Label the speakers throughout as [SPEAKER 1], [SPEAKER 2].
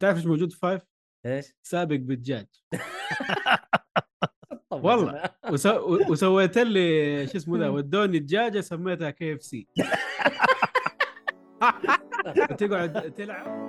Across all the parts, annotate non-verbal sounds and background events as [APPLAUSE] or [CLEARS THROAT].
[SPEAKER 1] تعرف ايش موجود في فايف؟
[SPEAKER 2] ايش؟
[SPEAKER 1] سابق بالدجاج
[SPEAKER 2] طب
[SPEAKER 1] والله.
[SPEAKER 2] يا جماعة.
[SPEAKER 1] وسو...
[SPEAKER 2] [LAUGHS]
[SPEAKER 1] و- وسويت لي شو اسمه ذا ودوني دجاجه سميتها كي اف
[SPEAKER 2] [LAUGHS]
[SPEAKER 1] سي تقعد تلعب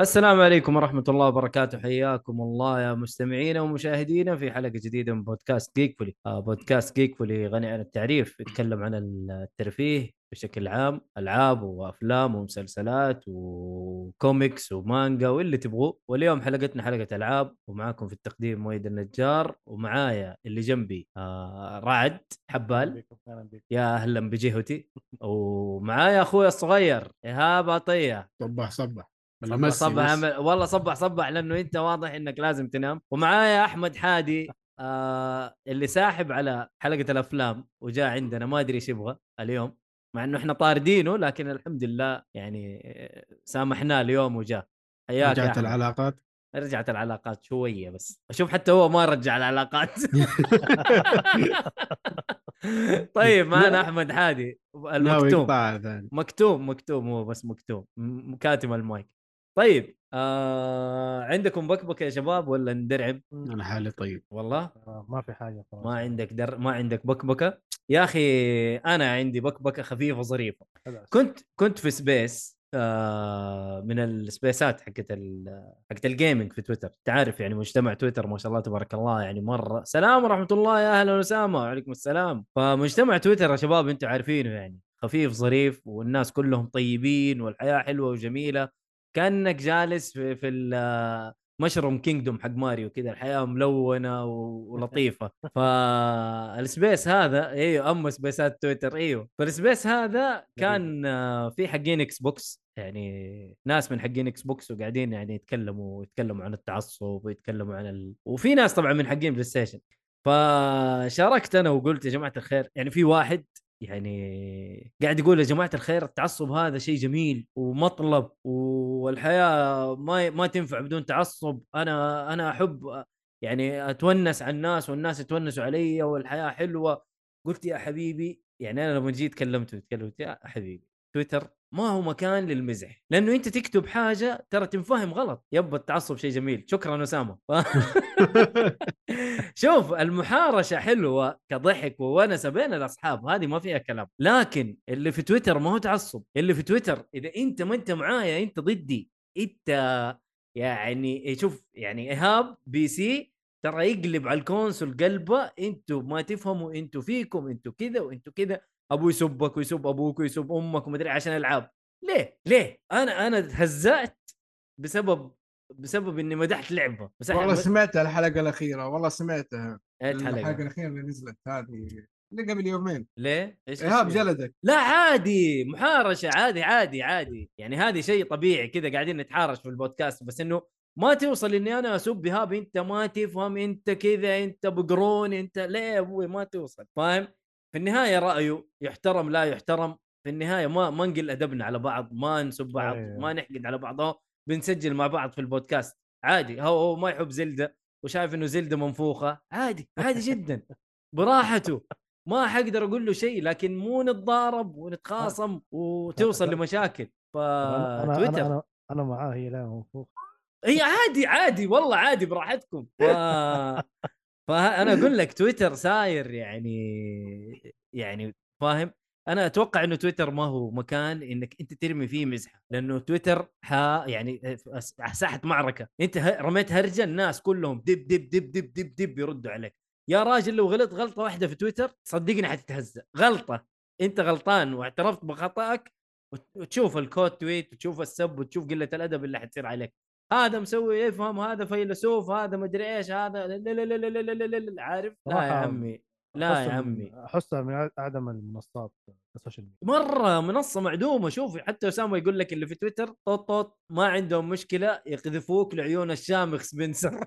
[SPEAKER 2] السلام عليكم ورحمة الله وبركاته حياكم الله يا مستمعينا ومشاهدينا في حلقة جديدة من بودكاست جيكفولي آه، بودكاست جيكفولي غني عن التعريف يتكلم عن الترفيه بشكل عام ألعاب وأفلام ومسلسلات وكوميكس ومانجا واللي تبغوه واليوم حلقتنا حلقة ألعاب ومعاكم في التقديم مويد النجار ومعايا اللي جنبي آه، رعد حبال
[SPEAKER 3] بكم، أهلاً بكم.
[SPEAKER 2] يا أهلا بجهتي ومعايا أخوي الصغير إيهاب عطية
[SPEAKER 3] صبح صبح ولا
[SPEAKER 2] صبح
[SPEAKER 3] مسي
[SPEAKER 2] صبح
[SPEAKER 3] مسي.
[SPEAKER 2] عمل... والله صبح صبح لانه انت واضح انك لازم تنام ومعايا احمد حادي آه اللي ساحب على حلقه الافلام وجاء عندنا ما ادري ايش يبغى اليوم مع انه احنا طاردينه لكن الحمد لله يعني آه، سامحناه اليوم وجاء حياك يا
[SPEAKER 3] رجعت
[SPEAKER 2] أحمد.
[SPEAKER 3] العلاقات
[SPEAKER 2] رجعت العلاقات شويه بس اشوف حتى هو ما رجع العلاقات طيب معنا احمد حادي
[SPEAKER 3] ناوي
[SPEAKER 2] المكتوم
[SPEAKER 3] يقطعها ثاني
[SPEAKER 2] مكتوم مكتوم هو بس مكتوم م- كاتم المايك طيب آه عندكم بكبكه يا شباب ولا ندرعب
[SPEAKER 3] انا حالي طيب
[SPEAKER 2] والله
[SPEAKER 4] آه، ما في حاجه خلاص
[SPEAKER 2] ما عندك در... ما عندك بكبكه يا اخي انا عندي بكبكه خفيفه ظريفه
[SPEAKER 4] خلاص.
[SPEAKER 2] كنت كنت في سبيس آه من السبيسات حقت ال... حقت الجيمنج في تويتر انت عارف يعني مجتمع تويتر ما شاء الله تبارك الله يعني مره سلام ورحمه الله يا اهلا وسهلا وعليكم السلام فمجتمع تويتر يا شباب انتم عارفينه يعني خفيف ظريف والناس كلهم طيبين والحياه حلوه وجميله كانك جالس في, في ال- مشروم كينجدوم حق ماريو كذا الحياه ملونه و- ولطيفه فالسبيس هذا ايوه اما سبيسات تويتر ايوه فالسبيس هذا كان آه، في حقين اكس بوكس يعني ناس من حقين اكس بوكس وقاعدين يعني يتكلموا يتكلموا عن التعصب ويتكلموا عن ال... وفي ناس طبعا من حقين بلاي ستيشن فشاركت انا وقلت يا جماعه الخير يعني في واحد يعني قاعد يقول يا جماعه الخير التعصب هذا شيء جميل ومطلب والحياه ما ما تنفع بدون تعصب انا انا احب يعني اتونس على الناس والناس يتونسوا علي والحياه حلوه قلت يا حبيبي يعني انا لما جيت كلمته تكلمت يا حبيبي تويتر ما هو مكان للمزح لانه انت تكتب حاجه ترى تنفهم غلط يبا التعصب شيء جميل شكرا اسامه [LAUGHS] شوف المحارشه حلوه كضحك وونسه بين الاصحاب هذه ما فيها كلام لكن اللي في تويتر ما هو تعصب اللي في تويتر اذا انت ما انت معايا انت ضدي انت يعني شوف يعني ايهاب بي سي ترى يقلب على الكونسول قلبه انتوا ما تفهموا انتوا فيكم انتوا كذا وانتوا كذا ابوه يسبك ويسب ابوك ويسب امك ومدري عشان العاب ليه ليه انا انا تهزأت بسبب بسبب اني مدحت لعبه بس أحنا
[SPEAKER 3] والله
[SPEAKER 2] بس-
[SPEAKER 3] سمعت الحلقه الاخيره والله سمعتها
[SPEAKER 2] إيه
[SPEAKER 3] الحلقه
[SPEAKER 2] الحلقه
[SPEAKER 3] الاخيره اللي نزلت هذه اللي قبل يومين
[SPEAKER 2] ليه؟ ايش
[SPEAKER 3] ايهاب
[SPEAKER 2] إيش فيها؟
[SPEAKER 3] جلدك
[SPEAKER 2] لا عادي محارشه عادي عادي عادي يعني هذه شيء طبيعي كذا قاعدين نتحارش في البودكاست بس انه ما توصل اني انا اسب ايهاب انت ما تفهم انت كذا انت بقرون انت ليه يا ابوي ما توصل فاهم؟ في النهايه رايه يحترم لا يحترم في النهايه ما ما نقل ادبنا على بعض ما نسب بعض
[SPEAKER 4] أيوه.
[SPEAKER 2] ما نحقد على بعض أهو بنسجل مع بعض في البودكاست عادي هو, هو ما يحب زلده وشايف انه زلده منفوخه عادي عادي جدا براحته ما حقدر اقول له شيء لكن مو نتضارب ونتخاصم وتوصل لمشاكل
[SPEAKER 4] انا أنا-
[SPEAKER 2] فتويتر
[SPEAKER 4] انا انا معاه هي لا منفوخ
[SPEAKER 2] هي عادي عادي والله عادي براحتكم
[SPEAKER 4] [LAUGHS]
[SPEAKER 2] ف... فانا اقول لك تويتر ساير يعني يعني فاهم انا اتوقع انه تويتر ما هو مكان انك انت ترمي فيه مزحه لانه تويتر ح... يعني س- ساحه معركه انت ه- رميت هرجه الناس كلهم دب دب دب دب دب دب يردوا عليك يا راجل لو غلط غلطه واحده في تويتر صدقني حتتهزأ غلطه انت غلطان واعترفت بخطأك وت- وتشوف الكوت تويت وتشوف السب وتشوف قله الادب اللي حتصير عليك هذا مسوي يفهم هذا فيلسوف هذا مدري ايش هذا لا لا لا لا لا لا لا لا لا، عارف لا يا
[SPEAKER 4] صراحة
[SPEAKER 2] عمي لا آه، يا
[SPEAKER 4] أحسها من-
[SPEAKER 2] عمي
[SPEAKER 4] احسها من عدم المنصات السوشيال ميديا
[SPEAKER 2] مره منصه معدومه شوف حتى اسامه يقول لك اللي في تويتر طوط طوط ما عندهم مشكله يقذفوك لعيون الشامخ سبنسر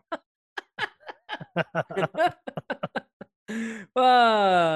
[SPEAKER 2] فا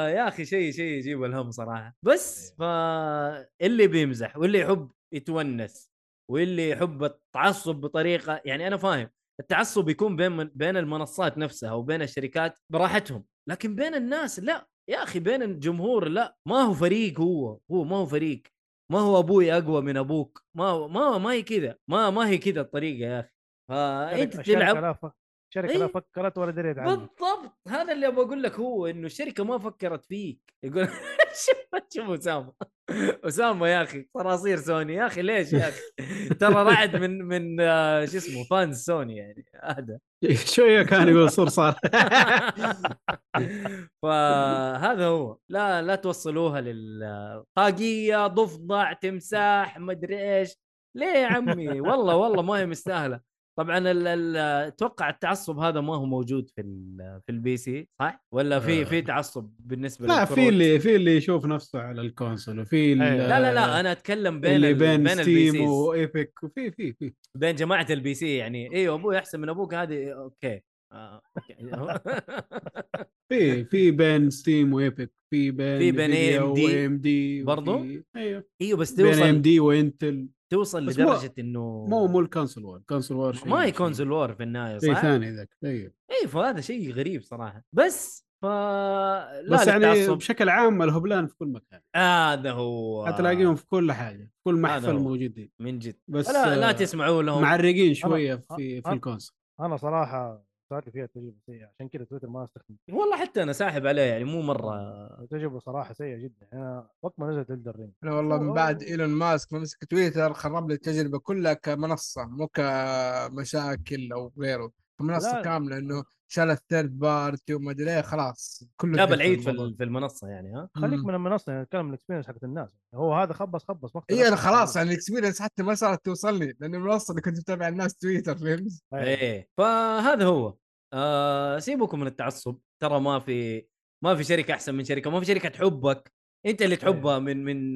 [SPEAKER 2] يا اخي شيء شيء يجيب الهم صراحه بس فا اللي بيمزح واللي يحب يتونس واللي يحب التعصب بطريقه يعني انا فاهم التعصب يكون بين من بين المنصات نفسها وبين الشركات براحتهم لكن بين الناس لا يا اخي بين الجمهور لا ما هو فريق هو هو ما هو فريق ما هو ابوي اقوى من ابوك ما هو ما ما هي كذا ما ما هي كذا الطريقه يا اخي فانت
[SPEAKER 4] شركة-
[SPEAKER 2] تلعب
[SPEAKER 4] شركة لا ف- شركة
[SPEAKER 2] إيه.
[SPEAKER 4] لا فكرت ولا دريت
[SPEAKER 1] [LAUGHS]
[SPEAKER 4] عنها
[SPEAKER 2] بالضبط هذا اللي ابغى اقول لك هو انه الشركه ما فكرت فيك يقول [LAUGHS] شوف شوف اسامه اسامه يا اخي صراصير سوني يا اخي ليش يا اخي ترى رعد من من آه، شو اسمه فانز سوني يعني هذا
[SPEAKER 1] شويه كان يقول صرصار
[SPEAKER 4] [LAUGHS]
[SPEAKER 2] [LAUGHS] فهذا هو لا لا توصلوها لل طاقيه ضفدع تمساح مدري ايش ليه يا عمي والله والله ما هي مستاهله طبعا ال- ال- اتوقع التعصب هذا ما هو موجود في ال- في البي سي صح ولا في في تعصب بالنسبه
[SPEAKER 1] آه. لا
[SPEAKER 2] للكروت؟
[SPEAKER 1] في اللي في اللي يشوف نفسه على الكونسول وفي ال-
[SPEAKER 4] أيوة.
[SPEAKER 2] لا لا لا انا اتكلم بين
[SPEAKER 1] اللي
[SPEAKER 2] ال-
[SPEAKER 1] بين,
[SPEAKER 2] بين البي
[SPEAKER 1] ستيم
[SPEAKER 2] سيز
[SPEAKER 1] وايبك وفي في في
[SPEAKER 2] بين جماعه البي سي يعني ايوه ابوي احسن من ابوك هذه اوكي آه،
[SPEAKER 1] [LAUGHS]
[SPEAKER 2] أوكي.
[SPEAKER 1] في في بين ستيم وايبك في بين
[SPEAKER 2] في بين AMD
[SPEAKER 1] ام دي
[SPEAKER 2] برضو؟
[SPEAKER 1] ايوه
[SPEAKER 2] ايوه بس
[SPEAKER 1] بين ام
[SPEAKER 2] توصل
[SPEAKER 1] دي وانتل
[SPEAKER 2] توصل
[SPEAKER 1] بس مو-
[SPEAKER 2] لدرجه انه
[SPEAKER 1] مو مو الكونسول وور الكونسول وور شيء- يعني
[SPEAKER 2] ما هي
[SPEAKER 1] شيء-
[SPEAKER 2] كونسل وور في النهايه
[SPEAKER 1] شيء
[SPEAKER 2] صح؟
[SPEAKER 1] ثاني ذاك ايوه
[SPEAKER 2] اي فهذا شيء غريب صراحه بس ف لا
[SPEAKER 1] بس يعني
[SPEAKER 2] للتعصب
[SPEAKER 1] بشكل عام الهبلان في كل مكان
[SPEAKER 2] هذا هو
[SPEAKER 1] حتلاقيهم في كل حاجه في كل محفل
[SPEAKER 2] هو.
[SPEAKER 1] موجودين
[SPEAKER 2] من جد
[SPEAKER 1] بس
[SPEAKER 2] لا لا
[SPEAKER 1] آه،
[SPEAKER 2] تسمعوا لهم
[SPEAKER 1] معرقين شويه في في
[SPEAKER 4] أنا-
[SPEAKER 1] الكونسول
[SPEAKER 4] انا صراحه صارت لي فيها تجربه سيئه عشان كذا تويتر ما استخدم آه،
[SPEAKER 2] والله حتى انا ساحب عليه يعني مو مره
[SPEAKER 4] تجربه صراحه سيئه جدا انا يعني وقت ما نزلت الدر رينج
[SPEAKER 3] انا والله من بعد ايلون ماسك ممسك تويتر خرب لي التجربه كلها كمنصه مو كمشاكل او غيره كمنصه
[SPEAKER 4] لا.
[SPEAKER 3] كامله انه شال الثيرد بارتي وما ادري إيه، خلاص كله
[SPEAKER 2] جاب
[SPEAKER 3] انتهى
[SPEAKER 2] العيد في,
[SPEAKER 3] الموضوع.
[SPEAKER 2] ال- في المنصه يعني ها
[SPEAKER 4] خليك
[SPEAKER 3] مم.
[SPEAKER 4] من المنصه يعني نتكلم الاكسبيرينس حقت الناس هو هذا خبص خبص ما
[SPEAKER 3] اي انا خلاص يعني الاكسبيرينس حتى ما صارت توصلني لان المنصه اللي كنت متابع الناس تويتر فهمت؟
[SPEAKER 4] اي
[SPEAKER 2] ايه فهذا هو آه سيبوكم من التعصب ترى ما في ما في شركه احسن من شركه ما في شركه تحبك انت اللي تحبها من من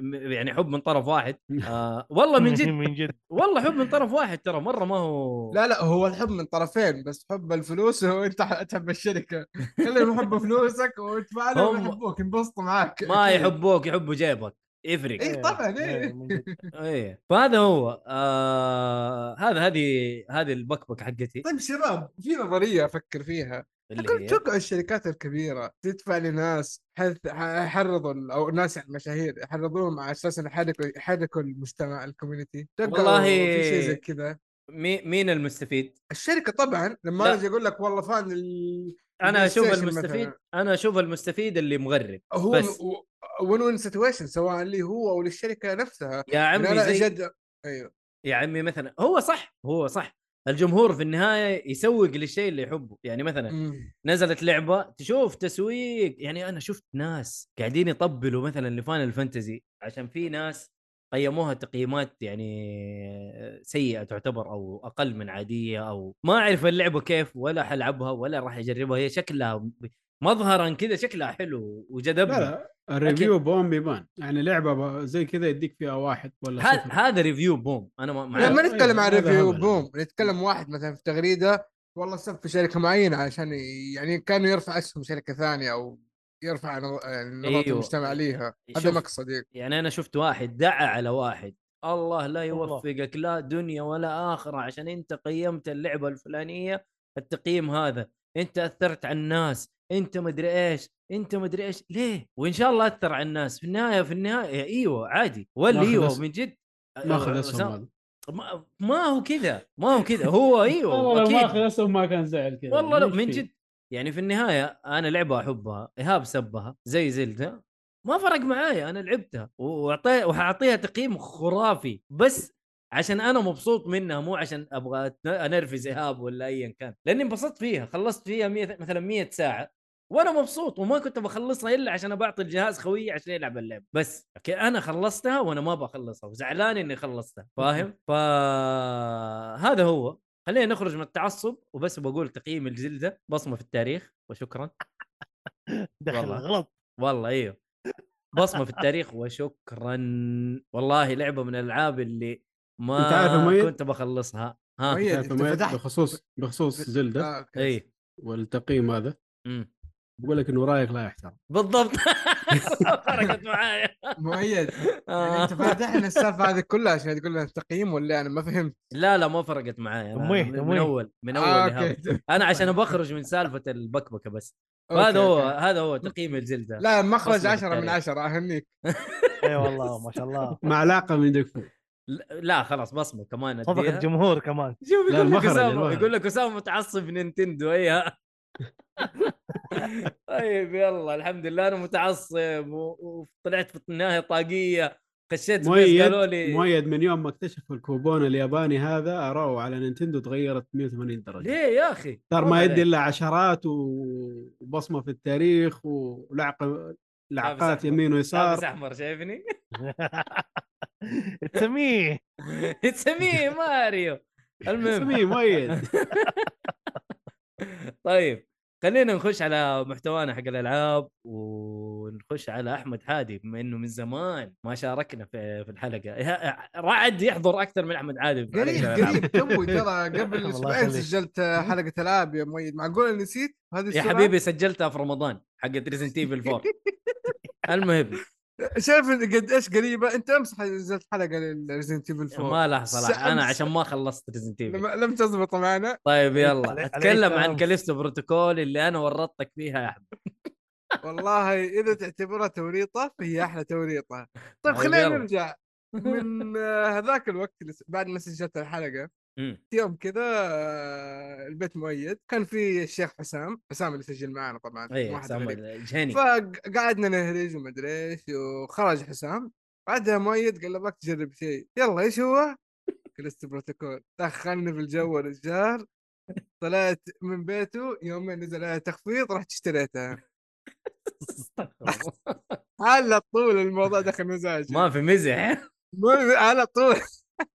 [SPEAKER 2] من- يعني حب من طرف واحد آه والله
[SPEAKER 4] [LAUGHS]
[SPEAKER 1] [LAUGHS]
[SPEAKER 2] من جد
[SPEAKER 4] من جد
[SPEAKER 2] والله حب من طرف واحد ترى مره ما هو
[SPEAKER 3] لا لا هو الحب من طرفين بس حب الفلوس [LAUGHS] هو انت ح- تحب الشركه خليهم يحبوا فلوسك وتدفع لهم
[SPEAKER 2] هم-
[SPEAKER 3] يحبوك ينبسطوا معك
[SPEAKER 2] ما يحبوك يحبوا جيبك يفرق
[SPEAKER 3] إيه. طبعاً، إيه.
[SPEAKER 4] من
[SPEAKER 3] [LAUGHS]
[SPEAKER 4] جد.
[SPEAKER 2] ايه فهذا هو آه هذا هذه هذه البكبكه حقتي
[SPEAKER 3] طيب شباب في نظريه افكر فيها
[SPEAKER 2] اللي
[SPEAKER 3] كل
[SPEAKER 2] هي-
[SPEAKER 3] توقع الشركات الكبيره تدفع لناس حث يحرضوا ال- او ناس يعني مشاهير يحرضوهم على اساس إن يحركوا يحركوا المجتمع الكوميونتي توقعوا
[SPEAKER 2] والله-
[SPEAKER 3] في شيء زي كذا
[SPEAKER 2] مي- مين المستفيد؟
[SPEAKER 3] الشركه طبعا لما
[SPEAKER 2] لا.
[SPEAKER 3] اجي اقول لك والله فان ال...
[SPEAKER 2] انا اشوف
[SPEAKER 3] PlayStation
[SPEAKER 2] المستفيد
[SPEAKER 3] مثلاً.
[SPEAKER 2] انا اشوف المستفيد اللي مغرب
[SPEAKER 3] هو
[SPEAKER 2] بس.
[SPEAKER 3] و- وين وين سيتويشن سواء لي هو او للشركه نفسها
[SPEAKER 2] يا
[SPEAKER 3] إن
[SPEAKER 2] عمي
[SPEAKER 3] انا
[SPEAKER 2] زي
[SPEAKER 3] يعني أجد... ايوه
[SPEAKER 2] يا عمي مثلا هو صح هو صح الجمهور في النهايه يسوق للشيء اللي يحبه يعني مثلا
[SPEAKER 3] مم.
[SPEAKER 2] نزلت لعبه تشوف تسويق يعني انا شفت ناس قاعدين يطبلوا مثلا لفاينل فانتزي عشان في ناس قيموها تقييمات يعني سيئه تعتبر او اقل من عاديه او ما اعرف اللعبه كيف ولا حلعبها ولا راح اجربها هي شكلها مظهرا كذا شكلها حلو
[SPEAKER 1] لا
[SPEAKER 2] وجذبني
[SPEAKER 1] لا الريفيو بوم بيبان يعني لعبه ب- زي كذا يديك فيها واحد ولا
[SPEAKER 2] هذا
[SPEAKER 1] صفر
[SPEAKER 2] هذا ريفيو بوم انا ما
[SPEAKER 3] لا
[SPEAKER 2] مع
[SPEAKER 3] ما
[SPEAKER 1] أيوة،
[SPEAKER 3] نتكلم عن
[SPEAKER 1] هذا
[SPEAKER 3] ريفيو
[SPEAKER 1] هبل.
[SPEAKER 3] بوم نتكلم واحد مثلا في تغريده والله سب في شركه معينه عشان ي- يعني كانه يرفع اسهم شركه ثانيه او يرفع نظ- يعني نظره
[SPEAKER 2] أيوة.
[SPEAKER 3] المجتمع ليها هذا إيه.
[SPEAKER 2] شوف.
[SPEAKER 3] مقصدي
[SPEAKER 2] يعني انا شفت واحد دعا على واحد الله لا
[SPEAKER 4] الله.
[SPEAKER 2] يوفقك لا دنيا ولا اخره عشان انت قيمت اللعبه الفلانيه التقييم هذا انت اثرت على الناس انت مدري ايش انت مدري ايش ليه وان شاء الله اثر على الناس في النهايه في النهايه ايوه عادي ولا
[SPEAKER 1] ناخذ
[SPEAKER 2] ايوه
[SPEAKER 1] أس-
[SPEAKER 2] من جد
[SPEAKER 1] ماخذ
[SPEAKER 2] أسامة-
[SPEAKER 1] اسهم هذا
[SPEAKER 2] ما- ما هو كذا ما هو كذا هو ايوه
[SPEAKER 1] والله لو ماخذ
[SPEAKER 2] اكيد
[SPEAKER 1] اسهم ما كان زعل كذا
[SPEAKER 2] والله لو
[SPEAKER 1] ليش
[SPEAKER 2] من
[SPEAKER 1] فيه؟
[SPEAKER 2] جد يعني في النهايه انا لعبه احبها ايهاب سبها زي زلدة ما فرق معايا انا لعبتها واعطيها وحاعطيها تقييم خرافي بس عشان انا مبسوط منها مو عشان ابغى أتن- انرفز ايهاب ولا ايا كان لاني انبسطت فيها خلصت فيها مية مثلا 100 ساعه وانا مبسوط وما كنت بخلصها الا عشان بعطي الجهاز خويي عشان يلعب اللعبه بس لكن انا خلصتها وانا ما بخلصها وزعلان اني خلصتها فاهم فهذا هو خلينا نخرج من التعصب وبس بقول تقييم الجلده بصمه في التاريخ وشكرا
[SPEAKER 4] دخل
[SPEAKER 2] والله.
[SPEAKER 4] غلط
[SPEAKER 2] والله ايوه بصمه في التاريخ وشكرا والله لعبه من الالعاب اللي
[SPEAKER 1] أنت عارف يا
[SPEAKER 2] ما
[SPEAKER 1] مؤيد؟
[SPEAKER 2] كنت بخلصها ها
[SPEAKER 3] مؤيد.
[SPEAKER 1] تعرف ما-
[SPEAKER 3] فتحت-
[SPEAKER 1] بخصوص بخصوص زلدة
[SPEAKER 3] آه، أوكي.
[SPEAKER 2] اي
[SPEAKER 1] والتقييم هذا
[SPEAKER 2] مم.
[SPEAKER 1] بقول لك انه رايك لا يحترم
[SPEAKER 2] بالضبط [LAUGHS] فرقت معايا
[SPEAKER 3] [LAUGHS] مؤيد يعني
[SPEAKER 2] [LAUGHS] آه.
[SPEAKER 3] انت فاتحنا السالفه هذه كلها عشان تقول لنا التقييم ولا انا ما فهمت
[SPEAKER 2] لا لا ما فرقت معايا أنا
[SPEAKER 4] أمي،
[SPEAKER 2] من, من
[SPEAKER 4] أمي.
[SPEAKER 2] اول من اول
[SPEAKER 3] آه،
[SPEAKER 2] لهذا.
[SPEAKER 3] أوكي. [LAUGHS]
[SPEAKER 2] انا عشان بخرج من سالفه البكبكه بس
[SPEAKER 3] أوكي،
[SPEAKER 2] [LAUGHS] هذا هو يعني
[SPEAKER 3] أوكي.
[SPEAKER 2] هذا هو تقييم الزلده
[SPEAKER 3] لا مخرج
[SPEAKER 2] أصلاً
[SPEAKER 3] 10 من
[SPEAKER 2] التاريخ.
[SPEAKER 3] 10 اهنيك
[SPEAKER 4] اي إيه، والله ما شاء
[SPEAKER 2] [LAUGHS]
[SPEAKER 4] الله
[SPEAKER 1] مع علاقه من ديك فوق
[SPEAKER 2] لا, لا خلاص بصمه كمان
[SPEAKER 4] صدق
[SPEAKER 2] أديها.
[SPEAKER 4] الجمهور كمان [LAUGHS]
[SPEAKER 2] شوف
[SPEAKER 1] لا،
[SPEAKER 2] يقول لك
[SPEAKER 1] المهرج،
[SPEAKER 2] اسامه
[SPEAKER 1] المهرج.
[SPEAKER 2] يقول لك اسامه متعصب نينتندو ايها [LAUGHS] طيب يلا الحمد لله انا متعصب و- وطلعت في النهايه طاقيه خشيت سبيس
[SPEAKER 1] مؤيد-
[SPEAKER 2] قالوا لي
[SPEAKER 1] مؤيد من يوم ما اكتشفوا الكوبون الياباني هذا اراءه على نينتندو تغيرت 180 درجه
[SPEAKER 2] ليه يا اخي
[SPEAKER 1] صار
[SPEAKER 2] رد
[SPEAKER 1] ما يدي
[SPEAKER 2] علي.
[SPEAKER 1] الا عشرات و- وبصمه في التاريخ ولعقه لعقات
[SPEAKER 2] أحمر.
[SPEAKER 1] يمين
[SPEAKER 2] لابس
[SPEAKER 1] ويسار
[SPEAKER 2] احمر شايفني [LAUGHS]
[SPEAKER 3] [LAUGHS]
[SPEAKER 4] تسميه
[SPEAKER 2] تسميه ماريو المهم
[SPEAKER 1] سميه
[SPEAKER 2] [LAUGHS]
[SPEAKER 1] مؤيد
[SPEAKER 2] طيب خلينا نخش على محتوانا حق الالعاب ونخش على احمد حادي بما انه من زمان ما شاركنا في في الحلقه يا- رعد يحضر اكثر من احمد حادي في
[SPEAKER 3] قريب
[SPEAKER 2] حلقة الألعاب.
[SPEAKER 3] قريب
[SPEAKER 2] [LAUGHS]
[SPEAKER 3] تو ترى قبل
[SPEAKER 4] الله
[SPEAKER 3] اسبوعين
[SPEAKER 4] يخليك.
[SPEAKER 3] سجلت حلقه العاب يا مؤيد معقول نسيت هذه
[SPEAKER 2] يا
[SPEAKER 3] السرعة؟
[SPEAKER 2] حبيبي سجلتها في رمضان حقت
[SPEAKER 3] [LAUGHS]
[SPEAKER 2] ريزنت ايفل 4 المهم
[SPEAKER 3] شايف قد ايش قريبه انت امس نزلت حلقه لريزنت ايفل 4
[SPEAKER 2] ما لها صلاح انا
[SPEAKER 3] سأمس-
[SPEAKER 2] عشان ما خلصت ريزنت ايفل
[SPEAKER 3] لم, لم تزبط معنا
[SPEAKER 2] طيب
[SPEAKER 4] عليك-
[SPEAKER 2] يلا
[SPEAKER 4] عليك
[SPEAKER 2] اتكلم عن
[SPEAKER 4] سلام.
[SPEAKER 2] كاليستو بروتوكول اللي انا ورطتك فيها يا احمد
[SPEAKER 3] والله اذا تعتبرها توريطه فهي احلى توريطه
[SPEAKER 2] طيب
[SPEAKER 3] طيب خلينا
[SPEAKER 2] يلا. [LAUGHS]
[SPEAKER 3] نرجع من آه، هذاك الوقت اللي س- بعد ما سجلت الحلقه
[SPEAKER 2] مم.
[SPEAKER 3] يوم كذا آه، البيت مؤيد كان في الشيخ حسام حسام اللي سجل معنا طبعا
[SPEAKER 2] اي
[SPEAKER 3] واحد
[SPEAKER 2] إيه، حسام
[SPEAKER 3] غريب.
[SPEAKER 2] الجهني
[SPEAKER 3] فقعدنا نهرج ومدري ايش وخرج حسام بعدها مؤيد قال له ابغاك تجرب شيء يلا ايش هو؟ كريست بروتوكول دخلني في الجو الجار طلعت من بيته يومين نزل عليها تخفيض رحت اشتريتها على طول الموضوع دخل
[SPEAKER 2] [LAUGHS]
[SPEAKER 3] مزاجي
[SPEAKER 2] ما في مزح
[SPEAKER 3] المهم على طول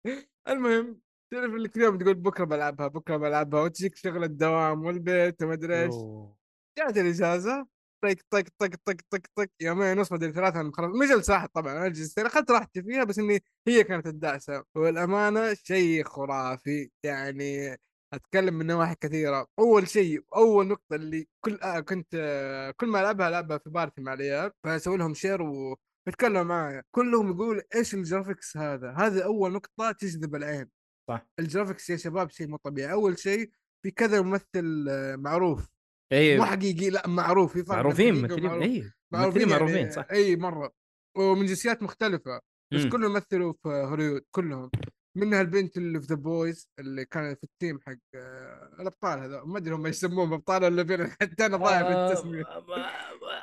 [SPEAKER 3] [LAUGHS] المهم تعرف اللي كل يوم تقول بكره بلعبها بكره بلعبها وتجيك شغل الدوام والبيت ومدري ايش
[SPEAKER 4] أوه.
[SPEAKER 3] جات الاجازه طق طق طق طق طق طق يومين ونص مدري ثلاثه انا مخلص مش الساحه طبعا انا جلست اخذت راحتي فيها بس اني هي كانت الدعسه والامانه شيء خرافي يعني اتكلم من نواحي كثيره اول شيء اول نقطه اللي كل آه كنت آه كل ما العبها العبها في بارتي مع العيال فاسوي لهم شير وبتكلم معايا كلهم يقول ايش الجرافيكس هذا هذه اول نقطه تجذب العين
[SPEAKER 2] صح.
[SPEAKER 3] الجرافيكس يا شباب شيء مو طبيعي اول شيء في كذا ممثل آه، معروف [LAUGHS] مو
[SPEAKER 2] ايوه
[SPEAKER 3] حقيقي لا معروف في فرق بين
[SPEAKER 2] معروفين
[SPEAKER 3] حقيقي
[SPEAKER 2] ممثلين
[SPEAKER 3] ومعروف.
[SPEAKER 2] ايوه ممثلين
[SPEAKER 3] يعني
[SPEAKER 2] معروفين صح
[SPEAKER 3] اي مره ومن جنسيات مختلفه بس
[SPEAKER 2] مم.
[SPEAKER 3] كلهم مثلوا في هوليوود كلهم منها البنت اللي في ذا بويز اللي كانت في التيم حق آه، الابطال هذا ما ادري هم يسموهم ابطال ولا فين حتى انا ضايع في
[SPEAKER 2] آه،
[SPEAKER 3] التسميه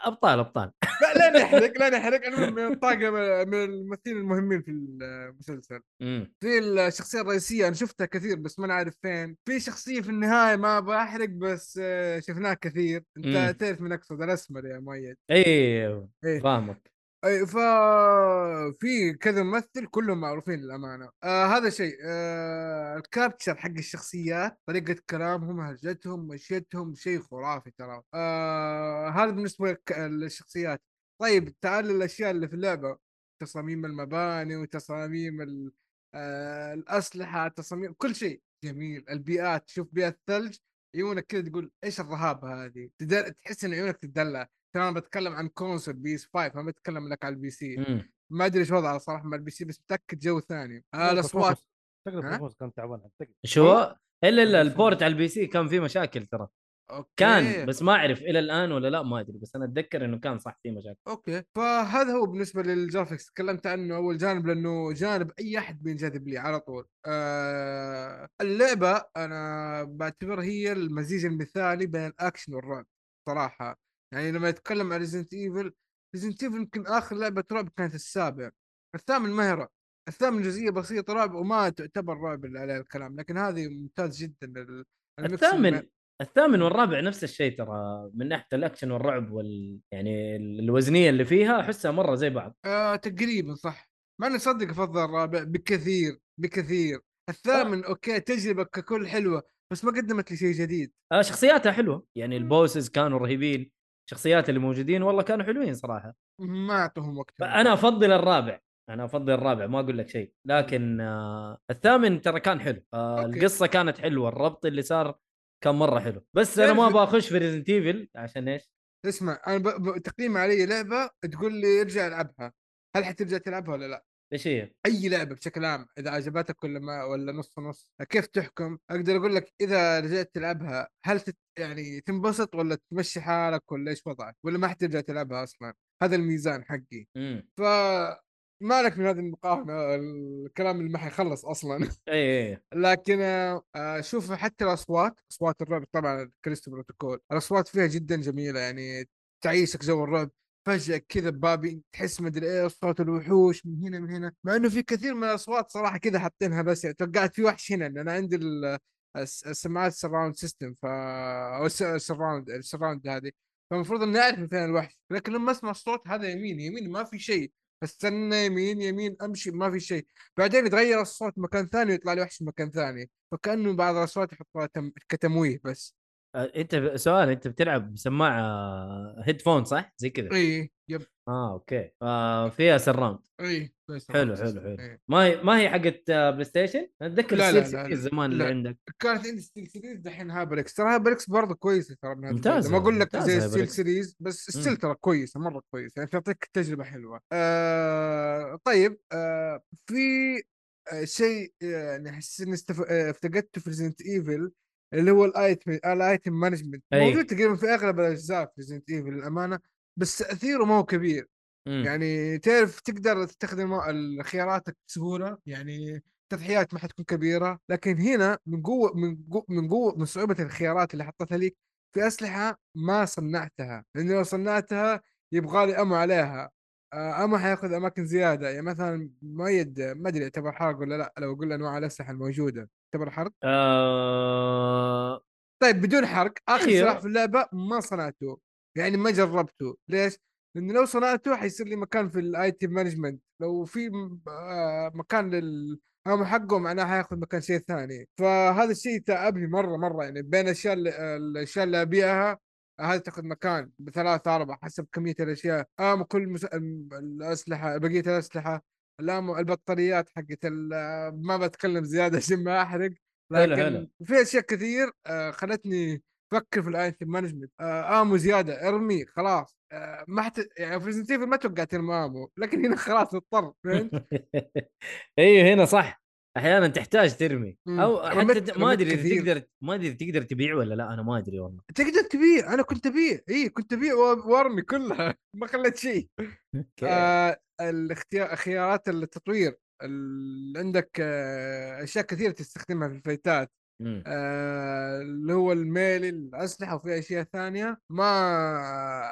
[SPEAKER 2] ابطال ابطال
[SPEAKER 3] لا لا نحرق لا نحرق المهم من الطاقم من الممثلين المهمين في المسلسل
[SPEAKER 2] مم.
[SPEAKER 3] في الشخصيه الرئيسيه انا شفتها كثير بس ما أنا عارف فين في شخصيه في النهايه ما بحرق بس آه، شفناها كثير
[SPEAKER 2] مم.
[SPEAKER 3] انت تعرف من اقصد الاسمر يا مؤيد
[SPEAKER 2] ايوه
[SPEAKER 3] إيه.
[SPEAKER 2] فاهمك
[SPEAKER 3] اي ف في كذا ممثل كلهم معروفين للامانه آه هذا شيء آه الكابتشر حق الشخصيات طريقه كلامهم هرجتهم مشيتهم شيء خرافي ترى آه هذا بالنسبه لك- للشخصيات طيب تعال للاشياء اللي في اللعبه تصاميم المباني وتصاميم ال- آه الاسلحه تصاميم كل شيء جميل البيئات تشوف بيئه ثلج عيونك كذا تقول ايش الرهابه هذه تدل- تحس ان عيونك تدلع ترى انا بتكلم عن كونسول بي اس 5 ما بتكلم لك على البي سي
[SPEAKER 2] مم.
[SPEAKER 3] ما ادري ايش وضعه صراحه مع البي سي بس متاكد جو ثاني آه الاصوات ها؟
[SPEAKER 4] تقريبا كان تعبان أعتقد.
[SPEAKER 2] شو
[SPEAKER 3] إيه.
[SPEAKER 2] الا الا البورت على البي سي كان فيه مشاكل ترى
[SPEAKER 3] اوكي
[SPEAKER 2] كان بس ما اعرف الى الان ولا لا ما ادري بس انا اتذكر انه كان صح فيه مشاكل
[SPEAKER 3] اوكي فهذا هو بالنسبه للجرافكس تكلمت عنه اول جانب لانه جانب اي احد بينجذب لي على طول آه اللعبه انا بعتبر هي المزيج المثالي بين الاكشن والرعب صراحه يعني لما يتكلم عن ريزنت ايفل ريزنت ايفل يمكن اخر لعبه رعب كانت السابع الثامن ما هي رعب الثامن جزئيه بسيطه رعب وما تعتبر رعب اللي عليها الكلام لكن هذه ممتاز جدا ال- الميكس الم-
[SPEAKER 2] الثامن الثامن والرابع نفس الشيء ترى من ناحيه الاكشن والرعب وال يعني ال- الوزنيه اللي فيها احسها مره زي بعض
[SPEAKER 3] آه تقريبا صح مع اني صدق افضل الرابع بكثير بكثير الثامن اوكي تجربه ككل حلوه بس ما قدمت لي شيء جديد
[SPEAKER 2] آه، شخصياتها حلوه يعني البوسز كانوا رهيبين الشخصيات اللي موجودين والله كانوا حلوين صراحه
[SPEAKER 3] ما اعطوهم وقت
[SPEAKER 2] فانا افضل الرابع انا افضل الرابع ما اقول لك شيء لكن آه الثامن ترى كان حلو آه
[SPEAKER 3] أوكي.
[SPEAKER 2] القصه كانت حلوه الربط اللي صار كان مره حلو بس انا ما
[SPEAKER 3] تعرف-
[SPEAKER 2] باخش في ريزنت ايفل عشان ايش
[SPEAKER 3] اسمع انا ب... ب... تقييم علي لعبه تقول لي ارجع العبها هل حترجع تلعبها ولا لا؟
[SPEAKER 2] ايش هي
[SPEAKER 3] اي لعبه بشكل عام اذا عجبتك ولا ما ولا نص نص كيف تحكم؟ اقدر اقول لك اذا رجعت تلعبها هل تت... يعني تنبسط ولا تمشي حالك ولا ايش وضعك؟ ولا ما حترجع تلعبها اصلا؟ هذا الميزان حقي
[SPEAKER 2] امم
[SPEAKER 3] ف مالك من هذه المقارنه الكلام اللي ما حيخلص اصلا
[SPEAKER 2] اي اي
[SPEAKER 3] لكن آه، آه، شوف حتى الاصوات اصوات الرعب طبعا كريستو بروتوكول الاصوات فيها جدا جميله يعني تعيشك جو الرعب فجاه كذا بابي تحس مدري ايه صوت الوحوش من هنا من هنا مع انه في كثير من الاصوات صراحه كذا حاطينها بس يعني توقعت في وحش هنا لان انا عندي ال- الس- السماعات سراوند سيستم ف او السراوند السراوند هذه فالمفروض اني اعرف من فين الوحش لكن لما اسمع الصوت هذا يمين يمين ما في شيء استنى يمين يمين امشي ما في شيء بعدين يتغير الصوت مكان ثاني ويطلع لي وحش مكان ثاني فكانه بعض الاصوات يحطوها تم... كتمويه بس
[SPEAKER 2] آه، انت ب- سؤال انت بتلعب بسماعه هيدفون صح زي كذا
[SPEAKER 3] اي إيه، يب
[SPEAKER 2] اه اوكي آه فيها سراوند
[SPEAKER 3] اي بس
[SPEAKER 2] حلو،
[SPEAKER 3] خلاص.
[SPEAKER 2] حلو، حلو.
[SPEAKER 3] إيه.
[SPEAKER 2] ما هي ما هي حقت آه، بلاي ستيشن اتذكر
[SPEAKER 3] لا، لا،
[SPEAKER 2] السير
[SPEAKER 3] لا،
[SPEAKER 2] سيتي
[SPEAKER 3] لا.
[SPEAKER 2] زمان اللي
[SPEAKER 3] لا.
[SPEAKER 2] عندك
[SPEAKER 3] كانت عندي ستيل سيريز دحين هابريكس ترى هابريكس برضه كويسه ترى من هذا
[SPEAKER 2] ممتازة،
[SPEAKER 3] البعد. ما اقول لك
[SPEAKER 2] ممتازة
[SPEAKER 3] زي ستيل
[SPEAKER 2] هابريكس.
[SPEAKER 3] سيريز بس
[SPEAKER 2] مم.
[SPEAKER 3] ستيل ترى كويسه مره كويسه يعني تعطيك تجربه حلوه آه طيب آه في آه، شيء آه، يعني احس اني استف- آه، افتقدته في ريزنت ايفل اللي هو الايتم الايتم مانجمنت
[SPEAKER 2] أي.
[SPEAKER 3] موجود تقريبا في اغلب الاجزاء في ريزنت ايفل للامانه بس تاثيره ما هو كبير
[SPEAKER 2] مم.
[SPEAKER 3] يعني تعرف تقدر تستخدم ال- خياراتك بسهوله يعني التضحيات ما حتكون كبيره لكن هنا من قوه من قوه من قوه من صعوبه الخيارات اللي حطيتها لك في اسلحه ما صنعتها لان لو صنعتها يبغى لي امو عليها آه، امو حياخذ اماكن زياده يعني مثلا مؤيد ما ادري يعتبر حرق ولا لا لو اقول انواع الاسلحه الموجوده يعتبر حرق
[SPEAKER 2] آه... [LAUGHS]
[SPEAKER 3] طيب بدون حرق اخر
[SPEAKER 2] أيوه.
[SPEAKER 3] سلاح في اللعبه ما صنعته يعني ما جربته ليش؟ لانه لو صنعته حيصير لي مكان في الايتم مانجمنت لو في م- آه، مكان لل هم حقه معناه حياخذ مكان شيء ثاني فهذا الشيء تعبني مره مره يعني بين الاشياء اللي- الاشياء اللي ابيعها هذا تاخذ مكان بثلاثة أربعة حسب كمية الأشياء آم كل مس... الم- الأسلحة بقية الأسلحة الآم البطاريات حقت ال... ما بتكلم زيادة [LAUGHS] عشان ما أحرق
[SPEAKER 2] حلو،
[SPEAKER 3] لكن
[SPEAKER 2] حلو.
[SPEAKER 3] في اشياء كثير آه، خلتني افكر في الايتم مانجمنت آه، امو زياده ارمي خلاص آه، ما حت... يعني في Resident Evil ما توقعت ترمي امو لكن هنا خلاص اضطر فهمت؟
[SPEAKER 2] ايوه هنا صح احيانا تحتاج ترمي
[SPEAKER 3] مم.
[SPEAKER 2] او حتى
[SPEAKER 3] رميت-
[SPEAKER 2] ت- ما
[SPEAKER 3] رميت
[SPEAKER 2] ادري اذا
[SPEAKER 3] كثير.
[SPEAKER 2] تقدر ما ادري إذا تقدر تبيع ولا لا انا ما ادري والله [LAUGHS]
[SPEAKER 3] تقدر تبيع انا كنت ابيع اي كنت ابيع وأ- وارمي كلها ما خليت شيء
[SPEAKER 2] اوكي
[SPEAKER 3] آه الاختيار خيارات التطوير ال- عندك آه، اشياء كثيره تستخدمها في الفايتات
[SPEAKER 2] مم.
[SPEAKER 3] آه، اللي هو الميل الاسلحه وفي اشياء ثانيه ما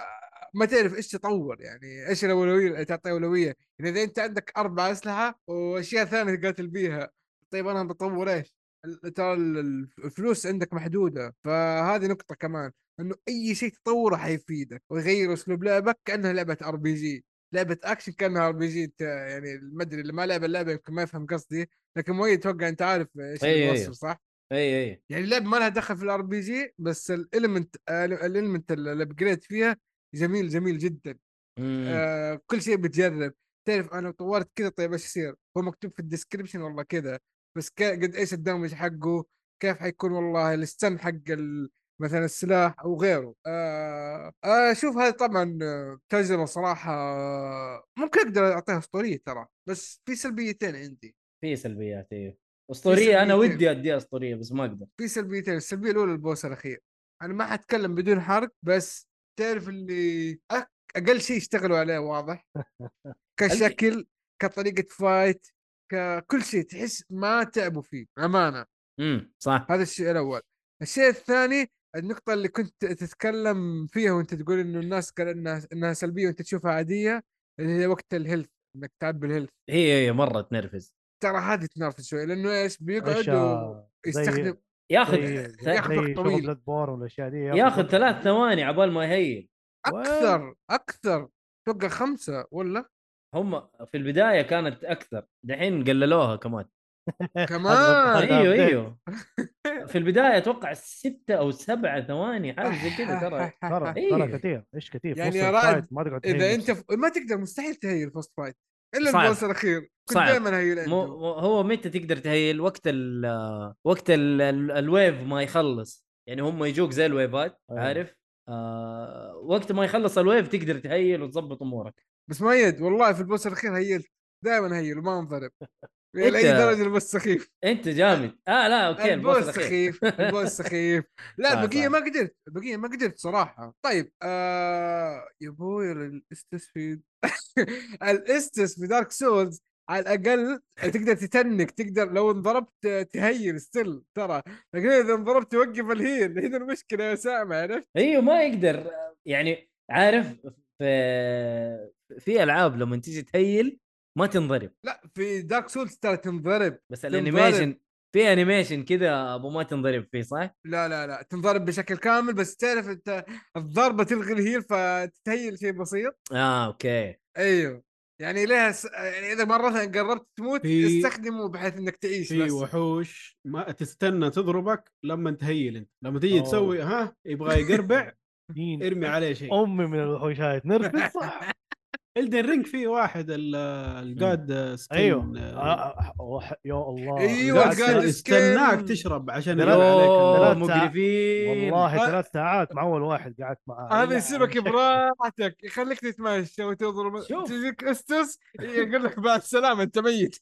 [SPEAKER 3] ما تعرف ايش تطور يعني ايش الاولويه اللي تعطي اولويه يعني اذا انت عندك اربع اسلحه واشياء ثانيه تقاتل بيها طيب انا بطور ايش؟ ال- ترى ال- ال- الفلوس عندك محدوده فهذه نقطه كمان انه اي شيء تطوره حيفيدك ويغير اسلوب لعبك كانها لعبه ار بي جي لعبه اكشن كانها ار بي جي انت يعني ما ادري اللي ما لعب اللعبه يمكن ما يفهم قصدي لكن مؤيد اتوقع انت عارف ايش
[SPEAKER 2] أي- أي.
[SPEAKER 3] الوصف صح؟
[SPEAKER 2] اي اي
[SPEAKER 3] يعني اللعبه ما لها دخل في الار بي جي بس الاليمنت الاليمنت الابجريد فيها جميل جميل جدا
[SPEAKER 2] مم.
[SPEAKER 3] آه كل شيء بتجرب تعرف انا لو طورت كذا طيب ايش يصير هو مكتوب في الديسكربشن والله كذا بس ك- قد ايش الدمج حقه كيف حيكون والله الستن حق ال- مثلا السلاح او غيره آه اشوف هذه طبعا آه، تجربه صراحه آه، ممكن اقدر اعطيها اسطوريه ترى بس في سلبيتين عندي
[SPEAKER 2] في سلبيات ايوه اسطوريه انا
[SPEAKER 3] سلبيتين.
[SPEAKER 2] ودي اديها اسطوريه بس ما اقدر
[SPEAKER 3] في سلبيتين السلبيه الاولى البوس الاخير انا ما حتكلم بدون حرق بس تعرف اللي أك... اقل شيء اشتغلوا عليه واضح كشكل كطريقه فايت ككل شيء تحس ما تعبوا فيه امانه
[SPEAKER 2] امم صح
[SPEAKER 3] هذا الشيء الاول الشيء الثاني النقطة اللي كنت تتكلم فيها وانت تقول انه الناس قال انها انها سلبية وانت تشوفها عادية اللي هي وقت الهيلث انك تعب بالهيلث
[SPEAKER 2] هي هي مره تنرفز
[SPEAKER 3] ترى هذه تنافس شوي لانه ايش
[SPEAKER 4] إيش،
[SPEAKER 3] بيقعد
[SPEAKER 4] آه، زي-
[SPEAKER 3] ويستخدم
[SPEAKER 2] إيه، ياخذ
[SPEAKER 4] زي-
[SPEAKER 2] ث-
[SPEAKER 3] ياخذ وقت
[SPEAKER 4] زي إيه، شغل
[SPEAKER 3] طويل.
[SPEAKER 4] بلاد بور والاشياء دي
[SPEAKER 2] ياخذ ثلاث ثواني عبال ما يهيل
[SPEAKER 3] اكثر اكثر توقع خمسة ولا
[SPEAKER 2] هم في البدايه كانت اكثر دحين قللوها كمان
[SPEAKER 3] كمان
[SPEAKER 4] هذا
[SPEAKER 2] ايوه
[SPEAKER 4] update.
[SPEAKER 2] [LAUGHS] ايوه في البدايه اتوقع ستة او سبعة ثواني حاجه زي [LAUGHS]
[SPEAKER 3] [LAUGHS]
[SPEAKER 2] كذا ترى
[SPEAKER 4] ترى
[SPEAKER 2] إيه.
[SPEAKER 4] ترى كثير ايش كثير
[SPEAKER 3] يعني
[SPEAKER 4] يعني
[SPEAKER 3] يا
[SPEAKER 4] يا
[SPEAKER 3] رائد،
[SPEAKER 4] ما تقعد
[SPEAKER 3] اذا
[SPEAKER 4] تهيج.
[SPEAKER 3] انت ف... ما تقدر مستحيل تهيل فوست فايت الا
[SPEAKER 2] صعب.
[SPEAKER 3] البوس الاخير كنت
[SPEAKER 2] صعب.
[SPEAKER 3] دائما هيل
[SPEAKER 2] مو
[SPEAKER 3] عنده.
[SPEAKER 2] مو- هو متى تقدر تهيل وقت ال وقت ال ال- الويف ما يخلص يعني هم يجوك زي الويفات
[SPEAKER 4] أيوة.
[SPEAKER 2] عارف آه وقت ما يخلص الويف تقدر تهيل وتظبط امورك
[SPEAKER 3] بس مؤيد والله في البوس الاخير هيلت دائما هيل
[SPEAKER 2] [LAUGHS]
[SPEAKER 3] وما انضرب لاي
[SPEAKER 2] أنت-
[SPEAKER 3] درجه البوس سخيف
[SPEAKER 2] انت جامد اه لا اوكي
[SPEAKER 3] البوس
[SPEAKER 2] البوس الاخير
[SPEAKER 3] سخيف البوس سخيف لا
[SPEAKER 2] صح،
[SPEAKER 3] البقيه
[SPEAKER 2] صح.
[SPEAKER 3] ما قدرت البقيه ما قدرت صراحه طيب آه يا ابوي [LAUGHS] الاستسفيد الاستس في دارك سولز على الاقل تقدر تتنك تقدر لو انضربت تهيل ستيل ترى لكن اذا انضربت توقف الهيل [LAUGHS] هنا المشكله يا سامع عرفت
[SPEAKER 2] ايوه ما يقدر يعني عارف في في العاب لما تيجي تهيل ما تنضرب
[SPEAKER 3] لا في دارك سولز ترى تنضرب
[SPEAKER 2] بس
[SPEAKER 3] تنضرب.
[SPEAKER 2] الانيميشن في انيميشن كذا ابو ما تنضرب فيه صح؟
[SPEAKER 3] لا لا لا تنضرب بشكل كامل بس تعرف انت الضربه تلغي الهيل فتتهيل شيء بسيط
[SPEAKER 2] اه اوكي
[SPEAKER 3] ايوه يعني لها س... يعني اذا مره قربت تموت
[SPEAKER 1] في-
[SPEAKER 3] استخدمه بحيث انك تعيش
[SPEAKER 1] في
[SPEAKER 3] بس
[SPEAKER 1] وحوش ما تستنى تضربك لما تهيل انت لما تيجي
[SPEAKER 4] أوه.
[SPEAKER 1] تسوي ها يبغى
[SPEAKER 2] [LAUGHS]
[SPEAKER 1] يقربع
[SPEAKER 4] دين
[SPEAKER 1] ارمي عليه شيء
[SPEAKER 4] امي من الوحوشات
[SPEAKER 3] [LAUGHS]
[SPEAKER 4] نرفز صح
[SPEAKER 1] الدن رينج في واحد ال- الجاد سكين
[SPEAKER 4] ايوه
[SPEAKER 1] آه،
[SPEAKER 4] آه، آه، وح- يا الله
[SPEAKER 3] أيوه،
[SPEAKER 4] ثلاث
[SPEAKER 1] قاعد
[SPEAKER 3] الجاد
[SPEAKER 4] ساعات.
[SPEAKER 1] يست-
[SPEAKER 3] سكين.
[SPEAKER 1] يستناك تشرب عشان
[SPEAKER 4] لا،
[SPEAKER 1] يلعب عليك
[SPEAKER 4] لا،
[SPEAKER 2] يوه،
[SPEAKER 1] ال-
[SPEAKER 4] لا،
[SPEAKER 2] مقرفين
[SPEAKER 4] والله
[SPEAKER 3] آه.
[SPEAKER 4] ثلاث ساعات مع اول واحد قعدت معاه
[SPEAKER 1] أيوه،
[SPEAKER 3] هذا يسيبك براحتك يخليك تتمشى وتضرب
[SPEAKER 2] شوف.
[SPEAKER 3] تجيك استس يقول لك بعد السلامه انت ميت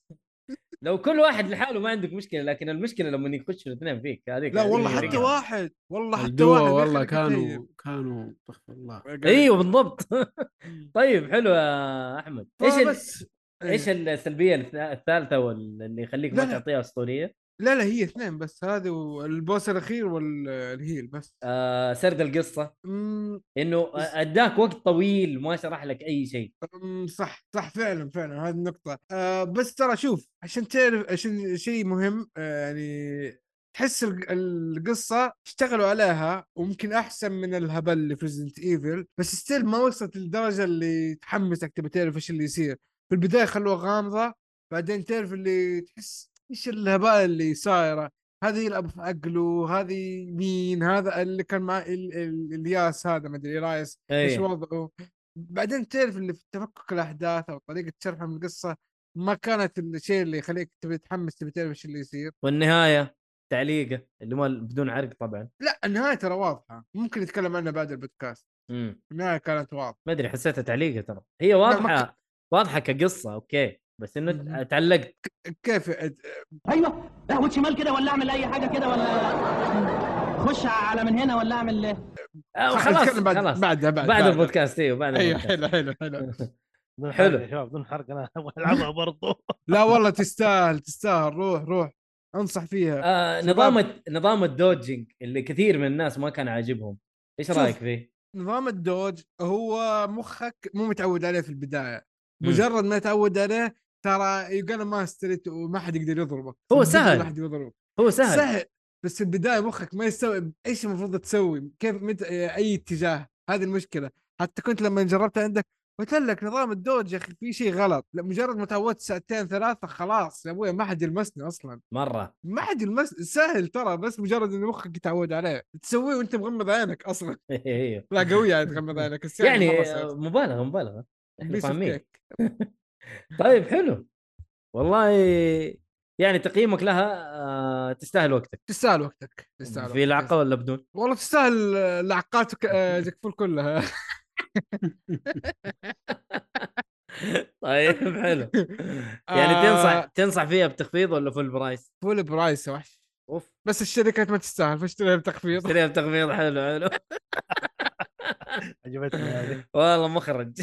[SPEAKER 2] لو كل واحد لحاله ما عندك مشكله لكن المشكله لما يخشوا الاثنين فيك هذيك
[SPEAKER 3] لا
[SPEAKER 2] هذيك
[SPEAKER 3] والله
[SPEAKER 2] الفريق.
[SPEAKER 3] حتى واحد والله حتى
[SPEAKER 1] الدوا
[SPEAKER 3] واحد ما
[SPEAKER 1] والله
[SPEAKER 3] يخليك
[SPEAKER 1] كانوا أيوه، كانوا استغفر الله
[SPEAKER 3] تهيب.
[SPEAKER 2] ايوه بالضبط [LAUGHS] طيب حلو يا احمد ايش ال...
[SPEAKER 3] آه، بس إيه.
[SPEAKER 2] ايش السلبيه الث- الثالثه وال- اللي يخليك
[SPEAKER 3] لا،
[SPEAKER 2] ما
[SPEAKER 3] لا.
[SPEAKER 2] تعطيها اسطوريه
[SPEAKER 3] لا لا هي اثنين بس هذا والبوس الاخير والهيل بس
[SPEAKER 2] آه سرد القصه
[SPEAKER 3] أمم،
[SPEAKER 2] انه
[SPEAKER 3] بس-
[SPEAKER 2] اداك وقت طويل ما شرح لك اي شيء
[SPEAKER 3] أمم، صح صح فعلا فعلا هذه النقطة آه بس ترى شوف عشان تعرف عشان شيء مهم آه يعني تحس الق- القصة اشتغلوا عليها وممكن احسن من الهبل اللي في ريزنت ايفل بس ستيل ما وصلت للدرجة اللي تحمسك تبي تعرف ايش اللي يصير في البداية خلوها غامضة بعدين تعرف اللي تحس ايش الهباء اللي صايرة هذه يلعب في عقله هذه مين هذا اللي كان مع ال- ال- الياس هذا مدري رايس ايش
[SPEAKER 2] ايوه
[SPEAKER 3] وضعه بعدين تعرف اللي في تفكك الاحداث او طريقه شرحهم القصه ما كانت الشيء اللي يخليك تبي تتحمس تبي تعرف ايش اللي يصير
[SPEAKER 2] والنهايه تعليقه اللي ما بدون عرق طبعا
[SPEAKER 3] لا النهايه ترى واضحه ممكن نتكلم عنها بعد البودكاست
[SPEAKER 2] امم
[SPEAKER 3] النهايه كانت واضحه
[SPEAKER 2] ما ادري حسيتها تعليقه ترى هي
[SPEAKER 3] ما
[SPEAKER 2] واضحه واضحه كقصه اوكي بس انه
[SPEAKER 3] مهم.
[SPEAKER 2] تعلقت
[SPEAKER 3] كيف
[SPEAKER 5] ايوه اهوت شمال كده ولا اعمل اي حاجه كده ولا خش على من هنا ولا اعمل
[SPEAKER 2] آه،
[SPEAKER 3] خ-
[SPEAKER 2] خلاص
[SPEAKER 3] نتكلم بعد
[SPEAKER 2] خلاص
[SPEAKER 3] بعدها بعد
[SPEAKER 2] بعد
[SPEAKER 3] بعدها.
[SPEAKER 2] البودكاست ايوه بعد
[SPEAKER 3] ايوه
[SPEAKER 2] البودكاست حلو.
[SPEAKER 4] بدون
[SPEAKER 3] حلو حلو حلو
[SPEAKER 4] حرق يا شباب بدون حرق [LAUGHS] انا ابغى العبها برضو [LAUGHS]
[SPEAKER 3] لا والله تستاهل تستاهل روح روح انصح فيها
[SPEAKER 2] [LAUGHS] آه
[SPEAKER 3] شباب.
[SPEAKER 2] نظام الت- نظام الدوجنج اللي كثير من الناس ما كان عاجبهم ايش
[SPEAKER 3] شوف.
[SPEAKER 2] رايك فيه؟
[SPEAKER 3] نظام الدوج هو مخك مو متعود عليه في البدايه
[SPEAKER 2] مم.
[SPEAKER 3] مجرد ما تعود عليه ترى يقال ما استريت وما حد يقدر يضربك
[SPEAKER 2] هو
[SPEAKER 3] صدقني
[SPEAKER 2] سهل.
[SPEAKER 3] ما حد يضربك
[SPEAKER 2] هو سهل, سهل.
[SPEAKER 3] سهل بس في البدايه مخك ما يستوعب ايش المفروض تسوي كيف مت... اي اتجاه هذه المشكله حتى كنت لما جربتها عندك قلت لك نظام الدوج يا اخي في شيء غلط لا، مجرد ما تعودت ساعتين ثلاثه خلاص يا ابوي ما حد يلمسني اصلا
[SPEAKER 2] [LAUGHS] مره
[SPEAKER 3] ما حد يلمس سهل ترى بس مجرد ان مخك يتعود عليه تسويه وانت مغمض عينك اصلا
[SPEAKER 2] إيوه.
[SPEAKER 3] [LAUGHS] لا قويه يعني تغمض عينك السهل
[SPEAKER 2] يعني
[SPEAKER 3] مرة سهل.
[SPEAKER 2] آه، مبالغه مبالغه احنا
[SPEAKER 3] Piece of
[SPEAKER 2] فاهمين
[SPEAKER 3] cake.
[SPEAKER 2] طيب حلو والله يعني تقييمك لها آه تستاهل وقتك
[SPEAKER 3] تستاهل وقتك تستاهل
[SPEAKER 2] في
[SPEAKER 3] وقتك.
[SPEAKER 2] لعقه ولا بدون؟
[SPEAKER 3] والله تستاهل آه، لعقات وك- آه، تكفل كلها
[SPEAKER 2] طيب [LAUGHS] حلو [LAUGHS] يعني
[SPEAKER 3] آه.
[SPEAKER 2] تنصح تنصح فيها بتخفيض ولا فول برايس؟
[SPEAKER 3] فول برايس يا وحش
[SPEAKER 2] اوف
[SPEAKER 3] بس الشركات ما تستاهل فاشتريها بتخفيض
[SPEAKER 2] [LAUGHS] اشتريها بتخفيض حلو حلو
[SPEAKER 4] عجبتني هذه
[SPEAKER 2] والله مخرج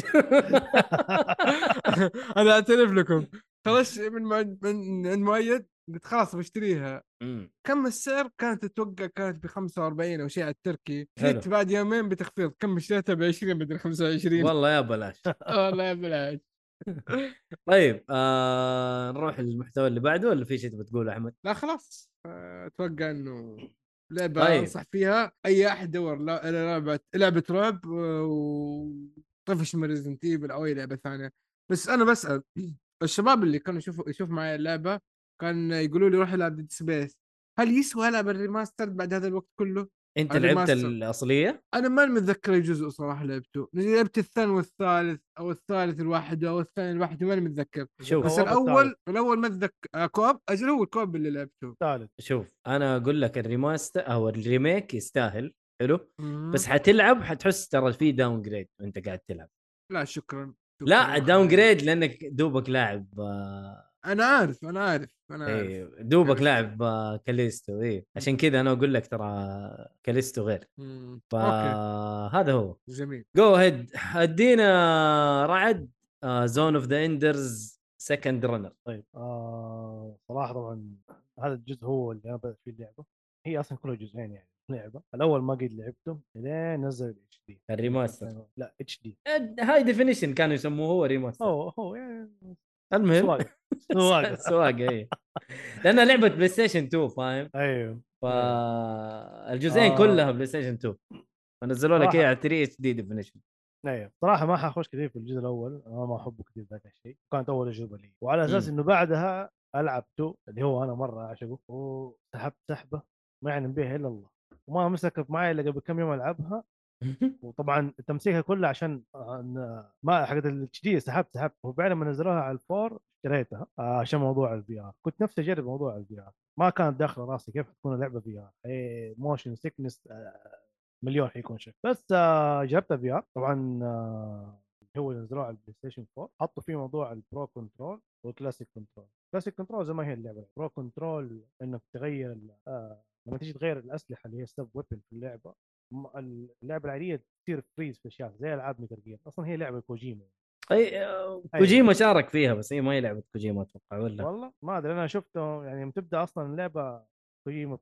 [SPEAKER 3] انا اعترف لكم خلاص من مع- من من مؤيد قلت خلاص بشتريها
[SPEAKER 2] مم.
[SPEAKER 3] كم السعر كانت اتوقع كانت ب 45 او شيء على التركي
[SPEAKER 2] حلو.
[SPEAKER 3] جيت بعد يومين بتخفيض كم اشتريتها ب 20 بدل 25
[SPEAKER 2] والله يا بلاش
[SPEAKER 3] [LAUGHS] والله يا بلاش
[SPEAKER 2] طيب آه نروح للمحتوى اللي بعده ولا في شيء تبي تقوله احمد؟
[SPEAKER 3] لا خلاص آه، اتوقع انه لعبه
[SPEAKER 2] طيب.
[SPEAKER 3] انصح فيها اي احد يدور لا- لعبه لعبه رعب آه، وطفش من ريزنت ايفل او اي لعبه ثانيه بس انا [CLEARS THROAT] بسال الشباب اللي كانوا يشوفوا يشوف معي اللعبه كان يقولوا لي روح العب ديد سبيس هل يسوى العب الريماستر بعد هذا الوقت كله؟
[SPEAKER 2] انت
[SPEAKER 3] على
[SPEAKER 2] لعبت
[SPEAKER 3] الماستر.
[SPEAKER 2] الاصليه؟
[SPEAKER 3] انا ما متذكر اي جزء صراحه لعبته، لعبت الثاني والثالث او الثالث لوحده او الثاني لوحده ماني متذكر،
[SPEAKER 2] شوف
[SPEAKER 3] بس
[SPEAKER 4] كوب
[SPEAKER 3] الاول الاول ما اتذكر آه، كوب اجل هو الكوب اللي لعبته
[SPEAKER 4] الثالث
[SPEAKER 2] شوف انا اقول لك الريماستر او الريميك يستاهل حلو
[SPEAKER 3] مهم.
[SPEAKER 2] بس حتلعب حتحس ترى في داون جريد وانت قاعد تلعب
[SPEAKER 3] لا شكرا
[SPEAKER 2] لا
[SPEAKER 3] شكراً.
[SPEAKER 2] داون جريد لانك دوبك لاعب آه،
[SPEAKER 3] انا عارف انا عارف انا
[SPEAKER 4] آه.
[SPEAKER 3] عارف
[SPEAKER 2] إيه، دوبك
[SPEAKER 3] عرفت.
[SPEAKER 2] لاعب آه، كاليستو اي عشان كذا انا اقول لك ترى كاليستو غير
[SPEAKER 3] مم. اوكي
[SPEAKER 2] فهذا هو
[SPEAKER 3] جميل
[SPEAKER 2] جو هيد ادينا رعد آه، زون اوف ذا اندرز سكند رنر
[SPEAKER 4] طيب آه صراحه طبعا هذا الجزء هو اللي انا بدات فيه اللعبه هي اصلا كله جزئين يعني لعبه الاول ما قد لعبته لين نزل الاتش دي
[SPEAKER 2] الريماستر
[SPEAKER 4] لا اتش دي
[SPEAKER 2] هاي ديفينيشن كانوا يسموه هو ريماستر
[SPEAKER 4] هو هو يعني
[SPEAKER 2] المهم
[SPEAKER 4] سواقة
[SPEAKER 2] [LAUGHS]
[SPEAKER 4] سواقة
[SPEAKER 2] سواقه اي لانها لعبه بلاي ستيشن 2 فاهم
[SPEAKER 4] ايوه
[SPEAKER 2] فالجزئين
[SPEAKER 4] آه.
[SPEAKER 2] كلها بلاي ستيشن 2 فنزلوا لك
[SPEAKER 4] صراحة.
[SPEAKER 2] اياها على 3 اتش دي ديفينيشن
[SPEAKER 4] ايوه صراحه ما حخش كثير في الجزء الاول انا ما احبه كثير ذاك الشيء كانت اول تجربه لي وعلى اساس
[SPEAKER 2] مم.
[SPEAKER 4] انه بعدها العب تو اللي هو انا مره اعشقه وسحبت سحبه ما يعلم بها الا الله وما مسكت معي الا قبل كم يوم العبها [LAUGHS] وطبعا تمسيكها كلها عشان عن- ما حقت الاتش دي سحبت سحبت وبعد ما نزلوها على الفور اشتريتها آه، عشان موضوع الفي ار كنت نفسي اجرب موضوع الفي ار ما كانت داخله راسي كيف تكون اللعبه في ار موشن سيكنس آه، مليون حيكون شيء بس آه، جربتها في ار طبعا آه، هو اللي نزلوه على البلاي ستيشن 4 حطوا فيه موضوع البرو كنترول والكلاسيك كنترول كلاسيك كنترول زي ما هي اللعبه برو كنترول انك تغير ال- آه، لما تيجي تغير الاسلحه اللي هي سب ويبن في اللعبه م- اللعبه العاديه تصير فريز في اشياء زي العاب ميتال جير اصلا هي لعبه كوجيما أيوة.
[SPEAKER 2] اي كوجيما شارك فيها بس هي ما هي لعبه كوجيما اتوقع ولا
[SPEAKER 4] والله ما ادري انا شفته يعني يوم تبدا اصلا اللعبه كوجيما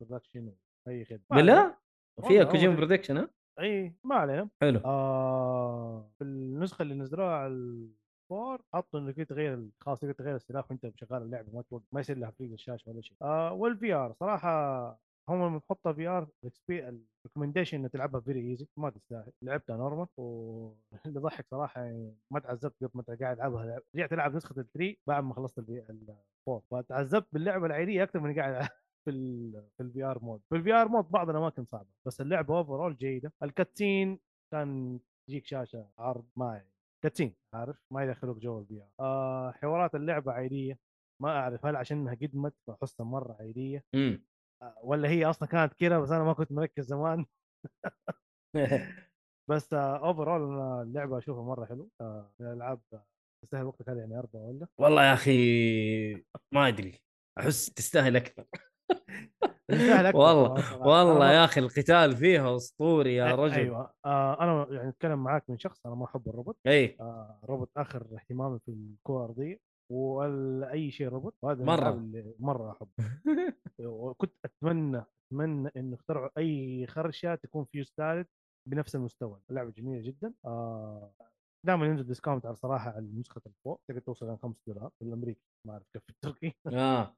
[SPEAKER 4] برودكشن اي خدمه ما علينا.
[SPEAKER 2] بالله
[SPEAKER 4] والله
[SPEAKER 2] فيها
[SPEAKER 4] هو
[SPEAKER 2] كوجيما
[SPEAKER 4] ده.
[SPEAKER 2] برودكشن ها
[SPEAKER 4] اي ما علينا
[SPEAKER 2] حلو
[SPEAKER 4] آه في النسخه اللي نزلوها على الفور حطوا انك تغير ال- خلاص تقدر تغير السلاح وانت شغال اللعبه ما توقف ما يصير لها فريز الشاشه ولا شيء آه والفي ار صراحه هم لما تحطها في ار الريكومنديشن انك تلعبها فيري ايزي ما تستاهل لعبتها نورمال [LAUGHS] واللي ضحك صراحه يعني ما تعذبت قد ما قاعد العبها لعب. رجعت العب نسخه الثري بعد ما خلصت الفور فتعذبت باللعبه العاديه اكثر من قاعد ألعب [LAUGHS] في ال في الفي ار مود في الفي ار مود بعض الاماكن صعبه بس اللعبه اوفرول جيده الكاتسين كان تجيك شاشه عرض ما كاتسين عارف ما يدخلوك جو الفي ار آه حوارات اللعبه عاديه ما اعرف هل عشان انها قدمت فحسها مره عاديه
[SPEAKER 2] امم
[SPEAKER 4] [LAUGHS] آه، ولا هي اصلا كانت كذا بس انا ما كنت مركز زمان [LAUGHS] بس آه، اوفرول انا اللعبه اشوفها مره حلو آه من الالعاب تستاهل وقتك هذا يعني اربعه ولا
[SPEAKER 2] والله يا اخي ما ادري احس تستاهل اكثر
[SPEAKER 4] تستاهل أكثر
[SPEAKER 2] والله-
[SPEAKER 4] كمان صراحة. أنا
[SPEAKER 2] والله
[SPEAKER 4] ما-
[SPEAKER 2] يا اخي القتال فيها اسطوري يا
[SPEAKER 4] أي-
[SPEAKER 2] رجل ايوه
[SPEAKER 4] ايوه آه انا يعني اتكلم معاك من شخص انا ما احب الروبوت
[SPEAKER 2] اي
[SPEAKER 4] آه روبوت اخر اهتمامي في الكره الارضيه واي شيء روبوت وهذا من
[SPEAKER 2] مرة.
[SPEAKER 4] الألعاب اللي مره احبه وكنت اتمنى اتمنى انه اخترعوا اي خرشه تكون فيوز ثالث بنفس المستوى اللعبه جميله جدا آه دائما ينزل ديسكاونت على صراحه على نسخه الفوق تقدر توصل الى 5 دولار بالامريكي ما اعرف كيف في التركي
[SPEAKER 2] اه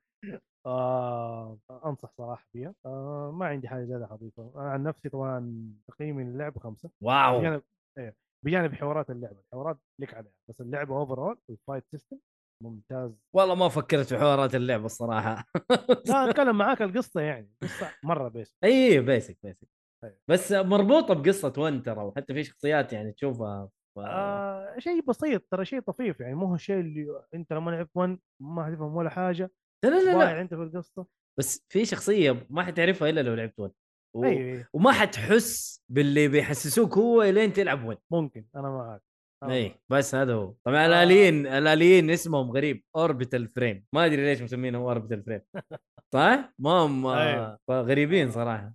[SPEAKER 4] آه انصح صراحه فيها آه ما عندي حاجه زياده اضيفها انا عن نفسي طبعا تقييمي للعبه خمسه
[SPEAKER 2] واو
[SPEAKER 4] بجانب إيه، بجانب حوارات اللعبه الحوارات لك عليها بس اللعبه اوفر اول الفايت سيستم ممتاز
[SPEAKER 2] والله ما فكرت في حوارات اللعبه الصراحه [LAUGHS]
[SPEAKER 4] لا اتكلم معاك القصه يعني قصه مره بيس
[SPEAKER 2] [LAUGHS] اي بيسك بيسك
[SPEAKER 4] أيوة.
[SPEAKER 2] بس مربوطه بقصه ون ترى وحتى في شخصيات يعني تشوفها ف...
[SPEAKER 4] آه شيء بسيط ترى شيء طفيف يعني مو الشيء اللي انت لما لعبت 1 ما حتفهم ولا حاجه
[SPEAKER 2] لا لا لا, لا
[SPEAKER 4] ضايع انت في القصه
[SPEAKER 2] بس في شخصيه ما حتعرفها الا لو لعبت ون و...
[SPEAKER 4] ايوه
[SPEAKER 2] وما حتحس باللي بيحسسوك هو الين تلعب ون
[SPEAKER 4] ممكن انا معاك أنا
[SPEAKER 2] اي
[SPEAKER 4] معاك.
[SPEAKER 2] بس هذا هو طبعا الاليين الاليين اسمهم غريب اوربيتال فريم ما ادري ليش مسمينهم اوربيتال فريم صح؟ ما هم آه،
[SPEAKER 4] أيوة.
[SPEAKER 2] غريبين صراحه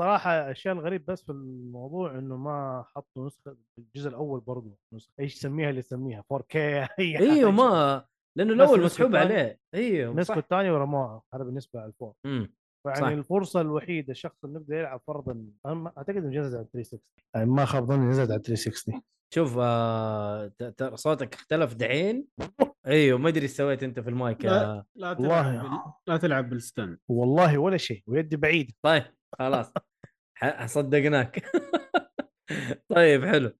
[SPEAKER 4] صراحه الشيء الغريب بس في الموضوع انه ما حطوا نسخه الجزء الاول برضه نسخه ايش تسميها اللي تسميها [LAUGHS] 4K اي
[SPEAKER 2] ايوه
[SPEAKER 4] حاجة.
[SPEAKER 2] ما لانه
[SPEAKER 4] بس
[SPEAKER 2] الاول
[SPEAKER 4] النسخة
[SPEAKER 2] مسحوب
[SPEAKER 4] الثانية-
[SPEAKER 2] عليه ايوه
[SPEAKER 4] النسخه
[SPEAKER 2] صح.
[SPEAKER 4] الثانيه ورموها هذا بالنسبه للفور
[SPEAKER 2] أمم.
[SPEAKER 4] فيعني
[SPEAKER 2] صح.
[SPEAKER 4] الفرصه الوحيده يعني الشخص اللي يقدر يلعب فرضا أنا ما- اعتقد انه نزلت على 360 يعني ما خاب ظني نزلت على 360
[SPEAKER 2] شوف آه، ت- ترى صوتك اختلف دحين ايوه ما ادري ايش سويت انت في المايك
[SPEAKER 1] لا.
[SPEAKER 2] آه.
[SPEAKER 1] لا
[SPEAKER 4] والله.
[SPEAKER 1] تلعب بال... لا تلعب بالستان
[SPEAKER 4] والله ولا شيء ويدي بعيد
[SPEAKER 2] طيب خلاص ح- صدقناك [LAUGHS] طيب حلو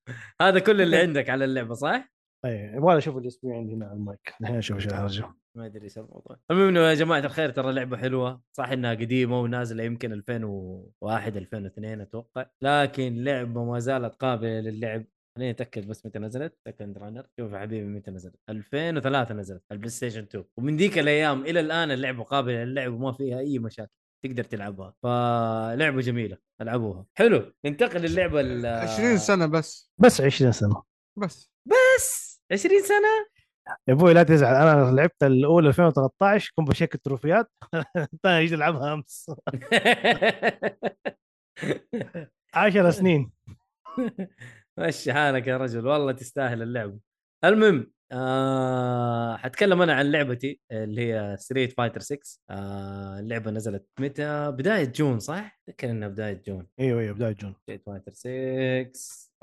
[SPEAKER 2] هذا كل اللي عندك على اللعبه صح؟
[SPEAKER 4] اي ابغى اشوف الاسبوع عندي هنا على المايك الحين اشوف ايش هرجه
[SPEAKER 2] ما ادري ايش الموضوع المهم انه يا جماعه الخير ترى لعبه حلوه صح انها قديمه ونازله يمكن 2001 2002 اتوقع لكن لعبه ما زالت قابله للعب خليني اتاكد بس متى نزلت سكند رانر شوف يا حبيبي متى نزلت 2003 نزلت على البلاي ستيشن 2 ومن ذيك الايام الى الان اللعبه قابله للعب وما فيها اي مشاكل تقدر تلعبها فلعبه جميله العبوها حلو ننتقل للعبه ال
[SPEAKER 3] 20 سنه بس
[SPEAKER 4] بس 20 سنه
[SPEAKER 3] بس
[SPEAKER 2] بس 20 سنه [LAUGHS]
[SPEAKER 4] يا ابوي لا تزعل انا لعبت الاولى 2013 كنت بشيك التروفيات [LAUGHS] الثانيه جيت العبها امس [LAUGHS] 10 سنين
[SPEAKER 2] مشي حالك يا رجل والله تستاهل اللعبه المهم آه حتكلم انا عن لعبتي اللي هي ستريت فايتر 6 آه اللعبه نزلت متى بدايه جون صح اتذكر انها بدايه جون
[SPEAKER 4] ايوه ايوه بدايه جون
[SPEAKER 2] ستريت فايتر 6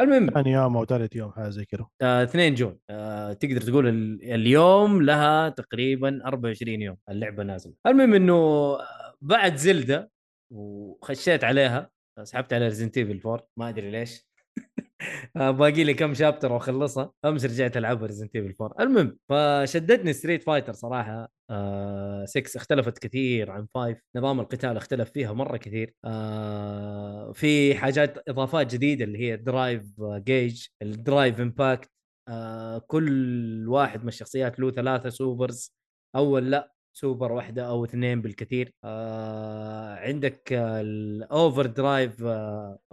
[SPEAKER 2] المهم
[SPEAKER 4] ثاني يوم او ثالث يوم حاجه زي كذا
[SPEAKER 2] آه، 2 جون آه، تقدر تقول ال- اليوم لها تقريبا 24 يوم اللعبه نازله المهم انه آه، بعد زلدة وخشيت عليها سحبت على ريزنت ايفل 4 ما ادري ليش [LAUGHS] آه، باقي لي كم شابتر واخلصها امس رجعت العب ريزنت ايفل 4 المهم فشدتني ستريت فايتر صراحه آه، 6 اختلفت كثير عن 5 نظام القتال اختلف فيها مره كثير آه، في حاجات اضافات جديده اللي هي الدرايف جيج الدرايف امباكت آه، كل واحد من الشخصيات له ثلاثة سوبرز أول لا سوبر واحدة أو اثنين بالكثير آه عندك الأوفر درايف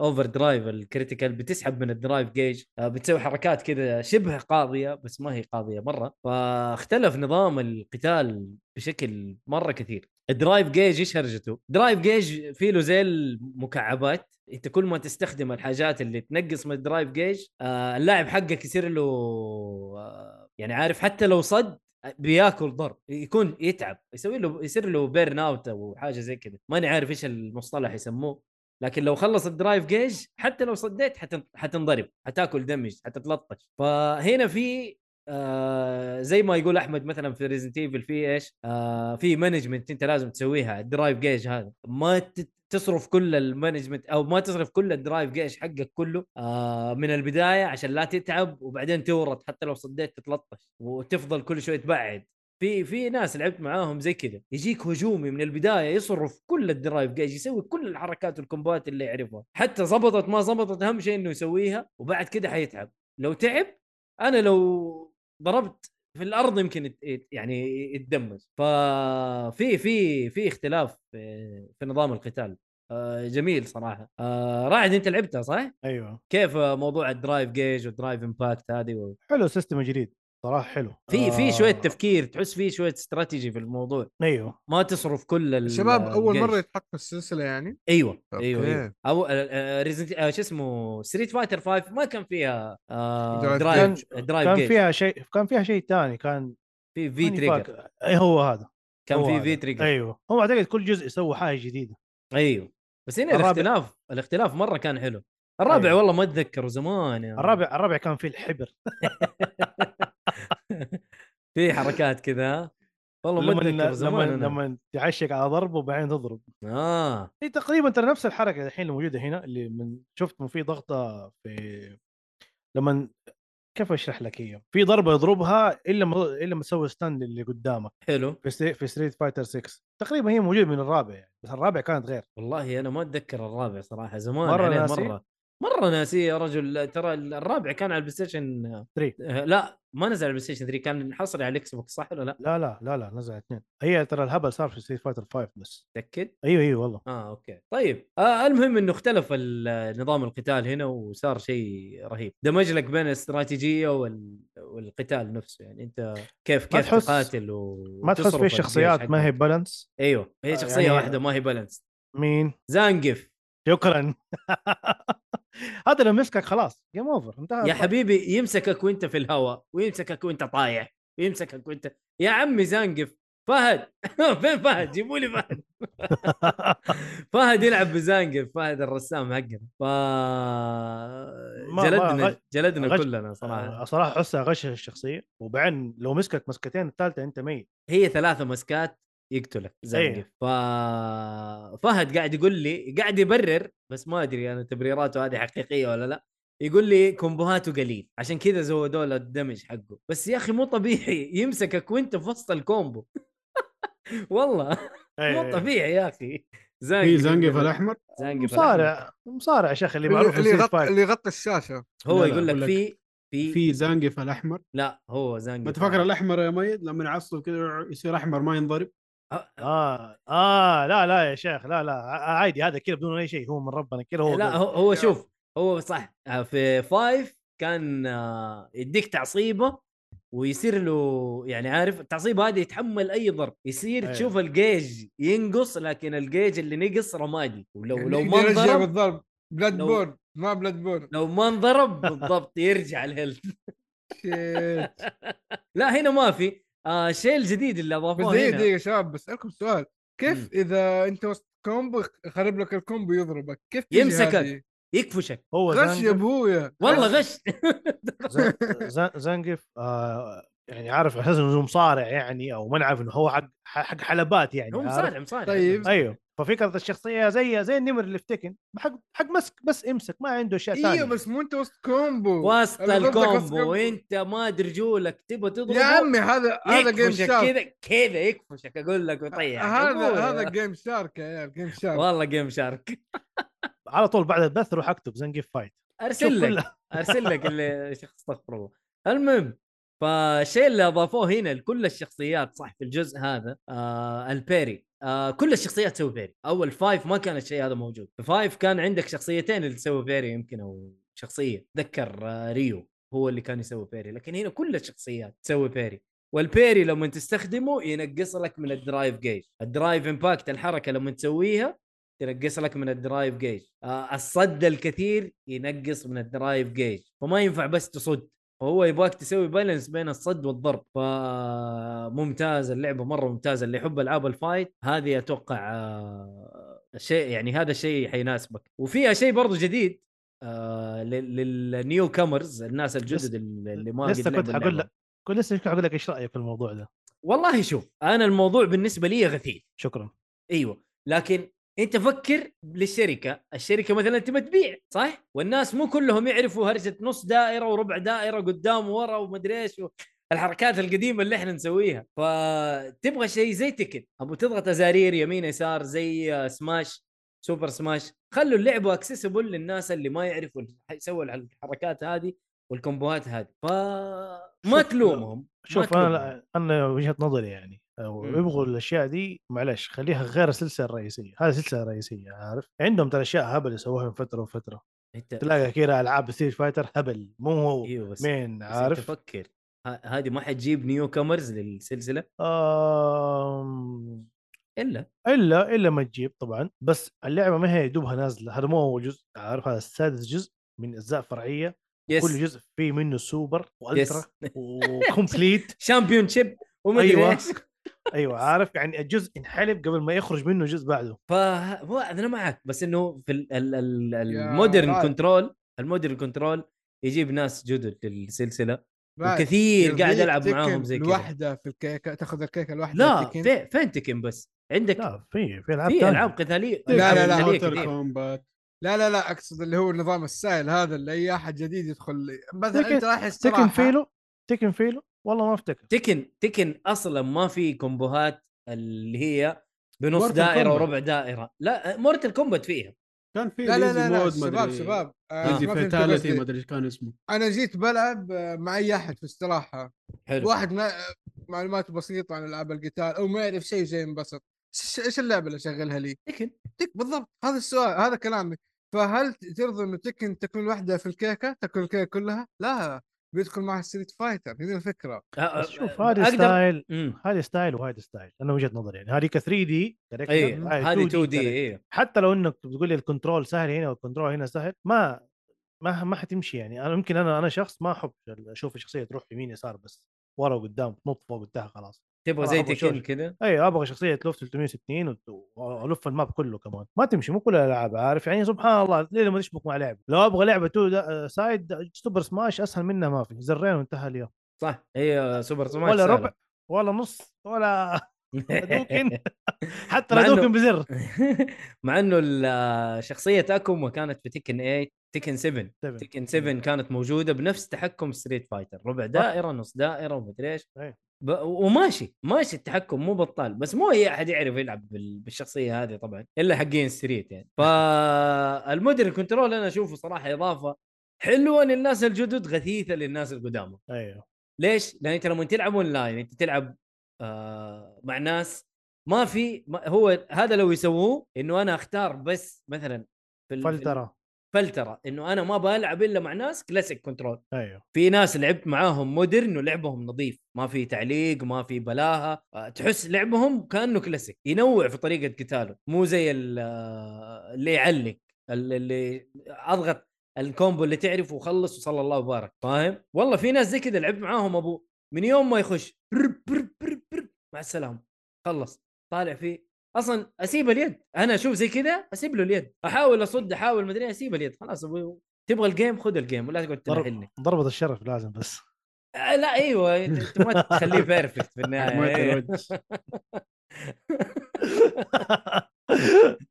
[SPEAKER 2] أوفر درايف الكريتيكال بتسحب من الدرايف جيج آه بتسوي حركات كذا شبه قاضية بس ما هي قاضية مرة فاختلف نظام القتال بشكل مرة كثير الدرايف جيج ايش هرجته؟ درايف جيج فيه له زي المكعبات انت كل ما تستخدم الحاجات اللي تنقص من الدرايف جيج آه اللاعب حقك يصير له آه يعني عارف حتى لو صد بياكل ضرب يكون يتعب يسوي له يصير له بيرن اوت او حاجه زي كذا ماني عارف ايش المصطلح يسموه لكن لو خلص الدرايف جيج حتى لو صديت حتن- حتنضرب حتاكل دمج حتتلطش فهنا في آه زي ما يقول احمد مثلا في ريزنت ايفل في ايش؟ آه في مانجمنت انت لازم تسويها الدرايف جيج هذا ما ت- تصرف كل المانجمنت او ما تصرف كل الدرايف جيج حقك كله آه من البدايه عشان لا تتعب وبعدين تورط حتى لو صديت تتلطش وتفضل كل شوي تبعد في في ناس لعبت معاهم زي كذا يجيك هجومي من البدايه يصرف كل الدرايف جيج يسوي كل الحركات والكومبات اللي يعرفها حتى زبطت ما زبطت اهم شيء انه يسويها وبعد كذا حيتعب لو تعب انا لو ضربت في الارض يمكن يت- يت- يعني يتدمج ففي في في اختلاف في في نظام القتال آه، جميل صراحه آه، رائد انت لعبتها صح
[SPEAKER 4] ايوه
[SPEAKER 2] كيف موضوع الدرايف جيج والدرايف امباكت هذه و...
[SPEAKER 4] حلو سيستم جديد صراحه حلو
[SPEAKER 2] في في
[SPEAKER 4] آه،
[SPEAKER 2] شويه تفكير تحس في شويه استراتيجي في الموضوع
[SPEAKER 4] ايوه
[SPEAKER 2] ما تصرف كل ال-
[SPEAKER 3] الشباب اول
[SPEAKER 2] الجيش.
[SPEAKER 3] مره يتحقق السلسله يعني
[SPEAKER 2] ايوه
[SPEAKER 3] أوكي.
[SPEAKER 2] ايوه, أيوة. او ريزنت آه، شو اسمه ستريت فايتر 5 ما كان فيها آه
[SPEAKER 3] درايف
[SPEAKER 2] درايف
[SPEAKER 4] كان-
[SPEAKER 2] درايف
[SPEAKER 4] كان
[SPEAKER 2] جيج في
[SPEAKER 4] فيها شيء كان فيها شيء ثاني كان
[SPEAKER 2] في
[SPEAKER 4] ماني
[SPEAKER 2] تريجر
[SPEAKER 4] فاكر. اي هو هذا
[SPEAKER 2] كان
[SPEAKER 4] هو
[SPEAKER 2] في
[SPEAKER 4] هذا.
[SPEAKER 2] في تريجر
[SPEAKER 4] ايوه هو اعتقد كل جزء يسوي حاجه جديده
[SPEAKER 2] ايوه بس هنا
[SPEAKER 4] الرابع.
[SPEAKER 2] الاختلاف الاختلاف مره كان حلو الرابع
[SPEAKER 4] أيوة.
[SPEAKER 2] أيوه. والله ما اتذكره زمان يا
[SPEAKER 4] الرابع الرابع كان فيه الحبر
[SPEAKER 2] [LAUGHS] في حركات كذا والله ما
[SPEAKER 4] لما
[SPEAKER 2] اتذكر
[SPEAKER 4] لما
[SPEAKER 2] زمان لما
[SPEAKER 4] لما تعشق على ضربه وبعدين تضرب
[SPEAKER 2] اه
[SPEAKER 4] هي تقريبا ترى نفس الحركه الحين اللي موجوده هنا اللي من شفت في ضغطه في لما كيف اشرح لك هي في ضربه يضربها الا ما الا لما تسوي ستان اللي قدامك
[SPEAKER 2] حلو
[SPEAKER 4] في ستري... في ستريت فايتر 6 تقريبا هي موجوده من الرابع يعني بس الرابع كانت غير
[SPEAKER 2] والله انا ما اتذكر الرابع صراحه زمان
[SPEAKER 4] مرة
[SPEAKER 2] مرة عليه
[SPEAKER 4] ناسي؟
[SPEAKER 2] مره مره ناسي يا رجل ترى الرابع كان على البلاي ستيشن آه،
[SPEAKER 4] 3.
[SPEAKER 2] لا ما نزل على البلاي ستيشن 3 كان حصري على الاكس بوكس صح ولا لا؟
[SPEAKER 4] لا لا لا لا نزل اثنين هي ترى الهبل صار في ستريت فايتر 5 بس
[SPEAKER 2] متاكد؟
[SPEAKER 4] ايوه ايوه والله
[SPEAKER 2] اه اوكي طيب آه المهم انه اختلف ال- نظام القتال هنا وصار شيء رهيب دمج لك بين الاستراتيجيه وال... والقتال نفسه يعني انت كيف
[SPEAKER 4] ما
[SPEAKER 2] كيف
[SPEAKER 4] تحس-
[SPEAKER 2] تقاتل و...
[SPEAKER 4] ما تحس
[SPEAKER 2] وتصرف
[SPEAKER 4] في الشخصيات
[SPEAKER 2] الجيش
[SPEAKER 4] ما هي
[SPEAKER 2] حقك.
[SPEAKER 4] بالانس
[SPEAKER 2] ايوه هي
[SPEAKER 4] آه،
[SPEAKER 2] شخصيه
[SPEAKER 4] يعني-
[SPEAKER 2] واحده ما هي بالانس
[SPEAKER 4] مين
[SPEAKER 2] زانقف
[SPEAKER 4] شكرا [LAUGHS] هذا لو مسكك خلاص جيم اوفر انتهى
[SPEAKER 2] يا حبيبي يمسكك وانت في الهواء ويمسكك وانت طايح ويمسكك وانت يا عمي زانقف فهد [LAUGHS] فين فهد جيبوا لي فهد
[SPEAKER 4] [LAUGHS]
[SPEAKER 2] فهد يلعب بزانقف فهد الرسام حقنا ف
[SPEAKER 4] ما-
[SPEAKER 2] جلدنا
[SPEAKER 4] غش-
[SPEAKER 2] جلدنا
[SPEAKER 4] غش-
[SPEAKER 2] كلنا صراحه
[SPEAKER 4] آه، صراحه احسها غش الشخصيه وبعدين لو مسكك مسكتين الثالثه انت ميت
[SPEAKER 2] هي ثلاثه مسكات يقتلك زانقف
[SPEAKER 4] إيه.
[SPEAKER 2] ف فهد قاعد يقول لي قاعد يبرر بس ما ادري انا تبريراته هذه حقيقيه ولا لا يقول لي كومبوهاته قليل عشان كذا زودوا له الدمج حقه بس يا اخي مو طبيعي [LAUGHS] يمسكك وانت في وسط الكومبو [LAUGHS] والله [LAUGHS]
[SPEAKER 4] إيه.
[SPEAKER 2] مو طبيعي يا اخي زانجي
[SPEAKER 1] في زنقف الاحمر
[SPEAKER 2] زانجي
[SPEAKER 4] مصارع مصارع يا شيخ اللي معروف في
[SPEAKER 3] اللي
[SPEAKER 4] Street
[SPEAKER 3] يغطي
[SPEAKER 4] Fighter.
[SPEAKER 3] اللي يغطي الشاشه
[SPEAKER 2] هو
[SPEAKER 1] لا، لا،
[SPEAKER 2] يقول لك
[SPEAKER 1] أقول لك.
[SPEAKER 2] في في
[SPEAKER 1] في زنقف الاحمر
[SPEAKER 2] لا هو زانجي
[SPEAKER 1] ما تفكر الاحمر يا ميد لما يعصب كذا يصير احمر ما ينضرب
[SPEAKER 2] أه،
[SPEAKER 4] اه اه لا لا يا شيخ لا لا ع- عادي هذا كذا بدون اي شيء هو من ربنا كذا هو
[SPEAKER 2] لا
[SPEAKER 4] قوي.
[SPEAKER 2] هو, هو شوف هو صح آه، في فايف كان آه، يديك تعصيبه ويصير له يعني عارف التعصيب هذه يتحمل اي ضرب يصير
[SPEAKER 4] أيوه.
[SPEAKER 2] تشوف الجيج ينقص لكن الجيج اللي نقص رمادي ولو
[SPEAKER 3] يعني
[SPEAKER 2] لو ما
[SPEAKER 3] يقدر يرجع
[SPEAKER 2] انضرب
[SPEAKER 3] بالضرب بلاد
[SPEAKER 2] لو-
[SPEAKER 3] بورن ما بلاد
[SPEAKER 2] [LAUGHS]
[SPEAKER 3] بورن
[SPEAKER 2] لو ما
[SPEAKER 3] [LAUGHS]
[SPEAKER 2] انضرب بالضبط يرجع الهيلث
[SPEAKER 3] شيت
[SPEAKER 2] لا هنا ما في آه الشيء الجديد اللي
[SPEAKER 3] بس
[SPEAKER 2] اضافوه
[SPEAKER 3] دقيقه
[SPEAKER 2] هنا
[SPEAKER 3] دقيقه يا شباب بسالكم سؤال
[SPEAKER 2] مم.
[SPEAKER 3] كيف اذا انت وسط كومبو يخرب لك الكومبو يضربك كيف تجي
[SPEAKER 2] يمسكك.
[SPEAKER 3] هذه؟
[SPEAKER 2] يكفشك
[SPEAKER 4] هو
[SPEAKER 3] غش يا
[SPEAKER 4] زنقف
[SPEAKER 3] ابويا
[SPEAKER 2] والله غش
[SPEAKER 3] [LAUGHS]
[SPEAKER 4] ز- زنقف آه يعني عارف على اساس انه مصارع يعني او ما نعرف انه هو حق حق حلبات يعني
[SPEAKER 2] هو
[SPEAKER 4] عارف؟
[SPEAKER 2] مصارع مصارع
[SPEAKER 3] طيب.
[SPEAKER 4] ايوه ففكره الشخصيه زي زي النمر اللي في تكن حق حق مسك بس امسك ما عنده اشياء
[SPEAKER 2] إيوه،
[SPEAKER 4] ثانيه
[SPEAKER 3] ايوه بس مو انت وسط كومبو
[SPEAKER 2] وسط
[SPEAKER 3] أنا ضدك وسط
[SPEAKER 2] الكومبو
[SPEAKER 3] كومبو.
[SPEAKER 2] وانت ما ادري رجولك تبغى تضربه
[SPEAKER 3] يا عمي هذا هذا جيم
[SPEAKER 2] يكفشك
[SPEAKER 3] شارك
[SPEAKER 2] كذا كذا يكفشك اقول لك ويطيح
[SPEAKER 3] هذا هذا
[SPEAKER 2] يعني.
[SPEAKER 3] جيم شارك يا عيال جيم شارك
[SPEAKER 2] والله جيم شارك
[SPEAKER 4] على طول بعد البث روح اكتب زنقف فايت شوف
[SPEAKER 2] ارسل لك
[SPEAKER 4] [LAUGHS] كلها-
[SPEAKER 2] ارسل لك اللي شخص استغفر الله المهم فالشيء اللي اضافوه هنا لكل الشخصيات صح في الجزء هذا آه البيري آه كل الشخصيات تسوي بيري اول فايف ما كان الشيء هذا موجود في فايف كان عندك شخصيتين اللي تسوي بيري يمكن او شخصيه اتذكر آه ريو هو اللي كان يسوي بيري لكن هنا كل الشخصيات تسوي بيري والبيري لما تستخدمه ينقص لك من الدرايف جيج الدرايف امباكت الحركه لما تسويها تنقص لك من الدرايف جيج آه، الصد الكثير ينقص من الدرايف جيج فما ينفع بس تصد فهو يبغاك تسوي بالانس بين الصد والضرب فممتاز اللعبه مره ممتازه اللي يحب العاب الفايت هذه اتوقع آه، شيء يعني هذا الشيء حيناسبك وفيها شيء برضو جديد آه، لل- للنيو كامرز الناس الجدد اللي اللي ما
[SPEAKER 4] لسه
[SPEAKER 2] قد لعبوا
[SPEAKER 4] كنت حقول
[SPEAKER 2] اللعبة.
[SPEAKER 4] لك كنت لسه اقول لك ايش رايك في الموضوع ده
[SPEAKER 2] والله شوف انا الموضوع بالنسبه لي غثيث
[SPEAKER 4] شكرا
[SPEAKER 2] ايوه لكن انت فكر للشركه الشركه مثلا تبى تبيع صح والناس مو كلهم يعرفوا هرجه نص دائره وربع دائره قدام ورا ومدري ايش و... الحركات القديمه اللي احنا نسويها فتبغى شيء زي تكن ابو تضغط ازارير يمين يسار زي آه، سماش سوبر سماش خلوا اللعبه اكسسبل للناس اللي ما يعرفوا يسووا الحركات هذه والكومبوهات هذه ف ما
[SPEAKER 4] شوف،
[SPEAKER 2] تلومهم ما
[SPEAKER 4] شوف انا
[SPEAKER 2] تلومهم.
[SPEAKER 4] لا- انا وجهه نظري يعني لو
[SPEAKER 2] مم.
[SPEAKER 4] يبغوا الاشياء دي معلش خليها غير السلسله الرئيسيه هذه السلسله الرئيسيه عارف عندهم ترى اشياء هبل يسووها من فتره وفتره
[SPEAKER 2] انت
[SPEAKER 4] تلاقي كذا العاب ستيت فايتر هبل مو هو
[SPEAKER 2] ايوه بس
[SPEAKER 4] مين
[SPEAKER 2] بس عارف
[SPEAKER 4] عارف
[SPEAKER 2] تفكر هذه ما حتجيب نيو كامرز للسلسله
[SPEAKER 4] آم،
[SPEAKER 2] الا
[SPEAKER 4] الا الا ما تجيب طبعا بس اللعبه ما هي دوبها نازله هذا مو اول جزء عارف هذا سادس جزء من اجزاء فرعيه
[SPEAKER 2] يس
[SPEAKER 4] كل جزء فيه منه سوبر والترا
[SPEAKER 2] [LAUGHS] يس
[SPEAKER 4] وكومبليت
[SPEAKER 2] [LAUGHS] شامبيون شيب وما ادري
[SPEAKER 4] أيوة.
[SPEAKER 2] ايش
[SPEAKER 4] [LAUGHS] ايوه عارف يعني الجزء انحلب قبل ما يخرج منه جزء بعده
[SPEAKER 2] فهو انا معك بس انه في ال- ال- ال-
[SPEAKER 3] يا
[SPEAKER 2] المودرن
[SPEAKER 3] رائع.
[SPEAKER 2] كنترول المودرن كنترول يجيب ناس جدد للسلسله
[SPEAKER 3] بعد
[SPEAKER 2] وكثير قاعد
[SPEAKER 3] يرضيك
[SPEAKER 2] العب معاهم
[SPEAKER 3] تكن
[SPEAKER 2] زي كذا
[SPEAKER 3] الواحدة في الكيكه تاخذ الكيكه الواحده
[SPEAKER 2] لا
[SPEAKER 3] تكن.
[SPEAKER 2] في- فين تكن بس عندك
[SPEAKER 4] لا في في العاب
[SPEAKER 2] في
[SPEAKER 4] تانية.
[SPEAKER 2] العاب قتاليه
[SPEAKER 3] لا، لا،
[SPEAKER 2] ألعاب قتالية
[SPEAKER 3] لا،
[SPEAKER 1] Mortal
[SPEAKER 2] كثير.
[SPEAKER 1] Kombat.
[SPEAKER 3] لا لا لا اقصد اللي هو النظام السائل هذا اللي اي احد جديد يدخل مثلا
[SPEAKER 4] تكن-
[SPEAKER 3] انت رايح
[SPEAKER 4] تكن
[SPEAKER 3] استراحه
[SPEAKER 4] فيلو تكن فيلو والله ما افتكر
[SPEAKER 2] تكن تكن اصلا ما في كومبوهات اللي هي بنص
[SPEAKER 1] Mortal
[SPEAKER 2] دائره
[SPEAKER 1] Kombat.
[SPEAKER 2] وربع دائره لا مورتل كومبات فيها
[SPEAKER 1] كان في
[SPEAKER 3] لا لا
[SPEAKER 1] Easy
[SPEAKER 3] لا, لا
[SPEAKER 1] Mode ما
[SPEAKER 3] شباب
[SPEAKER 1] أدري-
[SPEAKER 3] شباب آه،
[SPEAKER 1] ايزي
[SPEAKER 3] ما فهمت قصدي.
[SPEAKER 1] فاتاليتي ما ادري ايش كان اسمه
[SPEAKER 3] انا جيت بلعب آه، مع اي احد في استراحه
[SPEAKER 2] حلو
[SPEAKER 3] واحد ما آه، معلوماته بسيطه عن العاب القتال او ما يعرف شيء زي انبسط إيش- ايش اللعبه اللي اشغلها لي؟
[SPEAKER 2] تكن
[SPEAKER 3] تك بالضبط هذا السؤال هذا كلامي فهل ترضى انه تكن تكون لوحدها في الكيكه تاكل الكيكه كلها؟ لا بيدخل معها ستريت فايتر هذه الفكره
[SPEAKER 2] أ-
[SPEAKER 4] بس
[SPEAKER 2] أ-
[SPEAKER 4] شوف هذه
[SPEAKER 2] اقدر
[SPEAKER 4] ستايل
[SPEAKER 2] مم.
[SPEAKER 4] هذه ستايل وهذه ستايل انا وجهه نظري يعني هذه 3 دي
[SPEAKER 2] اي إيه، أيوة، هذه إيه. 2 دي اي
[SPEAKER 4] حتى لو انك بتقول لي الكنترول سهل هنا والكنترول هنا سهل ما ما ما حتمشي يعني انا يمكن انا انا شخص ما احب اشوف الشخصيه تروح يمين يسار بس ورا وقدام تنط فوق وتحت خلاص
[SPEAKER 2] تبغى
[SPEAKER 4] أنا
[SPEAKER 2] زي
[SPEAKER 4] أبغى
[SPEAKER 2] تكن
[SPEAKER 4] شوش.
[SPEAKER 2] كذا
[SPEAKER 4] اي ابغى شخصيه تلف 360 وت- والف الماب كله كمان ما تمشي مو كل الالعاب عارف يعني سبحان الله ليه ما تشبك مع لعبه لو ابغى لعبه تو آه، دا- سايد سوبر سماش اسهل منها ما في زرين وانتهى اليوم
[SPEAKER 2] صح هي سوبر سماش
[SPEAKER 4] ولا
[SPEAKER 2] سهلة.
[SPEAKER 4] ربع ولا نص ولا [LAUGHS]
[SPEAKER 2] [LAUGHS]
[SPEAKER 4] هدوكن حتى
[SPEAKER 2] مع إنه-
[SPEAKER 4] هدوكن بزر
[SPEAKER 2] مع انه ال- شخصيه اكوما آه، كانت في تكن 8 تكن 7
[SPEAKER 4] 7
[SPEAKER 2] تكن
[SPEAKER 4] إيه.
[SPEAKER 2] 7 كانت موجوده بنفس تحكم ستريت فايتر ربع دائره نص دائره ومدري ايش
[SPEAKER 4] إيه.
[SPEAKER 2] ب... وماشي ماشي التحكم مو بطال بس مو اي احد يعرف يلعب بال... بالشخصيه هذه طبعا الا حقين ستريت يعني فالمودرن كنترول انا اشوفه صراحه اضافه حلوه للناس الجدد غثيثه للناس القدامى
[SPEAKER 4] ايوه
[SPEAKER 2] ليش؟ لان انت لما تلعب اونلاين انت تلعب آه مع ناس ما في ما هو هذا لو يسووه انه انا اختار بس مثلا في ال- في ال-
[SPEAKER 4] فلتره
[SPEAKER 2] فلتره انه انا ما بلعب الا مع ناس كلاسيك كنترول
[SPEAKER 4] ايوه
[SPEAKER 2] في ناس لعبت معاهم مودرن ولعبهم نظيف ما في تعليق ما في بلاهه آه، تحس لعبهم كانه كلاسيك ينوع في طريقه قتاله مو زي ال- آه، اللي يعلق ال- اللي اضغط الكومبو اللي تعرفه وخلص وصلى الله وبارك فاهم والله في ناس زي كذا لعبت معاهم ابو من يوم ما يخش برب برب برب برب مع السلامه خلص طالع فيه اصلا اسيب اليد انا اشوف زي كذا اسيب له اليد احاول اصد احاول مدري اسيب اليد خلاص أبو- تبغى الجيم خذ الجيم ولا تقعد
[SPEAKER 4] ضرب-
[SPEAKER 2] تنحلني
[SPEAKER 4] ضربة الشرف لازم بس
[SPEAKER 2] آه، لا ايوه انت أنت ما تخليه بيرفكت في النهايه
[SPEAKER 1] [LAUGHS] ما
[SPEAKER 2] إيه.
[SPEAKER 3] [LAUGHS]
[SPEAKER 1] تروج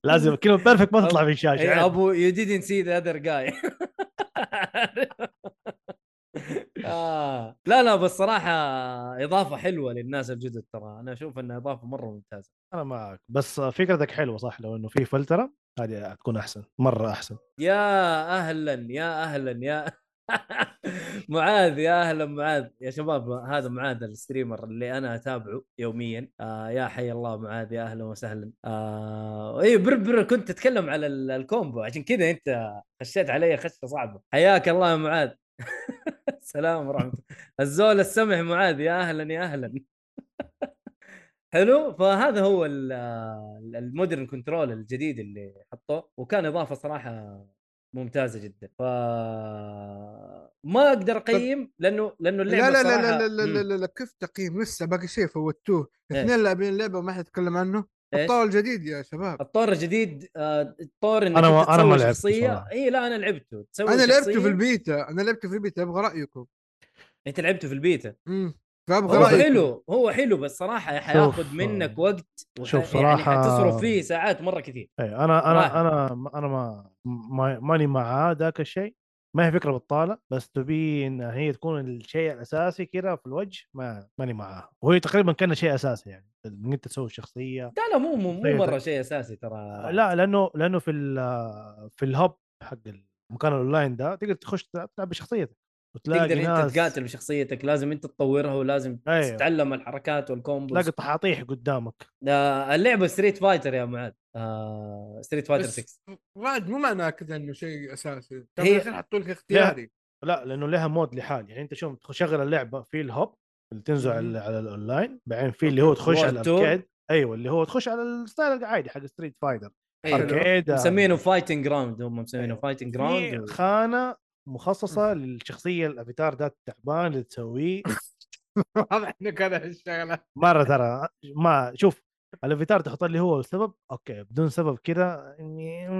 [SPEAKER 4] لازم كلمة بيرفكت ما تطلع في الشاشة
[SPEAKER 2] إيه،
[SPEAKER 4] عادي.
[SPEAKER 2] ابو يو didn't سي ذا اذر جاي [LAUGHS] آه. لا لا بس صراحه اضافه حلوه للناس الجدد ترى انا اشوف انها اضافه مره ممتازه
[SPEAKER 4] انا معك بس فكرتك حلوه صح لو انه في فلتره هذه تكون احسن مره احسن
[SPEAKER 2] يا اهلا يا اهلا يا [LAUGHS] معاذ يا اهلا معاذ يا شباب هذا معاذ الستريمر اللي انا اتابعه يوميا آه يا حي الله معاذ يا اهلا وسهلا آه اي بر بر كنت تتكلم على ال- الكومبو عشان كذا انت خشيت علي خشه صعبه حياك الله يا معاذ [LAUGHS] السلام ورحمه الله. الزول السمح معاذ يا اهلا يا اهلا [LAUGHS] حلو فهذا هو ال- ال- المودرن كنترول الجديد اللي حطوه وكان اضافه صراحه ممتازه جدا ف ما اقدر اقيم لانه لانه
[SPEAKER 3] لا
[SPEAKER 2] اللعبه
[SPEAKER 3] لا لا
[SPEAKER 2] صراحة-
[SPEAKER 3] لا لا لا,
[SPEAKER 2] مم.
[SPEAKER 3] لا, لا كيف تقييم لسه باقي شيء فوتوه
[SPEAKER 2] إيش؟
[SPEAKER 3] اثنين لاعبين اللعبه ما حد يتكلم عنه
[SPEAKER 2] إيش؟
[SPEAKER 3] الطور الجديد يا شباب
[SPEAKER 2] الطور الجديد آه، الطور انك
[SPEAKER 4] أنا ما-
[SPEAKER 2] أنت
[SPEAKER 4] أنا ما
[SPEAKER 2] تسوي
[SPEAKER 4] لعبته
[SPEAKER 2] شخصيه
[SPEAKER 4] صراحة.
[SPEAKER 2] اي لا انا لعبته تسوي
[SPEAKER 3] انا لعبته
[SPEAKER 2] شخصية-
[SPEAKER 3] في البيتا انا لعبته في البيتا ابغى رايكم
[SPEAKER 2] انت لعبته في البيتا
[SPEAKER 3] امم فابغى
[SPEAKER 2] هو
[SPEAKER 4] رأيك؟
[SPEAKER 3] رايكم
[SPEAKER 2] حلو هو حلو بس صراحه
[SPEAKER 4] شوف،
[SPEAKER 2] حياخذ منك وقت وح-
[SPEAKER 4] شوف
[SPEAKER 2] يعني
[SPEAKER 4] صراحة-
[SPEAKER 2] حتصرف فيه ساعات مره كثير
[SPEAKER 4] اي انا
[SPEAKER 2] صراحة.
[SPEAKER 4] انا انا انا ما ما- ماني مع ذاك الشيء ما هي فكره بطاله بس تبي ان هي تكون الشيء الاساسي كذا في الوجه ما ماني معاها وهي تقريبا كان شيء اساسي يعني ان انت تسوي الشخصيه
[SPEAKER 2] لا لا مو مو, مو
[SPEAKER 4] طيب.
[SPEAKER 2] مره شيء اساسي ترى
[SPEAKER 4] لا لانه لانه في ال- في الهب حق المكان الاونلاين ده تقدر تخش تلعب تلعب بشخصيتك وتلاقي
[SPEAKER 2] تقدر انت
[SPEAKER 4] ناس-
[SPEAKER 2] تقاتل بشخصيتك لازم انت تطورها ولازم
[SPEAKER 4] أيوه.
[SPEAKER 2] تتعلم الحركات والكومبوز
[SPEAKER 4] تلاقي طحاطيح قدامك
[SPEAKER 2] آه اللعبه ستريت فايتر يا معاذ آه ستريت فايتر
[SPEAKER 3] بس
[SPEAKER 2] 6
[SPEAKER 3] راد مو معناه كذا انه شيء اساسي طب
[SPEAKER 2] هي-
[SPEAKER 3] هي... حطوا لك اختياري
[SPEAKER 4] لا لانه لها مود لحال يعني انت شوف تشغل اللعبه في الهوب اللي تنزل
[SPEAKER 3] مهم.
[SPEAKER 4] على على الاونلاين بعدين في اللي هو تخش على
[SPEAKER 2] World Tour.
[SPEAKER 4] الاركيد ايوه اللي هو تخش على الستايل العادي حق ستريت فايتر
[SPEAKER 2] أيوه.
[SPEAKER 4] اركيد
[SPEAKER 2] مسمينه فايتنج جراوند هم مسمينه
[SPEAKER 4] أيوه.
[SPEAKER 2] فايتنج
[SPEAKER 4] في
[SPEAKER 2] جراوند
[SPEAKER 4] خانه مخصصه للشخصيه الافاتار ده التعبان
[SPEAKER 2] [LAUGHS]
[SPEAKER 4] اللي تسويه
[SPEAKER 3] واضح انه كان الشغله
[SPEAKER 4] مره ترى ما شوف الافاتار تحط اللي هو السبب اوكي بدون سبب يعني، كذا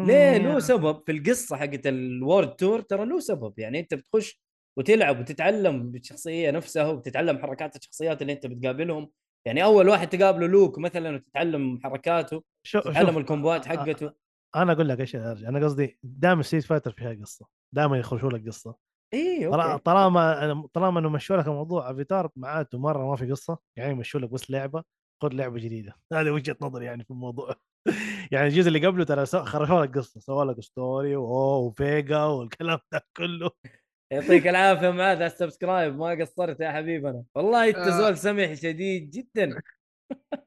[SPEAKER 2] ليه له سبب في القصه حقت الورد تور ترى له سبب يعني انت بتخش وتلعب وتتعلم بالشخصيه نفسها وبتتعلم حركات الشخصيات اللي انت بتقابلهم يعني اول واحد تقابله لوك مثلا وتتعلم حركاته
[SPEAKER 4] شو
[SPEAKER 2] تتعلم
[SPEAKER 4] شوف،
[SPEAKER 2] الكومبوات
[SPEAKER 3] آه،
[SPEAKER 4] أ-
[SPEAKER 2] حقته
[SPEAKER 4] انا اقول لك ايش يا أرجع. انا قصدي دائما ستريت فايتر فيها قصه دائما يخرجوا لك قصه
[SPEAKER 2] اي
[SPEAKER 4] طلا-
[SPEAKER 2] اوكي
[SPEAKER 4] طالما طالما انه مشوا لك الموضوع افاتار معناته مره ما في قصه يعني مشوا لك بس لعبه خذ لعبه جديده [LAUGHS] هذه وجهه نظري يعني في الموضوع [LAUGHS] يعني الجزء اللي قبله ترى سو- خرجوا لك قصه سووا لك ستوري واوه وفيجا والكلام ده كله [LAUGHS]
[SPEAKER 2] يعطيك العافيه معاذ على السبسكرايب ما قصرت يا حبيبنا والله انت
[SPEAKER 3] آه.
[SPEAKER 2] زول سمح شديد جدا [LAUGHS]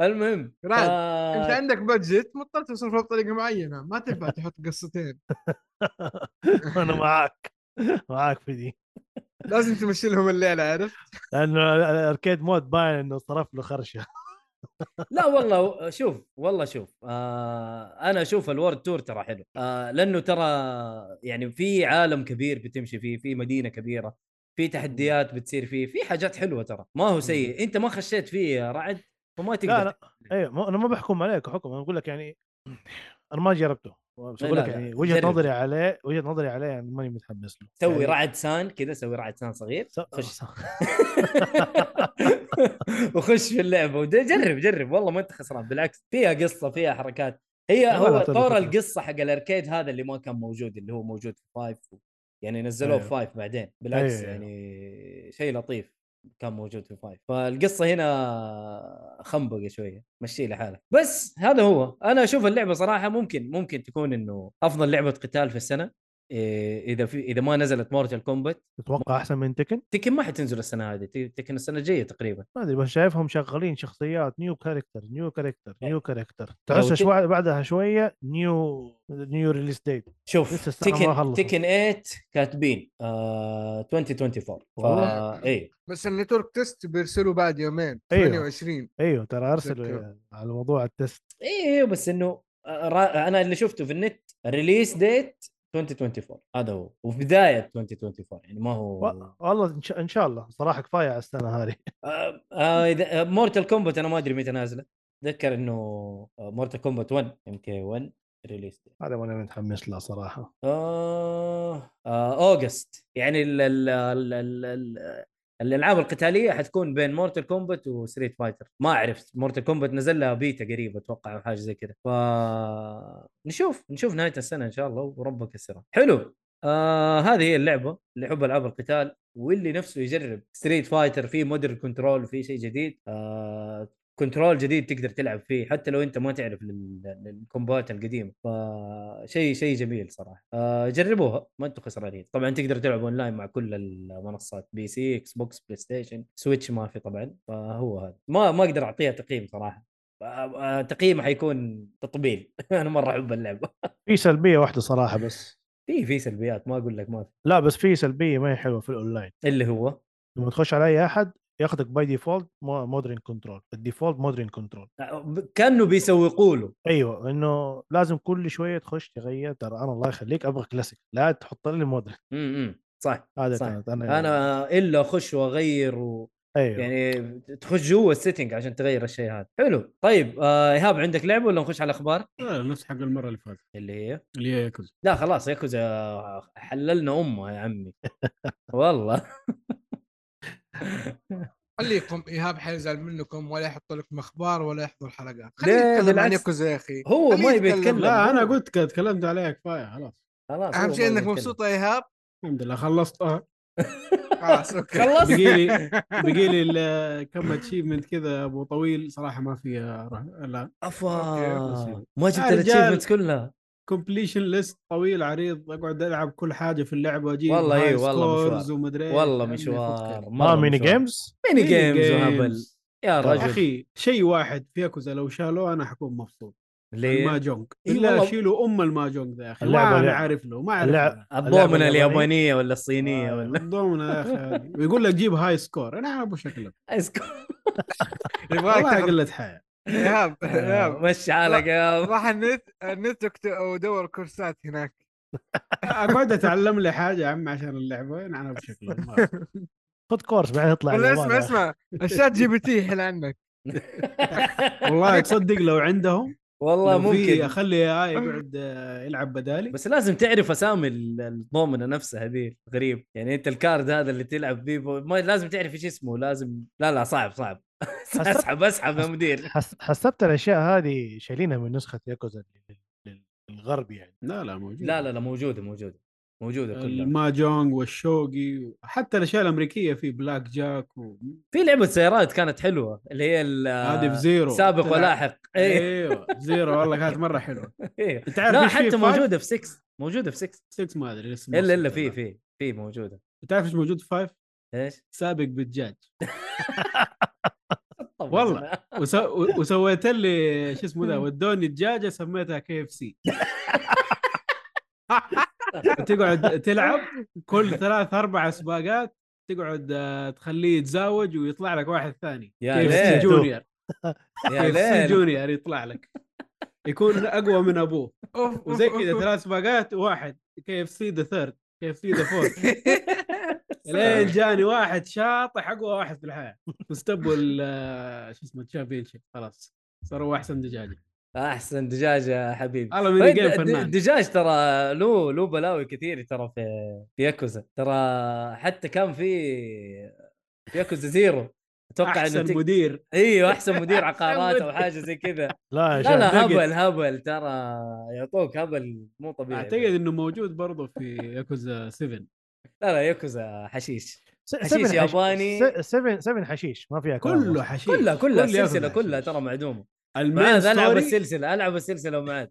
[SPEAKER 2] المهم
[SPEAKER 3] رعد،
[SPEAKER 2] آه،
[SPEAKER 3] انت عندك بادجت مضطر تصرفه بطريقه معينه ما تنفع تحط قصتين
[SPEAKER 2] [LAUGHS]
[SPEAKER 4] انا معاك [LAUGHS] معاك في دي
[SPEAKER 3] لازم تمشي لهم الليل عارف
[SPEAKER 4] لانه ال- الاركيد مود باين انه صرف له [LAUGHS] خرشه
[SPEAKER 2] لا والله شوف والله شوف آه انا اشوف الورد تور ترى حلو آه لانه ترى يعني في عالم كبير بتمشي فيه في مدينه كبيره في تحديات بتصير فيه في حاجات حلوه ترى ما هو سيء انت ما خشيت فيه يا رعد وما تقدر
[SPEAKER 4] لا لا ايوه مو- انا ما بحكم عليك حكم انا اقول لك يعني انا ما جربته بس
[SPEAKER 2] إيه، لا،
[SPEAKER 4] اقول لك
[SPEAKER 2] لا،
[SPEAKER 4] يعني وجهه
[SPEAKER 2] جرب.
[SPEAKER 4] نظري عليه وجهه نظري عليه يعني ماني متحمس له
[SPEAKER 2] تسوي
[SPEAKER 4] يعني-
[SPEAKER 2] رعد سان كذا سوي رعد سان صغير
[SPEAKER 4] س-
[SPEAKER 2] خش
[SPEAKER 4] س-
[SPEAKER 2] وخش في اللعبه وجرب جرب والله ما انت خسران بالعكس فيها قصه فيها حركات هي
[SPEAKER 4] والله
[SPEAKER 2] هو
[SPEAKER 4] لا طيب، تبي
[SPEAKER 2] طور
[SPEAKER 4] فكرة.
[SPEAKER 2] القصه حق الاركيد هذا اللي ما كان موجود اللي هو موجود في فايف و... يعني نزلوه في
[SPEAKER 4] أيوه.
[SPEAKER 2] فايف بعدين بالعكس
[SPEAKER 4] أيوه.
[SPEAKER 2] يعني شيء لطيف كان موجود في فايف فالقصه هنا خنبقه شويه مشي لحالك بس هذا هو انا اشوف اللعبه صراحه ممكن ممكن تكون انه افضل لعبه قتال في السنه إيه، اذا في اذا ما نزلت مورتال كومبات
[SPEAKER 4] تتوقع احسن من تكن؟
[SPEAKER 2] تكن ما حتنزل السنه هذه تي- تكن السنه الجايه تقريبا
[SPEAKER 4] ما ادري بس شايفهم شغالين شخصيات نيو كاركتر نيو كاركتر نيو كاركتر
[SPEAKER 2] لو
[SPEAKER 4] تحس
[SPEAKER 2] تك-
[SPEAKER 4] شوي بعدها شويه نيو نيو ريليس ديت
[SPEAKER 2] شوف
[SPEAKER 4] لسه السنة ما
[SPEAKER 2] تكن
[SPEAKER 4] خلصت.
[SPEAKER 2] تكن 8 كاتبين آه 2024
[SPEAKER 4] والله.
[SPEAKER 2] فا اي
[SPEAKER 3] بس النتورك تيست بيرسلوا بعد يومين
[SPEAKER 4] أيوه.
[SPEAKER 3] 28
[SPEAKER 4] ايوه ترى ارسلوا
[SPEAKER 3] أتذكر.
[SPEAKER 4] على موضوع التست
[SPEAKER 2] اي اي إيه، بس انه آه، را- انا اللي شفته في النت ريليس ديت 2024 هذا هو وفي بدايه 2024 يعني ما هو
[SPEAKER 4] و- والله إن شاء- ان شاء الله صراحه كفايه على السنه هذه
[SPEAKER 2] آه، آه، اذا مورتال كومبات انا ما ادري متى نازله اتذكر انه مورتال كومبات 1 ام كي 1 ريليس ديت
[SPEAKER 4] [LAUGHS] هذا وانا متحمس له صراحه
[SPEAKER 2] آه آه اوغست يعني ال ال ال ال ال الالعاب القتاليه حتكون بين مورتال كومبات وستريت فايتر ما اعرف مورتال كومبات نزل لها بيتا قريب اتوقع او حاجه زي كذا ف نشوف نشوف نهايه السنه ان شاء الله وربك يسرها حلو آه هذه هي اللعبه اللي يحب العاب القتال واللي نفسه يجرب ستريت فايتر في مودرن كنترول في شيء جديد آه كنترول جديد تقدر تلعب فيه حتى لو انت ما تعرف لل- الكومبات القديمه فشيء شيء جميل صراحه آه، جربوها ما انتم خسرانين طبعا تقدر تلعب اونلاين مع كل المنصات بي سي اكس بوكس بلاي ستيشن سويتش ما في طبعا فهو هذا ما ما اقدر اعطيها تقييم صراحه آه، آه، تقييمه حيكون تطبيل [LAUGHS] انا مره احب اللعبه
[SPEAKER 4] في سلبيه واحده صراحه آه، بس
[SPEAKER 2] [LAUGHS] في في سلبيات ما اقول لك ما في
[SPEAKER 4] لا بس في سلبيه ما هي حلوه في الاونلاين
[SPEAKER 2] اللي هو
[SPEAKER 4] لما تخش على اي احد ياخذك باي ديفولت مودرن كنترول الديفولت مودرن كنترول
[SPEAKER 2] آه، كانه بيسوقوا له
[SPEAKER 4] ايوه انه لازم كل شويه تخش تغير ترى انا الله يخليك ابغى كلاسيك لا تحط لي مودرن
[SPEAKER 2] امم صح
[SPEAKER 4] هذا
[SPEAKER 2] صح.
[SPEAKER 4] كانت انا
[SPEAKER 2] انا الا اخش واغير و...
[SPEAKER 4] ايوه يعني...
[SPEAKER 2] يعني تخش جوا السيتنج عشان تغير الشيء هذا حلو طيب آه، ايهاب عندك لعبه ولا نخش على الاخبار
[SPEAKER 1] آه، نفس حق المره اللي فاتت
[SPEAKER 2] اللي هي
[SPEAKER 1] اللي هي ياكل
[SPEAKER 2] لا خلاص ياكوزا حللنا امها يا
[SPEAKER 1] [LAUGHS]
[SPEAKER 2] عمي والله
[SPEAKER 3] خليكم ايهاب حيزعل منكم ولا يحط لكم اخبار ولا يحضر حلقات
[SPEAKER 2] ليه؟
[SPEAKER 3] خليه يتكلم عن
[SPEAKER 2] بالعكس.
[SPEAKER 3] ياكوزا يا اخي
[SPEAKER 2] هو
[SPEAKER 3] خليه
[SPEAKER 2] ما يبي يتكلم.
[SPEAKER 1] لا انا قلت كده، تكلمت عليها كفايه خلاص
[SPEAKER 2] خلاص
[SPEAKER 3] اهم
[SPEAKER 2] هو
[SPEAKER 3] شيء
[SPEAKER 2] ما
[SPEAKER 3] انك
[SPEAKER 2] يتكلم.
[SPEAKER 3] مبسوط يا
[SPEAKER 2] [LAUGHS]
[SPEAKER 3] ايهاب
[SPEAKER 1] الحمد لله خلصتها
[SPEAKER 3] خلاص اوكي
[SPEAKER 2] خلصت
[SPEAKER 1] بقي
[SPEAKER 2] [LAUGHS]
[SPEAKER 1] لي بقي لي ال- كم اتشيفمنت كذا ابو طويل صراحه ما فيها روح لا
[SPEAKER 2] افا
[SPEAKER 1] أوكي.
[SPEAKER 2] ما جبت
[SPEAKER 1] يا رجال.
[SPEAKER 2] الاتشيفمنتس كلها
[SPEAKER 1] كومبليشن ليست طويل عريض اقعد العب كل حاجه في اللعبه واجيب
[SPEAKER 2] والله
[SPEAKER 1] high
[SPEAKER 2] إيه، والله
[SPEAKER 1] scores
[SPEAKER 2] مشوار.
[SPEAKER 1] ومدري إيه. آه،
[SPEAKER 2] والله
[SPEAKER 1] يا عمي
[SPEAKER 2] مشوار
[SPEAKER 1] فكك.
[SPEAKER 4] ما
[SPEAKER 2] مرة
[SPEAKER 4] ميني
[SPEAKER 2] مشوار.
[SPEAKER 4] جيمز
[SPEAKER 2] ميني جيمز
[SPEAKER 1] games.
[SPEAKER 2] وهبل يا
[SPEAKER 4] طبعاً.
[SPEAKER 1] يا
[SPEAKER 2] رجل
[SPEAKER 1] اخي شيء واحد في ياكوزا لو شالوه انا حكون مبسوط
[SPEAKER 2] ليه
[SPEAKER 1] الماجونج
[SPEAKER 2] إيه
[SPEAKER 1] الا
[SPEAKER 2] والله.
[SPEAKER 1] شيلوا ام الماجونج ذا يا اخي
[SPEAKER 4] اللعبة-
[SPEAKER 1] ما انا
[SPEAKER 4] اللعبة.
[SPEAKER 1] عارف له ما اعرف
[SPEAKER 4] اللعبة-
[SPEAKER 2] الضومنه
[SPEAKER 4] اللعبة
[SPEAKER 2] اليابانيه ولا الصينيه
[SPEAKER 1] [LAUGHS]
[SPEAKER 4] آه.
[SPEAKER 2] ولا
[SPEAKER 1] الضمنة يا اخي هذه. ويقول لك جيب هاي سكور انا ابو شكلك
[SPEAKER 2] أذكر.
[SPEAKER 3] يبغاك
[SPEAKER 1] والله
[SPEAKER 3] تاخذ
[SPEAKER 1] قله حياه
[SPEAKER 2] [LAUGHS]
[SPEAKER 3] ايهاب
[SPEAKER 2] آه،
[SPEAKER 3] ايهاب
[SPEAKER 2] [LAUGHS] مشي حالك يا
[SPEAKER 3] راح النت النت اكتب- او دور كورسات هناك
[SPEAKER 1] اقعد اتعلم لي حاجه يا عم عشان اللعبه انا ابو شكلك ما-
[SPEAKER 4] خذ كورس بعدين اطلع
[SPEAKER 3] ولا
[SPEAKER 4] اليابان
[SPEAKER 3] اسمع
[SPEAKER 4] يا أخي.
[SPEAKER 3] اسمع الشات جي بي تي يحل
[SPEAKER 2] [LAUGHS]
[SPEAKER 3] عنك
[SPEAKER 1] والله تصدق لو عندهم
[SPEAKER 2] والله
[SPEAKER 1] لو في
[SPEAKER 2] ممكن
[SPEAKER 1] اخلي اي يقعد آه، يلعب بدالي
[SPEAKER 2] بس لازم تعرف اسامي ال- الضومنه نفسها دي غريب يعني انت الكارد هذا اللي تلعب بيه ب- ما لازم تعرف ايش اسمه لازم لا لا صعب صعب [LAUGHS] اسحب اسحب يا مدير
[SPEAKER 4] حس- حسبت الاشياء هذه شايلينها من نسخه ياكوزا لل- لل- للغرب يعني
[SPEAKER 1] لا لا موجود
[SPEAKER 2] لا لا لا موجوده موجوده موجوده كلها
[SPEAKER 1] الماجونج والشوقي حتى الاشياء الامريكيه في بلاك جاك و-
[SPEAKER 2] في لعبه سيارات كانت حلوه اللي هي ال-
[SPEAKER 1] هذه في زيرو
[SPEAKER 2] سابق
[SPEAKER 1] تلعب-
[SPEAKER 2] ولاحق اي
[SPEAKER 1] ايوه زيرو والله كانت مره
[SPEAKER 2] [LAUGHS]
[SPEAKER 1] حلوه
[SPEAKER 2] إيه.
[SPEAKER 1] انت عارف
[SPEAKER 2] لا
[SPEAKER 1] إيش في
[SPEAKER 2] حتى
[SPEAKER 1] فايف؟
[SPEAKER 2] موجوده في 6 موجوده في 6
[SPEAKER 1] 6 ما ادري لسه ما
[SPEAKER 2] الا الا
[SPEAKER 1] وصلت
[SPEAKER 2] في
[SPEAKER 1] لها.
[SPEAKER 2] في في موجوده
[SPEAKER 1] انت عارف ايش موجود في فايف؟
[SPEAKER 2] ايش؟
[SPEAKER 1] سابق بالدجاج
[SPEAKER 2] طب يا
[SPEAKER 1] والله.
[SPEAKER 2] جماعة.
[SPEAKER 1] وس... و- وسويت لي شو اسمه ذا ودوني دجاجه سميتها كي اف سي [LAUGHS] تقعد تلعب كل ثلاث اربع سباقات تقعد آه، تخليه يتزاوج ويطلع لك واحد ثاني
[SPEAKER 2] يا
[SPEAKER 1] كي اف سي
[SPEAKER 2] ليل.
[SPEAKER 1] جونيور
[SPEAKER 2] يا
[SPEAKER 1] [LAUGHS] كي اف سي
[SPEAKER 2] [LAUGHS] ليل
[SPEAKER 1] جونيور يطلع لك يكون اقوى من ابوه
[SPEAKER 3] اوف
[SPEAKER 1] وزي كذا
[SPEAKER 2] [LAUGHS]
[SPEAKER 1] ثلاث سباقات واحد كي اف سي ذا ثيرد كي اف سي ذا فورث
[SPEAKER 2] [LAUGHS]
[SPEAKER 1] لين جاني واحد شاطح اقوى واحد في الحياه واستبوا ال- شو اسمه الشامبيون شيب خلاص صاروا احسن دجاجه
[SPEAKER 2] احسن دجاج يا حبيبي
[SPEAKER 1] والله ميني جيم
[SPEAKER 2] الد-
[SPEAKER 1] فنان
[SPEAKER 2] الدجاج طيب، ترى له له بلاوي كثير ترى في في ياكوزا ترى حتى كان في في ياكوزا زيرو اتوقع انه
[SPEAKER 1] احسن
[SPEAKER 2] تك...
[SPEAKER 1] مدير
[SPEAKER 2] ايوه
[SPEAKER 1] [LAUGHS]
[SPEAKER 2] احسن مدير
[SPEAKER 1] أحسن
[SPEAKER 2] عقارات او
[SPEAKER 1] مدير.
[SPEAKER 2] حاجه زي
[SPEAKER 1] [LAUGHS]
[SPEAKER 2] كذا
[SPEAKER 4] لا
[SPEAKER 2] لا
[SPEAKER 4] يا شيخ
[SPEAKER 2] لا
[SPEAKER 1] نقد.
[SPEAKER 2] هبل هبل ترى يعطوك هبل مو طبيعي
[SPEAKER 1] اعتقد انه موجود برضه في ياكوزا 7
[SPEAKER 2] لا لا ياكوزا حشيش
[SPEAKER 4] س-
[SPEAKER 2] حشيش
[SPEAKER 4] سفن حش-
[SPEAKER 2] ياباني.
[SPEAKER 4] س- سفن سفن حشيش ما فيها كلام
[SPEAKER 1] كله حشيش
[SPEAKER 2] كلها كلها
[SPEAKER 1] كل ياكوزا
[SPEAKER 2] السلسله
[SPEAKER 1] حشيش.
[SPEAKER 2] كلها ترى معدومه
[SPEAKER 1] المين
[SPEAKER 2] معاذ العب
[SPEAKER 1] ستوري
[SPEAKER 2] السلسله العب السلسله ومعاذ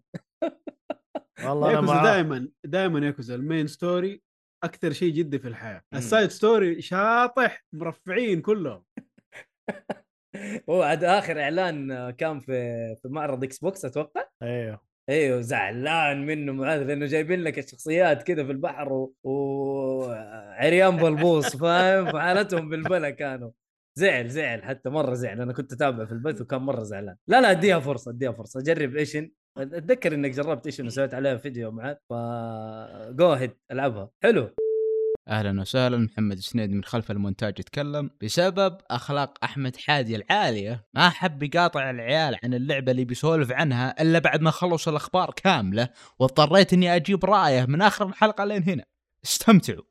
[SPEAKER 4] والله انا
[SPEAKER 1] ياكوزا
[SPEAKER 4] معاه
[SPEAKER 1] دائما دائما ياكوزا المين ستوري اكثر شيء جدي في الحياه
[SPEAKER 2] مم.
[SPEAKER 1] السايد ستوري شاطح مرفعين كلهم
[SPEAKER 2] هو عاد اخر اعلان كان في في معرض اكس بوكس اتوقع
[SPEAKER 4] ايوه
[SPEAKER 2] ايوه زعلان منه معاذ لانه جايبين لك الشخصيات كذا في البحر و- وعريان بلبوص فاهم فحالتهم بالبلا كانوا زعل زعل حتى مره زعل انا كنت اتابع في البث وكان مره زعلان لا لا اديها فرصه اديها فرصه جرب ايشن اتذكر انك جربت ايشن وسويت عليها فيديو معاذ ف جو هيد العبها حلو
[SPEAKER 6] اهلا وسهلا محمد سنيد من خلف المونتاج يتكلم بسبب اخلاق احمد حادي العاليه ما حب يقاطع العيال عن اللعبه اللي بيسولف عنها الا بعد ما خلص الاخبار كامله واضطريت اني اجيب رايه من اخر الحلقه لين هنا استمتعوا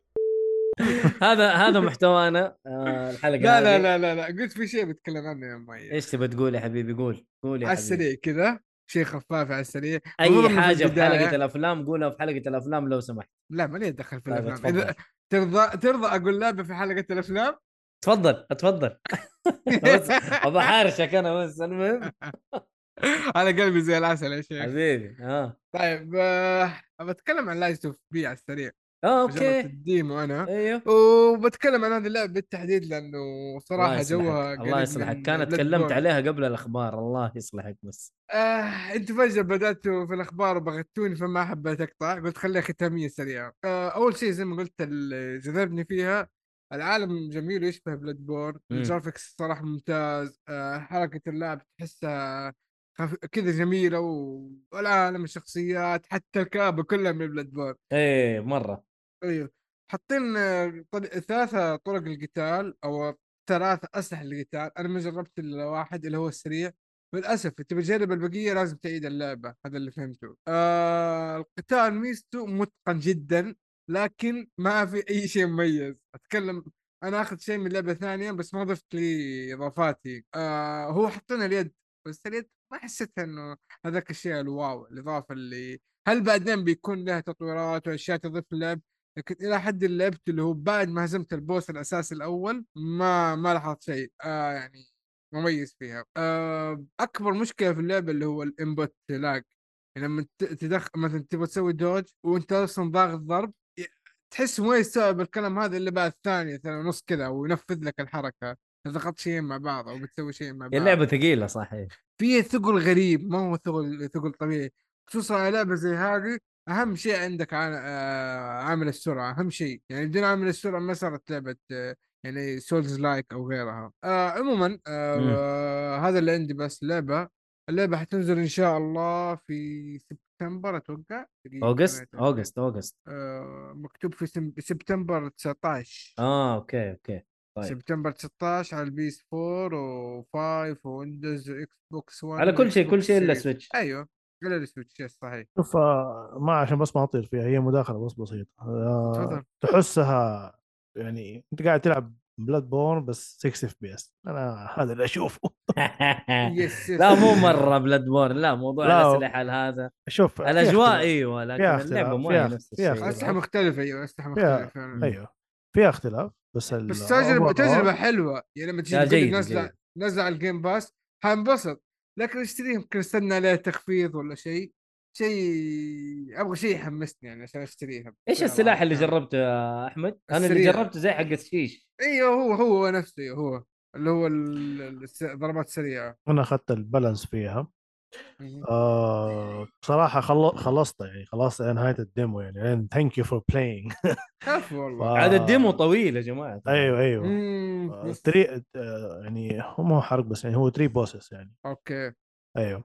[SPEAKER 2] هذا هذا محتوانا آه، الحلقه
[SPEAKER 3] لا لا
[SPEAKER 2] هذه.
[SPEAKER 3] لا لا لا قلت في شيء بتكلم عنه يا مي
[SPEAKER 2] ايش تبي تقول يا حبيبي قول قول يا
[SPEAKER 3] على
[SPEAKER 2] حبيبي
[SPEAKER 3] السريع كذا شيء خفاف على السريع
[SPEAKER 2] اي
[SPEAKER 3] المفروض إنه
[SPEAKER 2] حاجه في
[SPEAKER 3] البداية-
[SPEAKER 2] حلقه الافلام قولها في حلقه الافلام لو سمحت
[SPEAKER 3] لا مالي اتدخل في
[SPEAKER 2] طيب،
[SPEAKER 3] الافلام
[SPEAKER 2] اتفضل.
[SPEAKER 3] اذا ترضى ترضى اقول لعبه في حلقه الافلام
[SPEAKER 2] تفضل اتفضل بس ابى احارشك انا بس المهم
[SPEAKER 3] [LAUGHS] على قلبي زي العسل يا شيخ
[SPEAKER 2] حبيبي اه
[SPEAKER 3] طيب آه، بتكلم عن لايز اوف بي على السريع
[SPEAKER 2] اه
[SPEAKER 3] جربت
[SPEAKER 2] اوكي
[SPEAKER 3] الديمو انا
[SPEAKER 2] ايوه
[SPEAKER 3] وبتكلم عن هذه اللعبه بالتحديد لانه
[SPEAKER 2] الله
[SPEAKER 3] صراحه
[SPEAKER 2] يصلحك.
[SPEAKER 3] جوها
[SPEAKER 2] الله يصلحك كان
[SPEAKER 3] تكلمت
[SPEAKER 2] تكلمت عليها قبل الاخبار الله يصلحك بس
[SPEAKER 3] آه، انتوا فجأة بدأتوا في الأخبار وبغتوني فما حبيت أقطع قلت خليها ختامية سريعة آه، أول شيء زي ما قلت اللي جذبني فيها العالم جميل ويشبه بلاد بورن
[SPEAKER 2] مم.
[SPEAKER 3] الجرافيكس صراحة ممتاز آه، حركة اللعب تحسها خف... كذا جميلة و- والعالم الشخصيات حتى الكابة كلها من بلاد بورن
[SPEAKER 2] ايه مره
[SPEAKER 3] أيوه حاطين آه، طل... ثلاثة طرق القتال أو ثلاثة أسلحة للقتال أنا ما جربت إلا واحد اللي هو السريع للاسف تبي تجرب البقيه لازم تعيد اللعبه هذا اللي فهمته آه القتال ميزته متقن جدا لكن ما في اي شيء مميز اتكلم انا اخذ شيء من لعبه ثانيه بس ما ضفت لي اضافاتي آه هو حطينا اليد بس اليد ما حسيت انه هذاك الشيء الواو الاضافه اللي هل بعدين بيكون لها تطويرات واشياء تضيف للعب لكن الى حد اللي لعبت اللي هو بعد ما هزمت البوس الاساسي الاول ما ما لاحظت شيء آه يعني مميز فيها آه، اكبر مشكله في اللعبه اللي هو الانبوت لاج لما ت- تدخل مثلا تبغى تسوي دوج وانت اصلا ضاغط ضرب ي- تحس ما يستوعب الكلام هذا الا بعد ثانيه ثانيه ونص كذا وينفذ لك الحركه إذا ضغطت شيئين مع بعض او بتسوي شيئين مع بعض
[SPEAKER 2] هي اللعبه ثقيله صحيح
[SPEAKER 3] فيه ثقل غريب ما هو ثقل ثقل طبيعي خصوصا على لعبه زي هذه اهم شيء عندك عن- آه، عامل السرعه اهم شيء يعني بدون عامل السرعه ما صارت لعبه آه، يعني سولز لايك او غيرها آه عموما
[SPEAKER 2] مم.
[SPEAKER 3] آه هذا اللي عندي بس لعبه اللعبه حتنزل ان شاء الله في سبتمبر اتوقع دقيقة،
[SPEAKER 2] اوغست
[SPEAKER 3] أنا أتأكد.
[SPEAKER 2] اوغست اوغست
[SPEAKER 3] آه مكتوب في سم- سبتمبر 19
[SPEAKER 2] اه اوكي اوكي طيب.
[SPEAKER 3] سبتمبر 19 على البيس 4 و5 ويندوز واكس بوكس 1
[SPEAKER 2] على كل شيء
[SPEAKER 3] وإكس
[SPEAKER 2] كل
[SPEAKER 3] بوكس
[SPEAKER 2] شيء الا
[SPEAKER 3] سيريز. [LAUGHS]
[SPEAKER 2] سويتش [LAUGHS]
[SPEAKER 3] ايوه الا السويتش يس، صحيح
[SPEAKER 4] شوف آه، ما عشان بس ما اطير فيها هي مداخله بس بسيطه آه،
[SPEAKER 3] تفضل
[SPEAKER 4] تحسها يعني انت قاعد تلعب بلاد بورن بس 6 اف بي اس انا هذا اللي اشوفه [LAUGHS]
[SPEAKER 3] يس يس
[SPEAKER 2] آه. لا مو
[SPEAKER 3] [LAUGHS]
[SPEAKER 2] مره بلاد بورن لا موضوع
[SPEAKER 4] لا.
[SPEAKER 2] الاسلحه هذا
[SPEAKER 4] شوف فيها
[SPEAKER 2] الاجواء
[SPEAKER 4] اختلاف.
[SPEAKER 2] ايوه لكن
[SPEAKER 4] فيها اختلاف،
[SPEAKER 2] اللعبه مو
[SPEAKER 4] فيها
[SPEAKER 2] هي نفس
[SPEAKER 4] فيها
[SPEAKER 2] الشيء
[SPEAKER 3] اسلحه مختلفه ايوه اسلحه
[SPEAKER 4] فيها-
[SPEAKER 3] مختلفه
[SPEAKER 2] إيه.
[SPEAKER 3] فعلا.
[SPEAKER 4] ايوه فيها اختلاف بس ال-
[SPEAKER 3] بس تجربه
[SPEAKER 4] overall-
[SPEAKER 3] تجربه حلوه يعني لما
[SPEAKER 2] لا،
[SPEAKER 3] تجي تقول لي
[SPEAKER 2] جيد،
[SPEAKER 3] نزل
[SPEAKER 2] جيد.
[SPEAKER 3] نزل على الجيم باس حنبسط لكن اشتريه يمكن استنى عليه تخفيض ولا شيء شيء ابغى شيء يحمسني يعني عشان اشتريها
[SPEAKER 2] ايش
[SPEAKER 3] بصراحة. آه.
[SPEAKER 2] السلاح اللي جربته يا احمد؟ انا اللي
[SPEAKER 3] السريع.
[SPEAKER 2] جربته زي حق الشيش
[SPEAKER 3] ايوه هو هو نفسه هو اللي هو ال- ال- الس- الضربات السريعه
[SPEAKER 4] انا اخذت البالانس فيها
[SPEAKER 3] مهم.
[SPEAKER 4] آه بصراحه خل- خلصت يعني خلاص نهايه الديمو يعني ثانك يو فور بلاينج
[SPEAKER 2] [LAUGHS]
[SPEAKER 3] عفوا والله
[SPEAKER 2] عاد
[SPEAKER 4] آه.
[SPEAKER 2] الديمو طويل يا طيب. جماعه
[SPEAKER 4] ايوه ايوه
[SPEAKER 3] مم،
[SPEAKER 4] آه،
[SPEAKER 3] يس.
[SPEAKER 4] تري آه، يعني هو مو حرق بس يعني هو 3 بوسس يعني
[SPEAKER 3] اوكي
[SPEAKER 2] [LAUGHS]
[SPEAKER 4] ايوه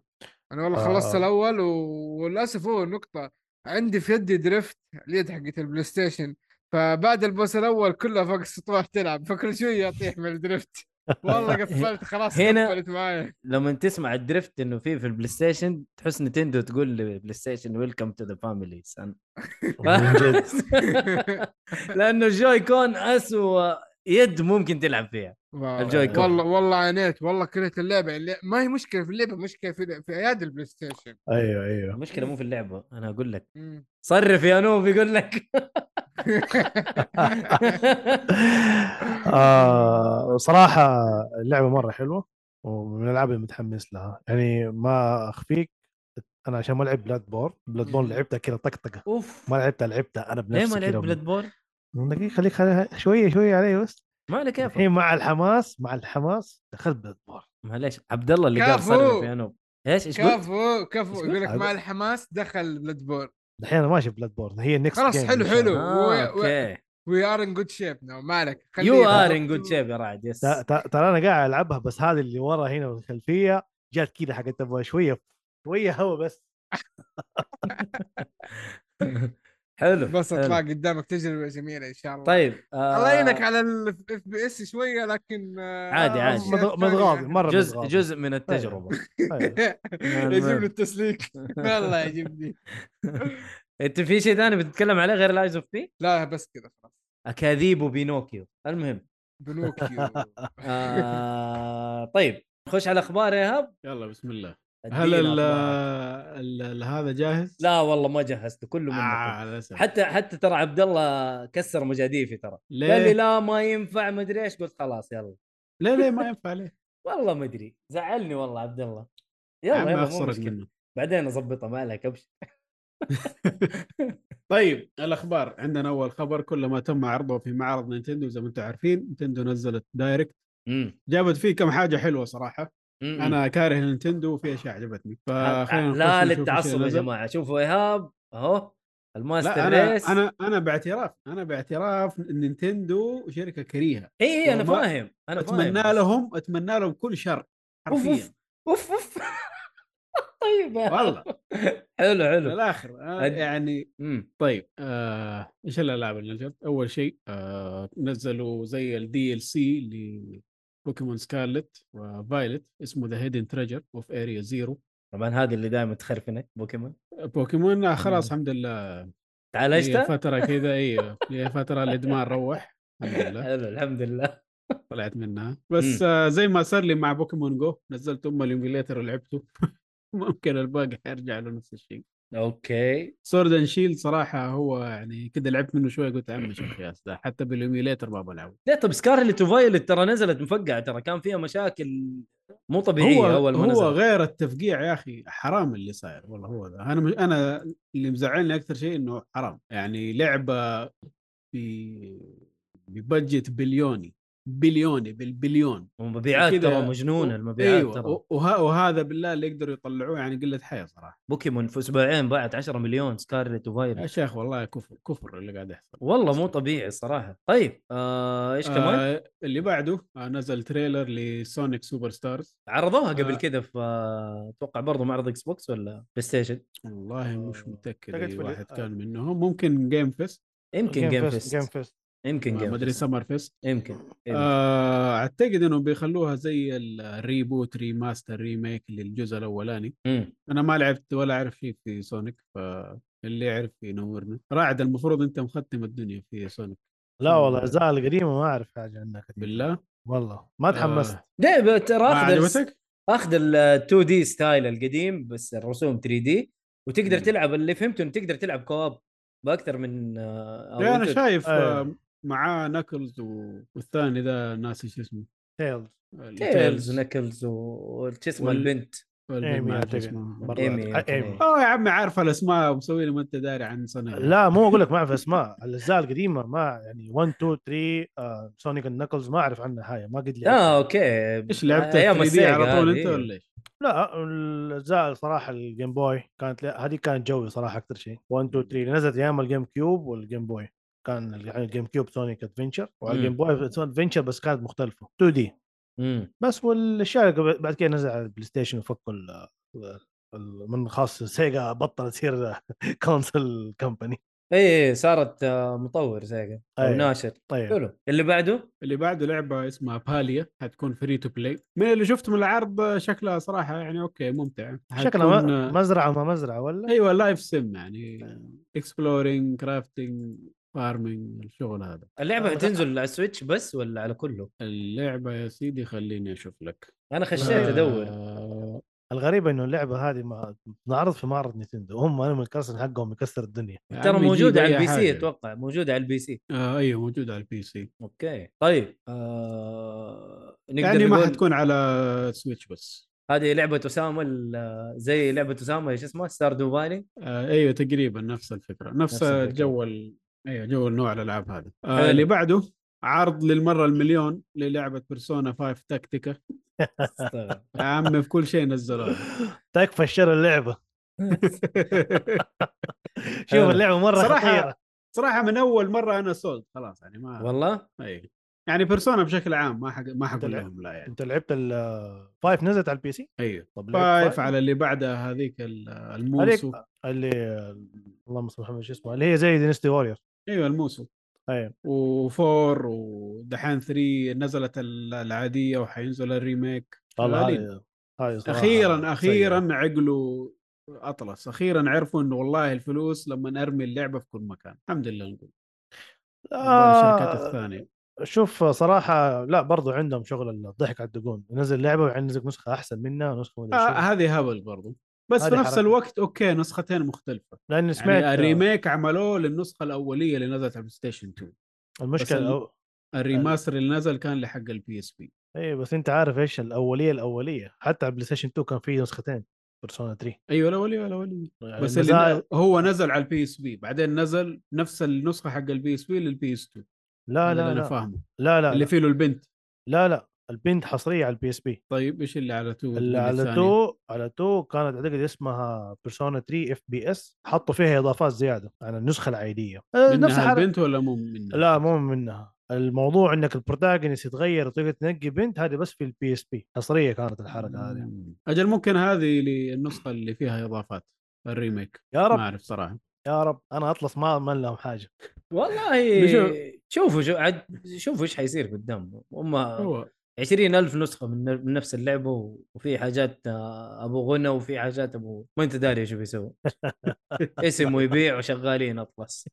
[SPEAKER 3] انا والله
[SPEAKER 4] آه.
[SPEAKER 3] خلصت الاول و- وللاسف هو النقطه عندي في يدي درفت اليد حقت البلاي ستيشن فبعد البوس الاول كلها فوق السطوح تلعب فكل شويه اطيح من الدرفت
[SPEAKER 2] [LAUGHS]
[SPEAKER 3] والله قفلت خلاص
[SPEAKER 2] هنا-
[SPEAKER 3] قفلت معايا
[SPEAKER 2] لما تسمع الدريفت انه في في البلاي ستيشن تحس نتندو تقول لبلاي ستيشن ويلكم تو ذا فاميلي سن آه.
[SPEAKER 4] من جد
[SPEAKER 2] لانه الجوي كون اسوء يد ممكن تلعب فيها
[SPEAKER 3] واو.
[SPEAKER 2] الجوي-كون.
[SPEAKER 3] والله والله عانيت والله كرهت اللعبه اللي ما هي مشكله في اللعبه مشكله في, في اياد البلاي ستيشن
[SPEAKER 4] أيوه،
[SPEAKER 7] ايوه ايوه
[SPEAKER 2] المشكله مو في اللعبه انا اقول لك
[SPEAKER 3] مم.
[SPEAKER 2] صرف يا نوب يقول لك
[SPEAKER 4] [LAUGHS] آه صراحة اللعبة مرة حلوة ومن الالعاب اللي متحمس لها يعني ما اخفيك انا عشان ما لعب بلاد بور بلاد بور
[SPEAKER 3] مم.
[SPEAKER 4] لعبتها كذا طقطقة
[SPEAKER 2] اوف
[SPEAKER 4] ما لعبتها لعبتها انا
[SPEAKER 2] ليه
[SPEAKER 4] بنفسي
[SPEAKER 2] ما لعبت
[SPEAKER 4] كذا.
[SPEAKER 2] بلاد بورن؟
[SPEAKER 4] دقيقة خليك خليها شوية شوية علي بس
[SPEAKER 2] ما على كيف
[SPEAKER 4] الحين مع الحماس مع الحماس دخلت بلاد بور
[SPEAKER 2] معليش عبد الله اللي قال
[SPEAKER 3] كفو.
[SPEAKER 2] صرف يا نوب ايش ايش قلت؟
[SPEAKER 3] كفو كفو يقول لك
[SPEAKER 4] أقول-
[SPEAKER 3] مع الحماس دخل بلاد بور
[SPEAKER 4] الحين انا ماشي بلاد بورن هي النكست
[SPEAKER 3] خلاص، حلو، حلو.
[SPEAKER 2] آه،
[SPEAKER 3] و- و-
[SPEAKER 2] اوكي
[SPEAKER 3] وي ار ان جود شيب نو مالك
[SPEAKER 2] يو ار ان جود شيب يا رعد يس
[SPEAKER 4] ترى انا قاعد العبها بس هذه اللي ورا هنا والخلفية جات كذا حقت ابغى شوية شوية هوا بس
[SPEAKER 2] [LAUGHS] حلو
[SPEAKER 3] بس
[SPEAKER 2] حلو.
[SPEAKER 3] اطلع قدامك تجربه جميله ان شاء الله
[SPEAKER 2] طيب آه،
[SPEAKER 3] الله يعينك على الاف بي اس شويه لكن آه،
[SPEAKER 2] عادي،
[SPEAKER 3] آه،
[SPEAKER 2] عادي.
[SPEAKER 3] أشياء
[SPEAKER 4] مض-
[SPEAKER 3] ثانية.
[SPEAKER 4] مضغاضي
[SPEAKER 3] [LAUGHS]
[SPEAKER 4] مرة
[SPEAKER 2] جزء
[SPEAKER 4] متغاضي.
[SPEAKER 2] جزء من
[SPEAKER 1] طيب.
[SPEAKER 2] التجربه
[SPEAKER 4] أيوة.
[SPEAKER 3] يعجبني التسليك والله يعجبني
[SPEAKER 2] انت في شيء ثاني بتتكلم عليه غير الايز اوف بي؟
[SPEAKER 3] لا بس كذا خلاص
[SPEAKER 2] اكاذيب وبينوكيو المهم
[SPEAKER 3] بنوكيو
[SPEAKER 1] [LAUGHS]
[SPEAKER 2] آه طيب خش على اخبار يا هب
[SPEAKER 1] يلا بسم الله هل
[SPEAKER 2] ادينا
[SPEAKER 1] ال-
[SPEAKER 2] أخبار.
[SPEAKER 1] ال- ال- هذا جاهز؟
[SPEAKER 2] لا والله ما جهزت كله
[SPEAKER 1] آه
[SPEAKER 2] منكم
[SPEAKER 1] على الأسف.
[SPEAKER 2] حتى حتى ترى عبد الله كسر مجاديفي ترى قال لي
[SPEAKER 1] ليه؟
[SPEAKER 2] لا ما ينفع ما ادري ايش قلت خلاص يلا
[SPEAKER 1] ليه ليه ما ينفع ليه؟
[SPEAKER 2] والله ما ادري زعلني والله عبد الله
[SPEAKER 1] يا عم
[SPEAKER 2] يلا يلا مو
[SPEAKER 1] أخسرك
[SPEAKER 2] مشكله
[SPEAKER 1] منه.
[SPEAKER 2] بعدين اظبطها ما عليك ابشر
[SPEAKER 1] طيب الاخبار عندنا اول خبر كل ما تم عرضه في معرض نينتندو زي ما انتم عارفين نينتندو نزلت دايركت
[SPEAKER 2] أمم.
[SPEAKER 1] جابت فيه كم حاجه حلوه صراحه
[SPEAKER 2] أمم.
[SPEAKER 1] انا كاره نينتندو وفي اشياء عجبتني فخلينا
[SPEAKER 2] لا
[SPEAKER 1] آه، نخش نشوف الشيء
[SPEAKER 2] للتعصب يا
[SPEAKER 1] اللي نزل.
[SPEAKER 2] جماعه شوفوا ايهاب اهو الماستر
[SPEAKER 1] لا انا
[SPEAKER 2] ريس
[SPEAKER 1] انا انا باعتراف انا باعتراف إن نينتندو شركه كريهه
[SPEAKER 2] اي اي انا
[SPEAKER 1] والله
[SPEAKER 2] إيه، فاهم انا فاهم
[SPEAKER 1] اتمنى
[SPEAKER 2] بس-
[SPEAKER 1] لهم اتمنى لهم كل شر
[SPEAKER 2] أوف،
[SPEAKER 1] حرفيا
[SPEAKER 2] اوف اوف [LAUGHS] طيب يا هاب. [LAUGHS]
[SPEAKER 1] والله
[SPEAKER 2] حلو حلو
[SPEAKER 1] للاخر أنا
[SPEAKER 2] أد-
[SPEAKER 1] يعني
[SPEAKER 2] أمم.
[SPEAKER 1] طيب آه، ايش الالعاب اللي نزلت؟ اول شيء آه، نزلوا زي الدي ال سي لبوكيمون سكارلت وفايلت اسمه ذا هيدن تريجر اوف اريا زيرو
[SPEAKER 2] طبعا هذه اللي دائما تخرفنك بوكيمون
[SPEAKER 1] بوكيمون آه، خلاص
[SPEAKER 2] مم.
[SPEAKER 1] الحمد لله لي
[SPEAKER 2] تعالجتها؟
[SPEAKER 1] فتره كذا ايوه لي فتره الادمان روح الحمد
[SPEAKER 2] [LAUGHS]
[SPEAKER 1] لله
[SPEAKER 2] حلو الحمد لله
[SPEAKER 1] طلعت منها بس آه، زي ما صار لي مع بوكيمون جو نزلت ام الانجليتر ولعبته [LAUGHS] ممكن الباقي حيرجع له نفس الشيء
[SPEAKER 2] اوكي
[SPEAKER 1] سورد اند شيلد صراحه هو يعني كذا لعبت منه شويه قلت يا عمي شوف يا أستاذ، حتى بالإيميليتر ما بلعبه
[SPEAKER 2] لا طب سكارلت وفايلت ترى نزلت مفقعه ترى كان فيها مشاكل مو طبيعيه
[SPEAKER 1] هو
[SPEAKER 2] اول ما
[SPEAKER 1] هو
[SPEAKER 2] نزلت
[SPEAKER 1] غير التفقيع يا اخي حرام اللي صاير والله هو ده. انا مش انا اللي مزعلني اكثر شيء انه حرام يعني لعبه في ببجت بليوني بليوني بالبليون
[SPEAKER 2] المبيعات
[SPEAKER 1] كده-
[SPEAKER 2] ترى مجنونه المبيعات
[SPEAKER 1] ايوه
[SPEAKER 2] ترى
[SPEAKER 1] و- وه... وهذا بالله اللي يقدروا يطلعوه يعني قله حياه صراحه
[SPEAKER 2] بوكيمون في اسبوعين باعت 10 مليون سكارلت
[SPEAKER 1] يا
[SPEAKER 2] وفايلت
[SPEAKER 1] شيخ والله كفر كفر اللي قاعد يحصل
[SPEAKER 2] والله مو طبيعي الصراحه طيب آه ايش كمان؟
[SPEAKER 1] آه اللي بعده آه نزل تريلر لسونيك سوبر ستارز
[SPEAKER 2] عرضوها قبل
[SPEAKER 1] آه.
[SPEAKER 2] كذا في آه، اتوقع برضو معرض اكس بوكس ولا بلاي ستيشن
[SPEAKER 1] والله مش
[SPEAKER 4] آه،
[SPEAKER 1] متاكد
[SPEAKER 4] أعتقد
[SPEAKER 1] اي
[SPEAKER 4] في ال-
[SPEAKER 1] واحد
[SPEAKER 4] آه.
[SPEAKER 1] كان منهم ممكن جيم فيست
[SPEAKER 2] يمكن جيم
[SPEAKER 4] جيم
[SPEAKER 2] فيست
[SPEAKER 4] فيست
[SPEAKER 2] يمكن
[SPEAKER 1] ما
[SPEAKER 2] جيم
[SPEAKER 1] ادري
[SPEAKER 2] فيست
[SPEAKER 1] سمر فيست
[SPEAKER 2] يمكن يمكن.
[SPEAKER 1] آه، اعتقد انهم بيخلوها زي الريبوت ريماستر ريميك للجزء الاولاني
[SPEAKER 2] مم.
[SPEAKER 1] انا ما لعبت ولا اعرف شيء في سونيك فاللي يعرف ينورنا راعد المفروض انت مختم الدنيا في سونيك
[SPEAKER 4] لا والله الاجزاء القديمه ما اعرف حاجه عنها كثير
[SPEAKER 1] بالله
[SPEAKER 4] والله ما تحمست
[SPEAKER 1] آه،
[SPEAKER 2] ليه ترى
[SPEAKER 1] ما
[SPEAKER 2] اخذ الس-
[SPEAKER 1] عجبتك
[SPEAKER 2] اخذ ال 2 دي ستايل القديم بس الرسوم 3 دي وتقدر
[SPEAKER 1] مم.
[SPEAKER 2] تلعب اللي فهمته انه تقدر تلعب كواب باكثر من آه، أو
[SPEAKER 1] يا انا
[SPEAKER 2] أنت-
[SPEAKER 1] شايف
[SPEAKER 4] آه.
[SPEAKER 1] آه، معاه ناكلز و- والثاني ذا ناسي شو اسمه
[SPEAKER 4] تيلز
[SPEAKER 2] تيلز ونكلز وش اسمه
[SPEAKER 1] وال-
[SPEAKER 2] البنت
[SPEAKER 4] إيمي
[SPEAKER 1] ايمي
[SPEAKER 4] أعتقد. برضه.
[SPEAKER 2] إيمي،
[SPEAKER 4] آه،
[SPEAKER 2] يمكن
[SPEAKER 4] إيمي.
[SPEAKER 2] إيه.
[SPEAKER 1] اه يا عمي عارف الاسماء ومسوي لي ما انت داري عن سونيك
[SPEAKER 4] لا مو اقول لك ما اعرف اسماء الاجزاء القديمه ما يعني 1 2 3 آه، سونيك النكلز ما اعرف عنها حاجه ما قد لعبت
[SPEAKER 2] اه اوكي
[SPEAKER 1] ايش لعبت
[SPEAKER 2] أيام
[SPEAKER 1] 3 دي على
[SPEAKER 2] السيجا
[SPEAKER 1] طول
[SPEAKER 2] آه، هذه.
[SPEAKER 1] انت ولا ايش؟
[SPEAKER 4] لا الاجزاء صراحه الجيم بوي كانت لا- هذه كانت جوي صراحه اكثر شيء 1 2 3 اللي نزلت ايام الجيم كيوب والجيم بوي كان ال- يعني الجيم كيوب سونيك ادفنشر وعلى
[SPEAKER 2] مم.
[SPEAKER 4] الجيم بوي ادفنشر بس كانت مختلفه 2 دي
[SPEAKER 2] مم.
[SPEAKER 4] بس والاشياء اللي قبل- بعد كده نزل على البلاي ستيشن وفكوا ال- ال- من خاص سيجا بطلت [LAUGHS] تصير كونسل كمباني
[SPEAKER 2] اي إي، صارت آه، مطور سيجا او
[SPEAKER 4] أيوة.
[SPEAKER 2] ناشر
[SPEAKER 4] طيب
[SPEAKER 2] حلو اللي بعده
[SPEAKER 1] اللي بعده لعبه اسمها باليا حتكون فري تو بلاي من اللي شفته من العرض شكلها صراحه يعني اوكي ممتع
[SPEAKER 4] شكلها
[SPEAKER 1] حتكون- أيوة،
[SPEAKER 4] م- مزرعه ما مزرعه ولا
[SPEAKER 1] ايوه لايف سيم يعني اكسبلورينج كرافتنج فارمنج الشغل هذا
[SPEAKER 2] اللعبه هتنزل على السويتش بس ولا على كله؟
[SPEAKER 1] اللعبه يا سيدي خليني اشوف لك
[SPEAKER 2] انا خشيت ادور
[SPEAKER 1] آه،
[SPEAKER 4] الغريب انه اللعبه هذه ما تنعرض في معرض نينتندو هم انا من الكاسن حقهم يكسر الدنيا
[SPEAKER 1] يا
[SPEAKER 2] ترى
[SPEAKER 1] عمي
[SPEAKER 2] موجوده
[SPEAKER 1] جيب يعني
[SPEAKER 2] على
[SPEAKER 1] أي
[SPEAKER 2] البي سي
[SPEAKER 1] حاجة.
[SPEAKER 2] اتوقع موجوده على البي سي
[SPEAKER 1] آه ايوه موجوده على البي سي
[SPEAKER 2] اوكي طيب آه... نقدر
[SPEAKER 1] يعني ما
[SPEAKER 2] نقول
[SPEAKER 1] حتكون على سويتش بس
[SPEAKER 2] هذه لعبه اسامه ال- آه، زي لعبه اسامه ايش اسمها ستار دو فالي
[SPEAKER 1] آه ايوه تقريبا نفس الفكره نفس,
[SPEAKER 2] نفس
[SPEAKER 1] نفس
[SPEAKER 2] الفكرة.
[SPEAKER 1] جو ال- ايوه جو النوع الالعاب هذا
[SPEAKER 2] حلو.
[SPEAKER 1] آه اللي بعده عرض للمره المليون للعبه بيرسونا 5 تكتيكا [LAUGHS]
[SPEAKER 2] استغرب.
[SPEAKER 1] يا عمي في كل شيء نزلوها
[SPEAKER 4] تكفى الشر اللعبه شوف
[SPEAKER 2] حلو.
[SPEAKER 4] اللعبه مره
[SPEAKER 1] صراحة-
[SPEAKER 4] خطيره
[SPEAKER 1] صراحه من اول مره انا سولد خلاص يعني ما
[SPEAKER 2] والله
[SPEAKER 1] أيوة. يعني بيرسونا بشكل عام ما حق ما حقول
[SPEAKER 4] تلعب.
[SPEAKER 1] لهم لا يعني
[SPEAKER 4] انت لعبت ال- فايف نزلت على البي سي
[SPEAKER 1] ايوه
[SPEAKER 4] طب لعبت
[SPEAKER 1] فايف على اللي بعدها هذيك ال-
[SPEAKER 4] هذيك آه.
[SPEAKER 1] الموسو
[SPEAKER 4] اللي اللهم صل على محمد شو اسمه اللي هي زي دينستي وورير
[SPEAKER 1] ايوه الموسو
[SPEAKER 4] ايوه
[SPEAKER 1] وفور ودحين 3 نزلت ال- العاديه وحينزل الريميك
[SPEAKER 4] والله
[SPEAKER 1] غالين.
[SPEAKER 4] هذه- هذه صراحة
[SPEAKER 1] اخيرا
[SPEAKER 4] سيئة.
[SPEAKER 1] اخيرا عقلوا اطلس اخيرا عرفوا انه والله الفلوس لما ارمي اللعبه في كل مكان الحمد لله نقول آه الشركات
[SPEAKER 4] آه
[SPEAKER 1] الثانيه
[SPEAKER 4] شوف صراحه لا برضو عندهم شغل الضحك على الدقون ينزل لعبه وينزل نسخه احسن منها ونسخه
[SPEAKER 1] آه
[SPEAKER 4] مدري شو.
[SPEAKER 1] هذه هبل برضو بس في
[SPEAKER 4] هذه
[SPEAKER 1] نفس
[SPEAKER 4] حركة.
[SPEAKER 1] الوقت اوكي نسختين مختلفه
[SPEAKER 4] لاني سمعت آه.
[SPEAKER 1] يعني الريميك عملوه للنسخه الاوليه اللي نزلت على البلاي ستيشن 2
[SPEAKER 4] أيوه.
[SPEAKER 1] بس ال-
[SPEAKER 4] المشكله أو...
[SPEAKER 1] الريماستر اللي نزل كان لحق البي اس بي
[SPEAKER 4] اي إيه، بس انت عارف ايش الاوليه الاوليه حتى على بلاي ستيشن 2 كان في نسختين بيرسونا 3
[SPEAKER 1] ايوه الاوليه الاوليه
[SPEAKER 4] يعني
[SPEAKER 1] بس
[SPEAKER 4] المزايا-
[SPEAKER 1] اللي هو نزل على البي اس بي بعدين نزل نفس النسخه حق البي اس بي للبي اس 2
[SPEAKER 4] لا لا
[SPEAKER 1] انا
[SPEAKER 4] لا
[SPEAKER 1] فاهمه
[SPEAKER 4] لا لا
[SPEAKER 1] اللي
[SPEAKER 4] لا,
[SPEAKER 1] فيه له البنت
[SPEAKER 4] لا لا البنت حصريه على البي اس بي
[SPEAKER 1] طيب ايش اللي على 2
[SPEAKER 4] اللي على تو على تو كانت اعتقد اسمها بيرسونا 3 اف بي اس حطوا فيها اضافات زياده عن النسخه العاديه آه، نفس
[SPEAKER 1] منها
[SPEAKER 4] الحركه
[SPEAKER 1] البنت ولا مو منها؟
[SPEAKER 4] لا مو منها الموضوع انك البروتاغونست يتغير وتقدر تنقي بنت هذه بس في البي اس بي حصريه كانت الحركه هذه
[SPEAKER 1] مم. اجل ممكن هذه اللي- النسخه اللي فيها اضافات الريميك
[SPEAKER 4] يا
[SPEAKER 1] ما
[SPEAKER 4] رب
[SPEAKER 1] اعرف صراحه
[SPEAKER 4] يا رب انا اطلس ما ما لهم حاجه
[SPEAKER 2] والله
[SPEAKER 1] نشوف.
[SPEAKER 2] شوفوا شو عاد شوفوا ايش حيصير قدام هم
[SPEAKER 1] هو
[SPEAKER 2] 20000 نسخه من من نفس اللعبه و- وفي حاجات آه، ابو غنى وفي حاجات ابو ما انت داري ايش
[SPEAKER 1] [LAUGHS]
[SPEAKER 2] بيسوي اسمه يبيع وشغالين اطلس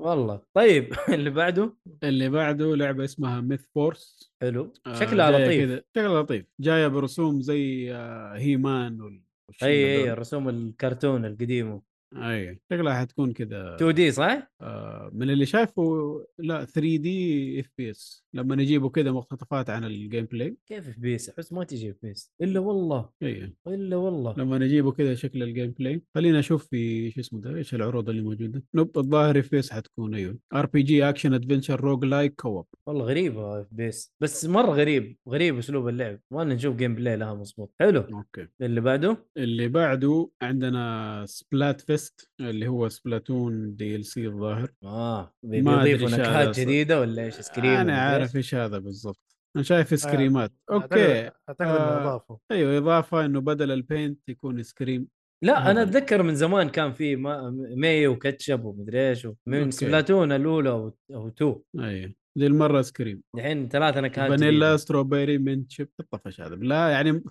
[SPEAKER 2] والله طيب [LAUGHS] اللي بعده
[SPEAKER 1] اللي بعده لعبه اسمها ميث فورس
[SPEAKER 2] حلو
[SPEAKER 1] آه،
[SPEAKER 2] طيب. شكلها لطيف
[SPEAKER 1] شكلها لطيف جايه برسوم زي آه، هيمان وال- والشلة
[SPEAKER 2] اي اي
[SPEAKER 1] دول.
[SPEAKER 2] رسوم الكرتون القديمه
[SPEAKER 1] اي شكلها حتكون كذا
[SPEAKER 2] 2 دي صح؟
[SPEAKER 1] آه، من اللي شايفه لا 3 دي اف بي اس لما يجيبوا كذا مقتطفات عن الجيم بلاي
[SPEAKER 2] كيف في بيس؟ احس ما تجي في بيس الا والله
[SPEAKER 1] اي
[SPEAKER 2] الا والله
[SPEAKER 1] لما يجيبوا كذا شكل الجيم بلاي خلينا اشوف في شو اسمه ده ايش العروض اللي موجوده نوب الظاهر فيس حتكون ايوه ار بي جي اكشن ادفنشر روج لايك كوب
[SPEAKER 2] والله غريبه في بيس بس مره غريب غريب اسلوب اللعب ما نشوف جيم بلاي لها مظبوط حلو
[SPEAKER 1] اوكي
[SPEAKER 2] اللي بعده
[SPEAKER 1] اللي بعده عندنا سبلات فيست اللي هو سبلاتون دي ال سي الظاهر
[SPEAKER 2] اه بي-
[SPEAKER 1] ما أدري
[SPEAKER 2] بيضيفوا
[SPEAKER 1] إيش هذا
[SPEAKER 2] نكهات
[SPEAKER 1] أصلاً.
[SPEAKER 2] جديده ولا ايش سكريم
[SPEAKER 1] انا
[SPEAKER 2] ولا
[SPEAKER 1] عارف
[SPEAKER 2] إيش؟ آه.
[SPEAKER 1] ايش هذا بالضبط انا شايف سكريمات اوكي
[SPEAKER 4] أعتقد- اعتقد انه
[SPEAKER 1] آه.
[SPEAKER 4] اضافه
[SPEAKER 1] ايوه اضافه انه بدل البينت يكون سكريم
[SPEAKER 2] لا
[SPEAKER 1] هذا.
[SPEAKER 2] انا اتذكر من زمان كان في ما- مي وكاتشب ومدري ايش من
[SPEAKER 1] أوكي.
[SPEAKER 2] سبلاتون الاولى او أو تو
[SPEAKER 1] ايوه ذي المره سكريم
[SPEAKER 2] الحين ثلاث نكهات
[SPEAKER 1] فانيلا
[SPEAKER 2] جديدة.
[SPEAKER 1] ستروبيري منت شيب الطفش هذا لا يعني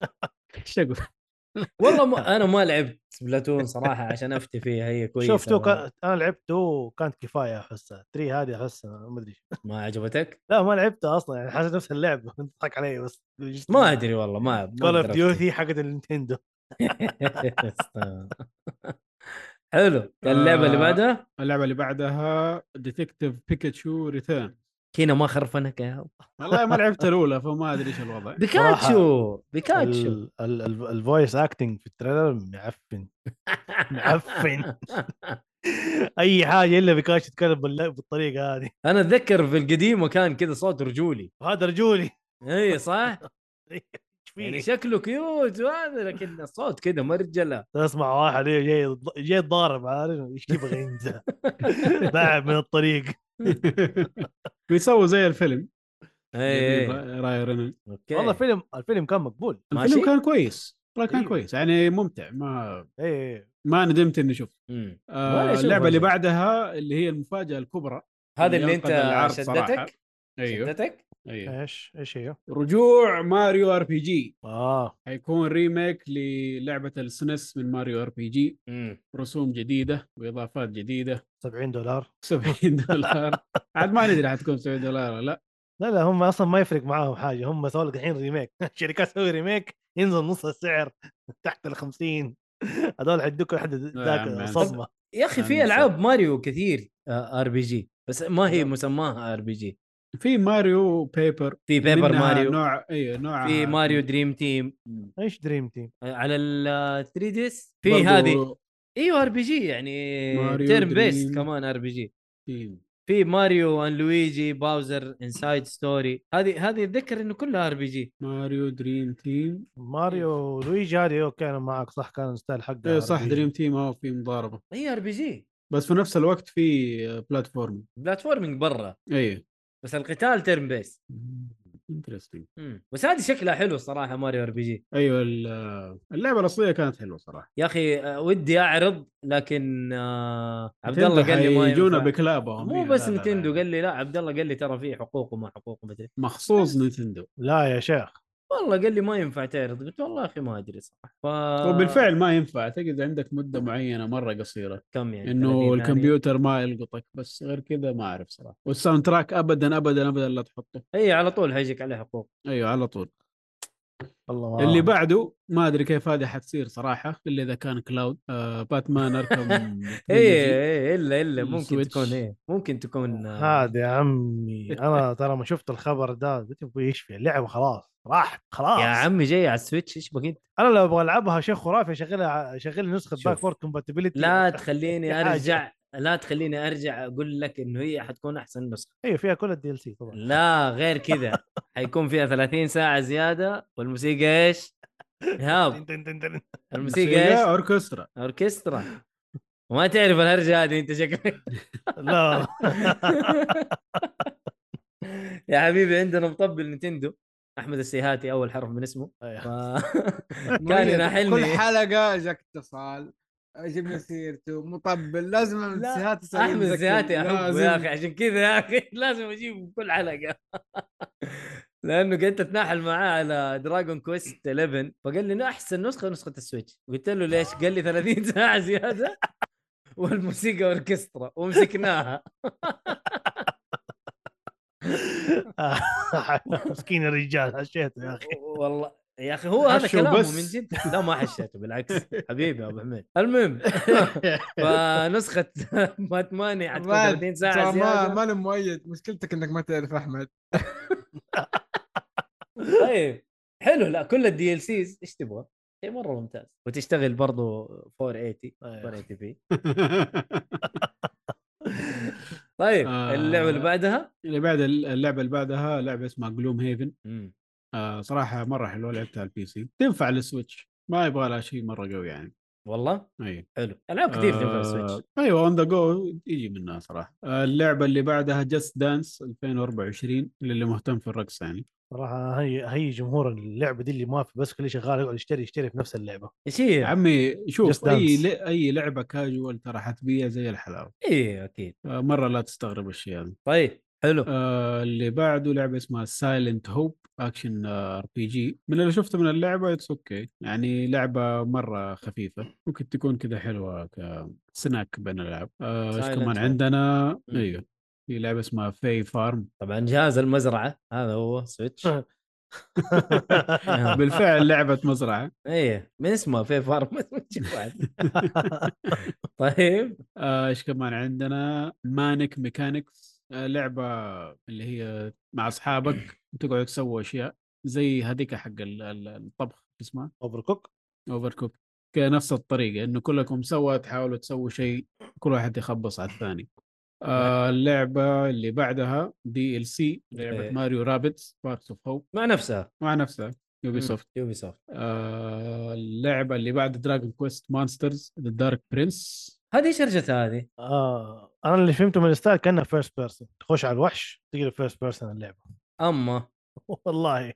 [SPEAKER 1] [LAUGHS] ايش اقول
[SPEAKER 2] والله
[SPEAKER 1] [LAUGHS]
[SPEAKER 2] ما انا ما لعبت سبلاتون صراحه عشان افتي فيها هي كويسه
[SPEAKER 4] شوف تو
[SPEAKER 2] ولا
[SPEAKER 4] كان... انا لعبت تو كانت كفايه احسها 3 هذه احسها ما ادري
[SPEAKER 2] ما عجبتك؟
[SPEAKER 4] لا ما لعبتها اصلا يعني حاسس نفس اللعبه انت [LAUGHS] تضحك علي بس
[SPEAKER 2] ما ادري والله ما ما
[SPEAKER 4] كول اوف
[SPEAKER 2] أقدر أفتي.
[SPEAKER 4] ديوتي حقت النينتندو
[SPEAKER 2] [LAUGHS] حلو اللعبه اللي
[SPEAKER 1] آه.
[SPEAKER 2] بعدها
[SPEAKER 1] اللعبه اللي بعدها ديتكتيف بيكاتشو ريتيرن
[SPEAKER 2] كينا ما خرفنك يا هو.
[SPEAKER 1] والله ما
[SPEAKER 2] [LAUGHS]
[SPEAKER 1] لعبت الاولى فما ادري ايش الوضع [LAUGHS]
[SPEAKER 2] بيكاتشو بيكاتشو
[SPEAKER 4] ال- ال- ال- الفويس اكتنج في التريلر معفن معفن [LAUGHS] اي حاجه الا بيكاش يتكلم بال- بالطريقه هذه
[SPEAKER 2] انا اتذكر في القديمه كان كذا صوت رجولي
[SPEAKER 4] وهذا رجولي [LAUGHS]
[SPEAKER 1] [LAUGHS]
[SPEAKER 2] اي صح
[SPEAKER 4] ايش
[SPEAKER 2] يعني
[SPEAKER 4] فيه؟
[SPEAKER 2] شكله كيوت وهذا لكن الصوت كذا مرجله
[SPEAKER 4] تسمع واحد إيه جاي يض- جاي يتضارب عارف ايش يبغى [LAUGHS] ينزل لاعب من الطريق
[SPEAKER 1] بيسووا زي الفيلم
[SPEAKER 2] اي اي
[SPEAKER 1] راي رينولد
[SPEAKER 2] اوكي
[SPEAKER 4] والله الفيلم الفيلم كان مقبول
[SPEAKER 2] ماشي؟ إيه.
[SPEAKER 1] الفيلم كان كويس والله كان
[SPEAKER 4] أيوه.
[SPEAKER 1] كويس يعني ممتع ما
[SPEAKER 4] اي إي.
[SPEAKER 1] ما ندمت اني شفته
[SPEAKER 2] مم. ولا
[SPEAKER 1] آه
[SPEAKER 2] شيء
[SPEAKER 1] اللعبه اللي
[SPEAKER 2] فاجأة.
[SPEAKER 1] بعدها اللي هي المفاجاه الكبرى
[SPEAKER 2] هذا اللي
[SPEAKER 1] ينقذ
[SPEAKER 2] انت
[SPEAKER 1] العرض صراحة.
[SPEAKER 2] شدتك
[SPEAKER 1] ايوه
[SPEAKER 2] شدتك
[SPEAKER 1] ايوه
[SPEAKER 4] ايش ايش إيه. هي؟
[SPEAKER 1] رجوع ماريو ار بي جي
[SPEAKER 4] اه
[SPEAKER 1] حيكون ريميك للعبه السنس من ماريو ار بي جي
[SPEAKER 2] مم.
[SPEAKER 1] رسوم جديده واضافات [LAUGHS] جديده
[SPEAKER 4] 70 دولار
[SPEAKER 1] 70 دولار عاد ما ندري حتكون 70 دولار ولا لا
[SPEAKER 4] لا لا هم اصلا ما يفرق معاهم حاجه هم سووا لك الحين ريميك [LAUGHS] الشركات تسوي ريميك ينزل نص السعر [LAUGHS] تحت ال 50 هذول حيدوك لحد
[SPEAKER 1] يا عم،
[SPEAKER 4] ذاك صدمه
[SPEAKER 2] يا اخي في
[SPEAKER 1] أنا
[SPEAKER 2] العاب ماريو كثير ار بي جي بس ما هي مسماها ار بي جي
[SPEAKER 1] في ماريو بيبر
[SPEAKER 2] في بيبر
[SPEAKER 1] منها
[SPEAKER 2] ماريو
[SPEAKER 1] نوع ايوه نوع
[SPEAKER 2] في ماريو دريم تيم
[SPEAKER 4] ايش دريم تيم؟
[SPEAKER 2] آه، على ال 3 دي اس في
[SPEAKER 1] برضو
[SPEAKER 2] هذه ايوه ار بي جي يعني
[SPEAKER 1] ماريو
[SPEAKER 2] تيرن بيست
[SPEAKER 1] دريم.
[SPEAKER 2] كمان ار بي جي
[SPEAKER 1] في-
[SPEAKER 2] في ماريو ان لويجي باوزر انسايد ستوري هذه هذه اتذكر انه كلها ار بي جي
[SPEAKER 1] ماريو دريم تيم
[SPEAKER 4] ماريو لويجي هذه أيوة، كانوا معك صح كان ستايل حقه
[SPEAKER 1] ايوه صح
[SPEAKER 4] RPG.
[SPEAKER 1] دريم تيم اه في مضاربه
[SPEAKER 2] هي ار بي جي
[SPEAKER 1] بس في نفس الوقت في بلاتفورم
[SPEAKER 2] بلاتفورمينج برا
[SPEAKER 1] ايوه
[SPEAKER 2] بس القتال تيرن بيست
[SPEAKER 1] انترستنج
[SPEAKER 2] بس هذه شكلها حلو صراحه ماريو ار بي جي
[SPEAKER 1] ايوه ال- اللعبه الاصليه كانت حلوه صراحه
[SPEAKER 2] يا اخي آه، ودي اعرض لكن آه، عبد الله قال لي ما
[SPEAKER 1] يجونا
[SPEAKER 2] ينفع.
[SPEAKER 1] بكلابهم
[SPEAKER 2] مو
[SPEAKER 1] إيه،
[SPEAKER 2] بس
[SPEAKER 1] لا، لا، لا.
[SPEAKER 2] نتندو قال لي لا عبد الله قال لي ترى في حقوق وما حقوق مدري
[SPEAKER 1] مخصوص نتندو
[SPEAKER 4] لا يا شيخ
[SPEAKER 2] والله قال لي ما ينفع تعرض قلت والله يا اخي ما ادري صراحه ف...
[SPEAKER 1] وبالفعل ما ينفع تجد عندك مده معينه مره قصيره
[SPEAKER 2] كم يعني 30
[SPEAKER 1] انه
[SPEAKER 2] ثانية؟
[SPEAKER 1] الكمبيوتر ما يلقطك بس غير كذا ما اعرف صراحه والساوند تراك ابدا ابدا ابدا لا تحطه
[SPEAKER 2] اي إيه، على طول هيجيك عليه حقوق
[SPEAKER 1] ايوه على طول
[SPEAKER 4] والله ما
[SPEAKER 2] آه.
[SPEAKER 1] اللي بعده ما ادري كيف هذه حتصير صراحه الا اذا كان كلاود آه باتمان
[SPEAKER 2] [LAUGHS]
[SPEAKER 1] اركم
[SPEAKER 2] إيه، اي اي الا الا ممكن
[SPEAKER 1] السويتش.
[SPEAKER 2] تكون ايه ممكن تكون آه،
[SPEAKER 4] هذا يا عمي انا ترى ما شفت الخبر ده قلت ابوي ايش في اللعبه خلاص راحت خلاص
[SPEAKER 2] يا عمي جاي على السويتش ايش بك انت؟
[SPEAKER 4] انا لو ابغى العبها شيء خرافي اشغلها اشغل نسخه
[SPEAKER 2] شوف.
[SPEAKER 4] باك فورد كومباتيبلتي
[SPEAKER 1] [LAUGHS]
[SPEAKER 2] لا تخليني
[SPEAKER 4] حاجة.
[SPEAKER 2] ارجع لا تخليني ارجع اقول لك انه هي حتكون احسن نسخه
[SPEAKER 4] ايوه فيها كل الدي ال سي طبعا
[SPEAKER 2] لا غير كذا حيكون فيها 30 ساعه زياده والموسيقى ايش؟
[SPEAKER 1] [LAUGHS]
[SPEAKER 2] ايهاب
[SPEAKER 4] دن- دن- دن.
[SPEAKER 2] الموسيقى
[SPEAKER 1] موسيقى
[SPEAKER 2] ايش؟
[SPEAKER 1] اوركسترا
[SPEAKER 2] اوركسترا وما تعرف الهرجه هذه انت شكلك [LAUGHS]
[SPEAKER 4] لا
[SPEAKER 2] يا حبيبي عندنا مطبل نتندو احمد السيهاتي اول حرف من اسمه ف... [LAUGHS] كان
[SPEAKER 3] مميز. كل
[SPEAKER 2] يناحلني
[SPEAKER 3] حلقه جاك اتصال جبنا سيرته مطبل لازم أحمد
[SPEAKER 2] لا،
[SPEAKER 3] السيهات يصير
[SPEAKER 2] احمد
[SPEAKER 3] يتذكر.
[SPEAKER 2] السياتي احبه يا
[SPEAKER 3] لازم.
[SPEAKER 2] اخي عشان كذا يا اخي [LAUGHS] لازم اجيبه كل [LAUGHS] حلقه لانه كنت اتناحل معاه على دراجون كويست 11 فقال لي انه احسن نسخه نسخه السويتش قلت له ليش؟ قال لي 30 ساعه زياده [LAUGHS] والموسيقى اوركسترا ومسكناها
[SPEAKER 4] [LAUGHS] مسكين الرجال هشيته يا اخي
[SPEAKER 2] والله يا اخي هو هذا
[SPEAKER 1] حشو
[SPEAKER 2] كلامه
[SPEAKER 1] بس.
[SPEAKER 2] من جد لا ما حشيته بالعكس حبيبي يا ابو حميد المهم [LAUGHS] فنسخه باتماني حتكون
[SPEAKER 3] بعد
[SPEAKER 2] 30
[SPEAKER 3] ترى
[SPEAKER 2] ساعه
[SPEAKER 3] ما
[SPEAKER 2] زياده
[SPEAKER 3] ما أنا مؤيد مشكلتك انك ما تعرف احمد
[SPEAKER 2] طيب حلو لا كل الدي ال سيز ايش تبغى؟ شيء مره ممتاز وتشتغل برضو 480
[SPEAKER 4] أيوه.
[SPEAKER 2] 480 بي [LAUGHS] طيب
[SPEAKER 1] آه.
[SPEAKER 2] اللعبه اللي بعدها
[SPEAKER 1] [LAUGHS] اللي بعد اللعبه اللي بعدها لعبه اسمها جلوم هيفن آه صراحه مره حلوه لعبتها على البي سي تنفع للسويتش ما يبغى لها شيء مره قوي يعني
[SPEAKER 2] والله
[SPEAKER 1] اي
[SPEAKER 2] حلو العاب كثير تنفع
[SPEAKER 1] آه،
[SPEAKER 2] السويتش
[SPEAKER 1] ايوه اون ذا جو يجي منها صراحه آه اللعبه اللي بعدها جاست دانس 2024 للي مهتم في الرقص يعني
[SPEAKER 4] صراحه هي هي جمهور اللعبه دي اللي ما في بس كل شغال يقعد يشتري يشتري في نفس
[SPEAKER 1] [LAUGHS]
[SPEAKER 4] اللعبه
[SPEAKER 2] ايش هي؟
[SPEAKER 1] يا عمي شوف
[SPEAKER 4] Just
[SPEAKER 1] اي
[SPEAKER 4] Dance.
[SPEAKER 1] ل... اي لعبه كاجوال ترى حتبيع زي الحلاوه
[SPEAKER 2] ايه اكيد
[SPEAKER 1] آه مره لا تستغرب الشيء هذا
[SPEAKER 2] طيب حلو
[SPEAKER 1] آه اللي بعده لعبه اسمها سايلنت هوب اكشن ار بي جي آه، من اللي شفته من اللعبه اتس اوكي يعني لعبه مره خفيفه ممكن تكون كذا حلوه كسناك بين الالعاب آه، ايش
[SPEAKER 2] Silent
[SPEAKER 1] كمان
[SPEAKER 2] Hope.
[SPEAKER 1] عندنا
[SPEAKER 2] مم.
[SPEAKER 1] ايوه في لعبه اسمها في فارم
[SPEAKER 2] طبعا جهاز المزرعه هذا هو سويتش آه. [LAUGHS]
[SPEAKER 1] بالفعل لعبه مزرعه
[SPEAKER 2] ايه من اسمه في فارم [LAUGHS] طيب
[SPEAKER 1] آه، ايش كمان عندنا مانك ميكانكس لعبه اللي هي مع اصحابك تقعدوا تسووا اشياء زي هذيك حق ال- ال- الطبخ شو اسمها
[SPEAKER 4] اوفر كوك
[SPEAKER 1] اوفر كوك نفس الطريقه انه كلكم سوا تحاولوا تسووا شيء كل واحد يخبص على الثاني آه اللعبه اللي بعدها دي ال سي لعبه
[SPEAKER 2] إيه.
[SPEAKER 1] ماريو رابتس بارتس اوف هوب
[SPEAKER 2] مع نفسها
[SPEAKER 1] مع نفسها يوبي سوفت
[SPEAKER 2] يوبي سوفت
[SPEAKER 1] آه اللعبه اللي بعد دراجون كويست مانسترز ذا دارك برنس
[SPEAKER 2] هذه ايش رجتها هذه؟
[SPEAKER 4] آه انا اللي فهمته من الستايل كانها فيرست بيرسون تخش على الوحش تقلب فيرست بيرسون اللعبه
[SPEAKER 2] اما
[SPEAKER 4] [LAUGHS] والله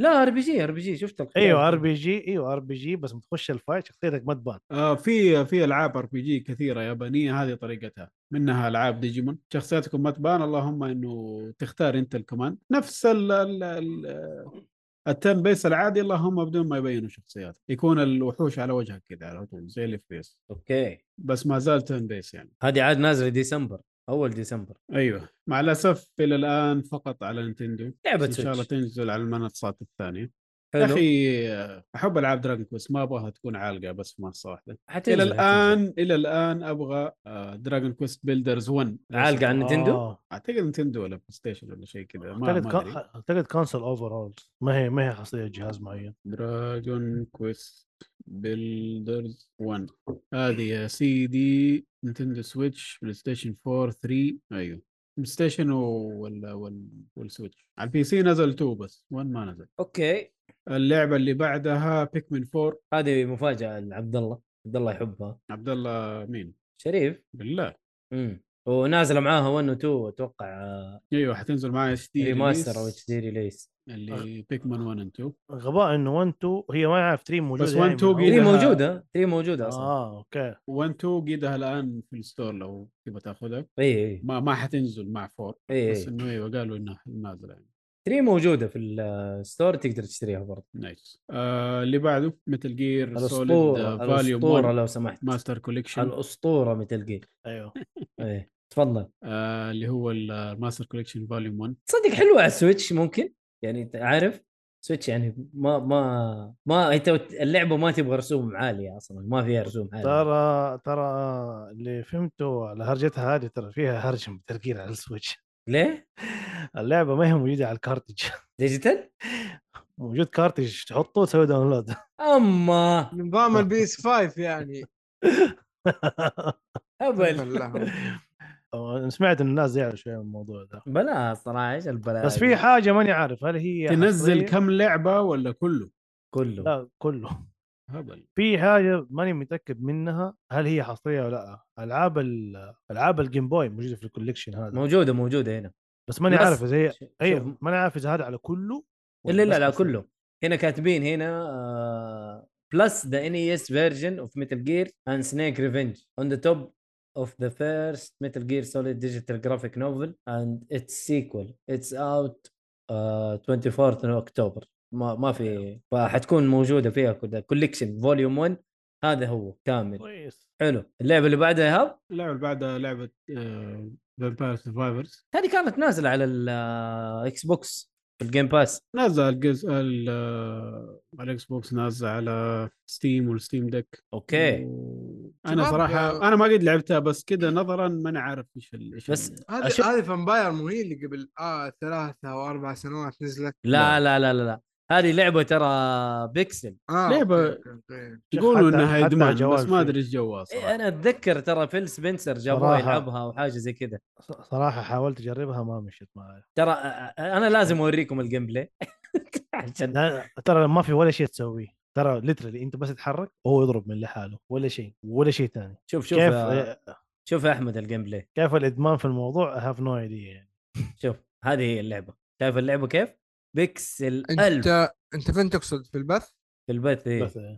[SPEAKER 2] لا ار بي جي ار بي جي شفت الخيار.
[SPEAKER 1] أيوة،
[SPEAKER 4] ايوه ار بي جي ايوه ار بي جي بس بتخش الفايت شخصيتك ما تبان
[SPEAKER 1] آه، في في العاب ار بي جي كثيره يابانيه هذه طريقتها منها العاب ديجيمون شخصياتكم ما تبان اللهم انه تختار انت الكمان نفس ال ال ال التن بيس العادي اللهم بدون ما يبينوا شخصيات يكون الوحوش على وجهك كذا على طول زي الاف بيس
[SPEAKER 2] اوكي
[SPEAKER 1] بس ما زال تن بيس يعني
[SPEAKER 2] هذه عاد نازله ديسمبر اول ديسمبر
[SPEAKER 1] ايوه مع الاسف الى الان فقط على نينتندو
[SPEAKER 2] لعبه
[SPEAKER 1] ان شاء الله
[SPEAKER 2] سويتش
[SPEAKER 1] تنزل على المنصات الثانيه يا
[SPEAKER 2] حلو
[SPEAKER 1] اخي آه، احب العاب دراجون كويست ما ابغاها تكون عالقه بس في منصه واحده
[SPEAKER 2] حتنزل-
[SPEAKER 1] الى
[SPEAKER 2] حتنزل.
[SPEAKER 1] الان الى الان ابغى دراجون كويست بيلدرز 1
[SPEAKER 2] عالقه على نينتندو
[SPEAKER 4] آه.
[SPEAKER 1] اعتقد نتندو ولا بلاي ستيشن ولا شيء كذا ما
[SPEAKER 4] اعتقد
[SPEAKER 1] ما
[SPEAKER 4] كا-
[SPEAKER 1] ادري
[SPEAKER 4] اعتقد كونسل اوفر هول ما هي ما هي خاصيه جهاز معين
[SPEAKER 1] دراجون كويست بيلدرز 1 هذه سي دي نتندو سويتش بلاي ستيشن 4 3 ايوه بلاي ستيشن و- ولا وال والسويتش على البي سي نزل 2 بس 1 ما نزل
[SPEAKER 2] اوكي
[SPEAKER 1] اللعبه اللي بعدها بيكمن 4
[SPEAKER 2] هذه مفاجاه لعبد الله عبد الله يحبها
[SPEAKER 1] عبد الله مين
[SPEAKER 2] شريف
[SPEAKER 1] بالله
[SPEAKER 2] امم ونازله معاها 1 و 2 اتوقع آه،
[SPEAKER 1] ايوه حتنزل معي اتش دي
[SPEAKER 2] ريماستر او اتش دي ريليس
[SPEAKER 1] اللي بيكمن 1 اند 2
[SPEAKER 4] غباء انه 1 2 هي ما يعرف 3 موجوده
[SPEAKER 1] بس
[SPEAKER 4] يعني
[SPEAKER 1] 1
[SPEAKER 4] من
[SPEAKER 1] 2
[SPEAKER 4] أول.
[SPEAKER 2] 3
[SPEAKER 1] إذا-
[SPEAKER 2] موجوده
[SPEAKER 1] آه.
[SPEAKER 2] 3 موجوده اصلا
[SPEAKER 4] اه اوكي
[SPEAKER 1] 1 2 قيدها الان في الستور لو تبغى تاخذها
[SPEAKER 2] اي اي
[SPEAKER 1] ما ما حتنزل مع 4
[SPEAKER 2] اي
[SPEAKER 1] بس انه ايوه قالوا انها نازله يعني
[SPEAKER 2] 3 موجوده إيه. في الستور تقدر تشتريها برضه
[SPEAKER 1] نايس آه اللي بعده متل جير سوليد
[SPEAKER 2] الاسطوره
[SPEAKER 1] فاليوم
[SPEAKER 2] الاسطوره
[SPEAKER 1] 1
[SPEAKER 2] لو سمحت
[SPEAKER 1] ماستر كوليكشن
[SPEAKER 2] الاسطوره مثل جير
[SPEAKER 4] ايوه
[SPEAKER 2] ايه تفضل
[SPEAKER 1] آه اللي هو الماستر كوليكشن فاليوم 1
[SPEAKER 2] تصدق حلوه على السويتش ممكن يعني انت عارف سويتش يعني ما ما ما انت اللعبه ما تبغى رسوم عاليه اصلا ما فيها رسوم عاليه
[SPEAKER 4] ترى ترى اللي فهمته على هرجتها هذه ترى فيها هرجه متركين على السويتش [LAUGHS]
[SPEAKER 2] ليه؟
[SPEAKER 4] اللعبه ما هي موجوده على الكارتج [LAUGHS]
[SPEAKER 2] ديجيتال؟
[SPEAKER 4] موجود كارتج تحطه تسوي داونلود [LAUGHS]
[SPEAKER 2] اما
[SPEAKER 3] نظام البي اس
[SPEAKER 2] [LAUGHS]
[SPEAKER 3] 5 يعني
[SPEAKER 4] [LAUGHS]
[SPEAKER 2] هبل
[SPEAKER 3] بالله.
[SPEAKER 4] أنا سمعت ان الناس زعلوا شويه من الموضوع ده
[SPEAKER 2] بلا صراحه ايش البلاء
[SPEAKER 4] بس
[SPEAKER 2] دي؟
[SPEAKER 4] في حاجه ماني عارف هل هي
[SPEAKER 1] تنزل
[SPEAKER 4] حصرية؟
[SPEAKER 1] كم لعبه ولا كله؟
[SPEAKER 2] كله
[SPEAKER 4] لا كله
[SPEAKER 1] هبل
[SPEAKER 4] في حاجه ماني متاكد منها هل هي حصريه ولا لا العاب ال- العاب الجيم بوي موجوده في الكوليكشن هذا
[SPEAKER 2] موجوده موجوده هنا
[SPEAKER 4] بس ماني
[SPEAKER 2] بس-
[SPEAKER 4] عارف اذا هي
[SPEAKER 2] ش- شوف،
[SPEAKER 4] اي ماني عارف اذا هذا على كله
[SPEAKER 2] الا
[SPEAKER 4] ولا
[SPEAKER 2] لا
[SPEAKER 4] بس
[SPEAKER 2] لا
[SPEAKER 4] حصري.
[SPEAKER 2] كله هنا آه، كاتبين هنا بلس ذا ان اس فيرجن اوف ميتال جير اند سنيك ريفنج اون ذا توب اوف ذا فيرست ميتال جير سوليد ديجيتال جرافيك نوفل اند اتس سيكول اتس اوت آه، 24 اكتوبر ما ما في فحتكون موجوده فيها كلها كوليكشن فوليوم 1 هذا هو كامل
[SPEAKER 4] كويس
[SPEAKER 2] حلو اللعبه اللي بعدها يا هاب
[SPEAKER 1] اللعبه اللي بعدها آه، لعبه فامباير سرفايفرز
[SPEAKER 2] هذه كانت نازله على الاكس بوكس في الجيم باس
[SPEAKER 1] نازل الجزء ال- آه، على الاكس بوكس نازل على ستيم والستيم دك
[SPEAKER 2] اوكي
[SPEAKER 1] و- انا
[SPEAKER 3] شباب،
[SPEAKER 1] صراحه
[SPEAKER 3] آه،
[SPEAKER 1] انا ما قد لعبتها بس كذا نظرا ما انا عارف ايش ال- ايش
[SPEAKER 2] بس
[SPEAKER 1] ال-
[SPEAKER 2] أشوف-
[SPEAKER 3] هذه هذه فامباير مو هي اللي قبل آه ثلاث او اربع سنوات نزلت
[SPEAKER 2] لا لا لا لا, لا. هذه لعبه ترى بيكسل
[SPEAKER 3] اه
[SPEAKER 1] لعبة-
[SPEAKER 3] أوكي، أوكي، أوكي.
[SPEAKER 4] شيخ،
[SPEAKER 1] يقولوا
[SPEAKER 4] حتى-
[SPEAKER 1] انها
[SPEAKER 4] حتى
[SPEAKER 1] ادمان
[SPEAKER 4] جوال
[SPEAKER 1] بس ما
[SPEAKER 4] فيه.
[SPEAKER 1] ادري ايش جوها
[SPEAKER 2] إيه
[SPEAKER 1] صراحه
[SPEAKER 2] انا اتذكر ترى فيل سبنسر جابوه
[SPEAKER 4] صراحة.
[SPEAKER 2] يلعبها وحاجه زي كذا
[SPEAKER 4] ص- صراحه حاولت اجربها ما مشيت معي
[SPEAKER 2] ترى أ- أ- انا لازم اوريكم الجيم بلاي [LAUGHS] عشان
[SPEAKER 4] لا، ترى ما في ولا شيء تسويه ترى ليترلي انت بس تتحرك وهو يضرب من لحاله ولا شيء ولا شيء ثاني
[SPEAKER 2] شوف آه. شوف
[SPEAKER 4] كيف إيه.
[SPEAKER 2] يا- شوف يا احمد الجيم بلاي
[SPEAKER 4] كيف الادمان في الموضوع هاف نو ايديا يعني
[SPEAKER 2] شوف هذه هي اللعبه شايف اللعبه كيف؟ بيكسل 1000 في
[SPEAKER 3] انت انت فين تقصد في البث؟ [CLEARS THROAT]
[SPEAKER 2] البث إيه.
[SPEAKER 4] بس آه،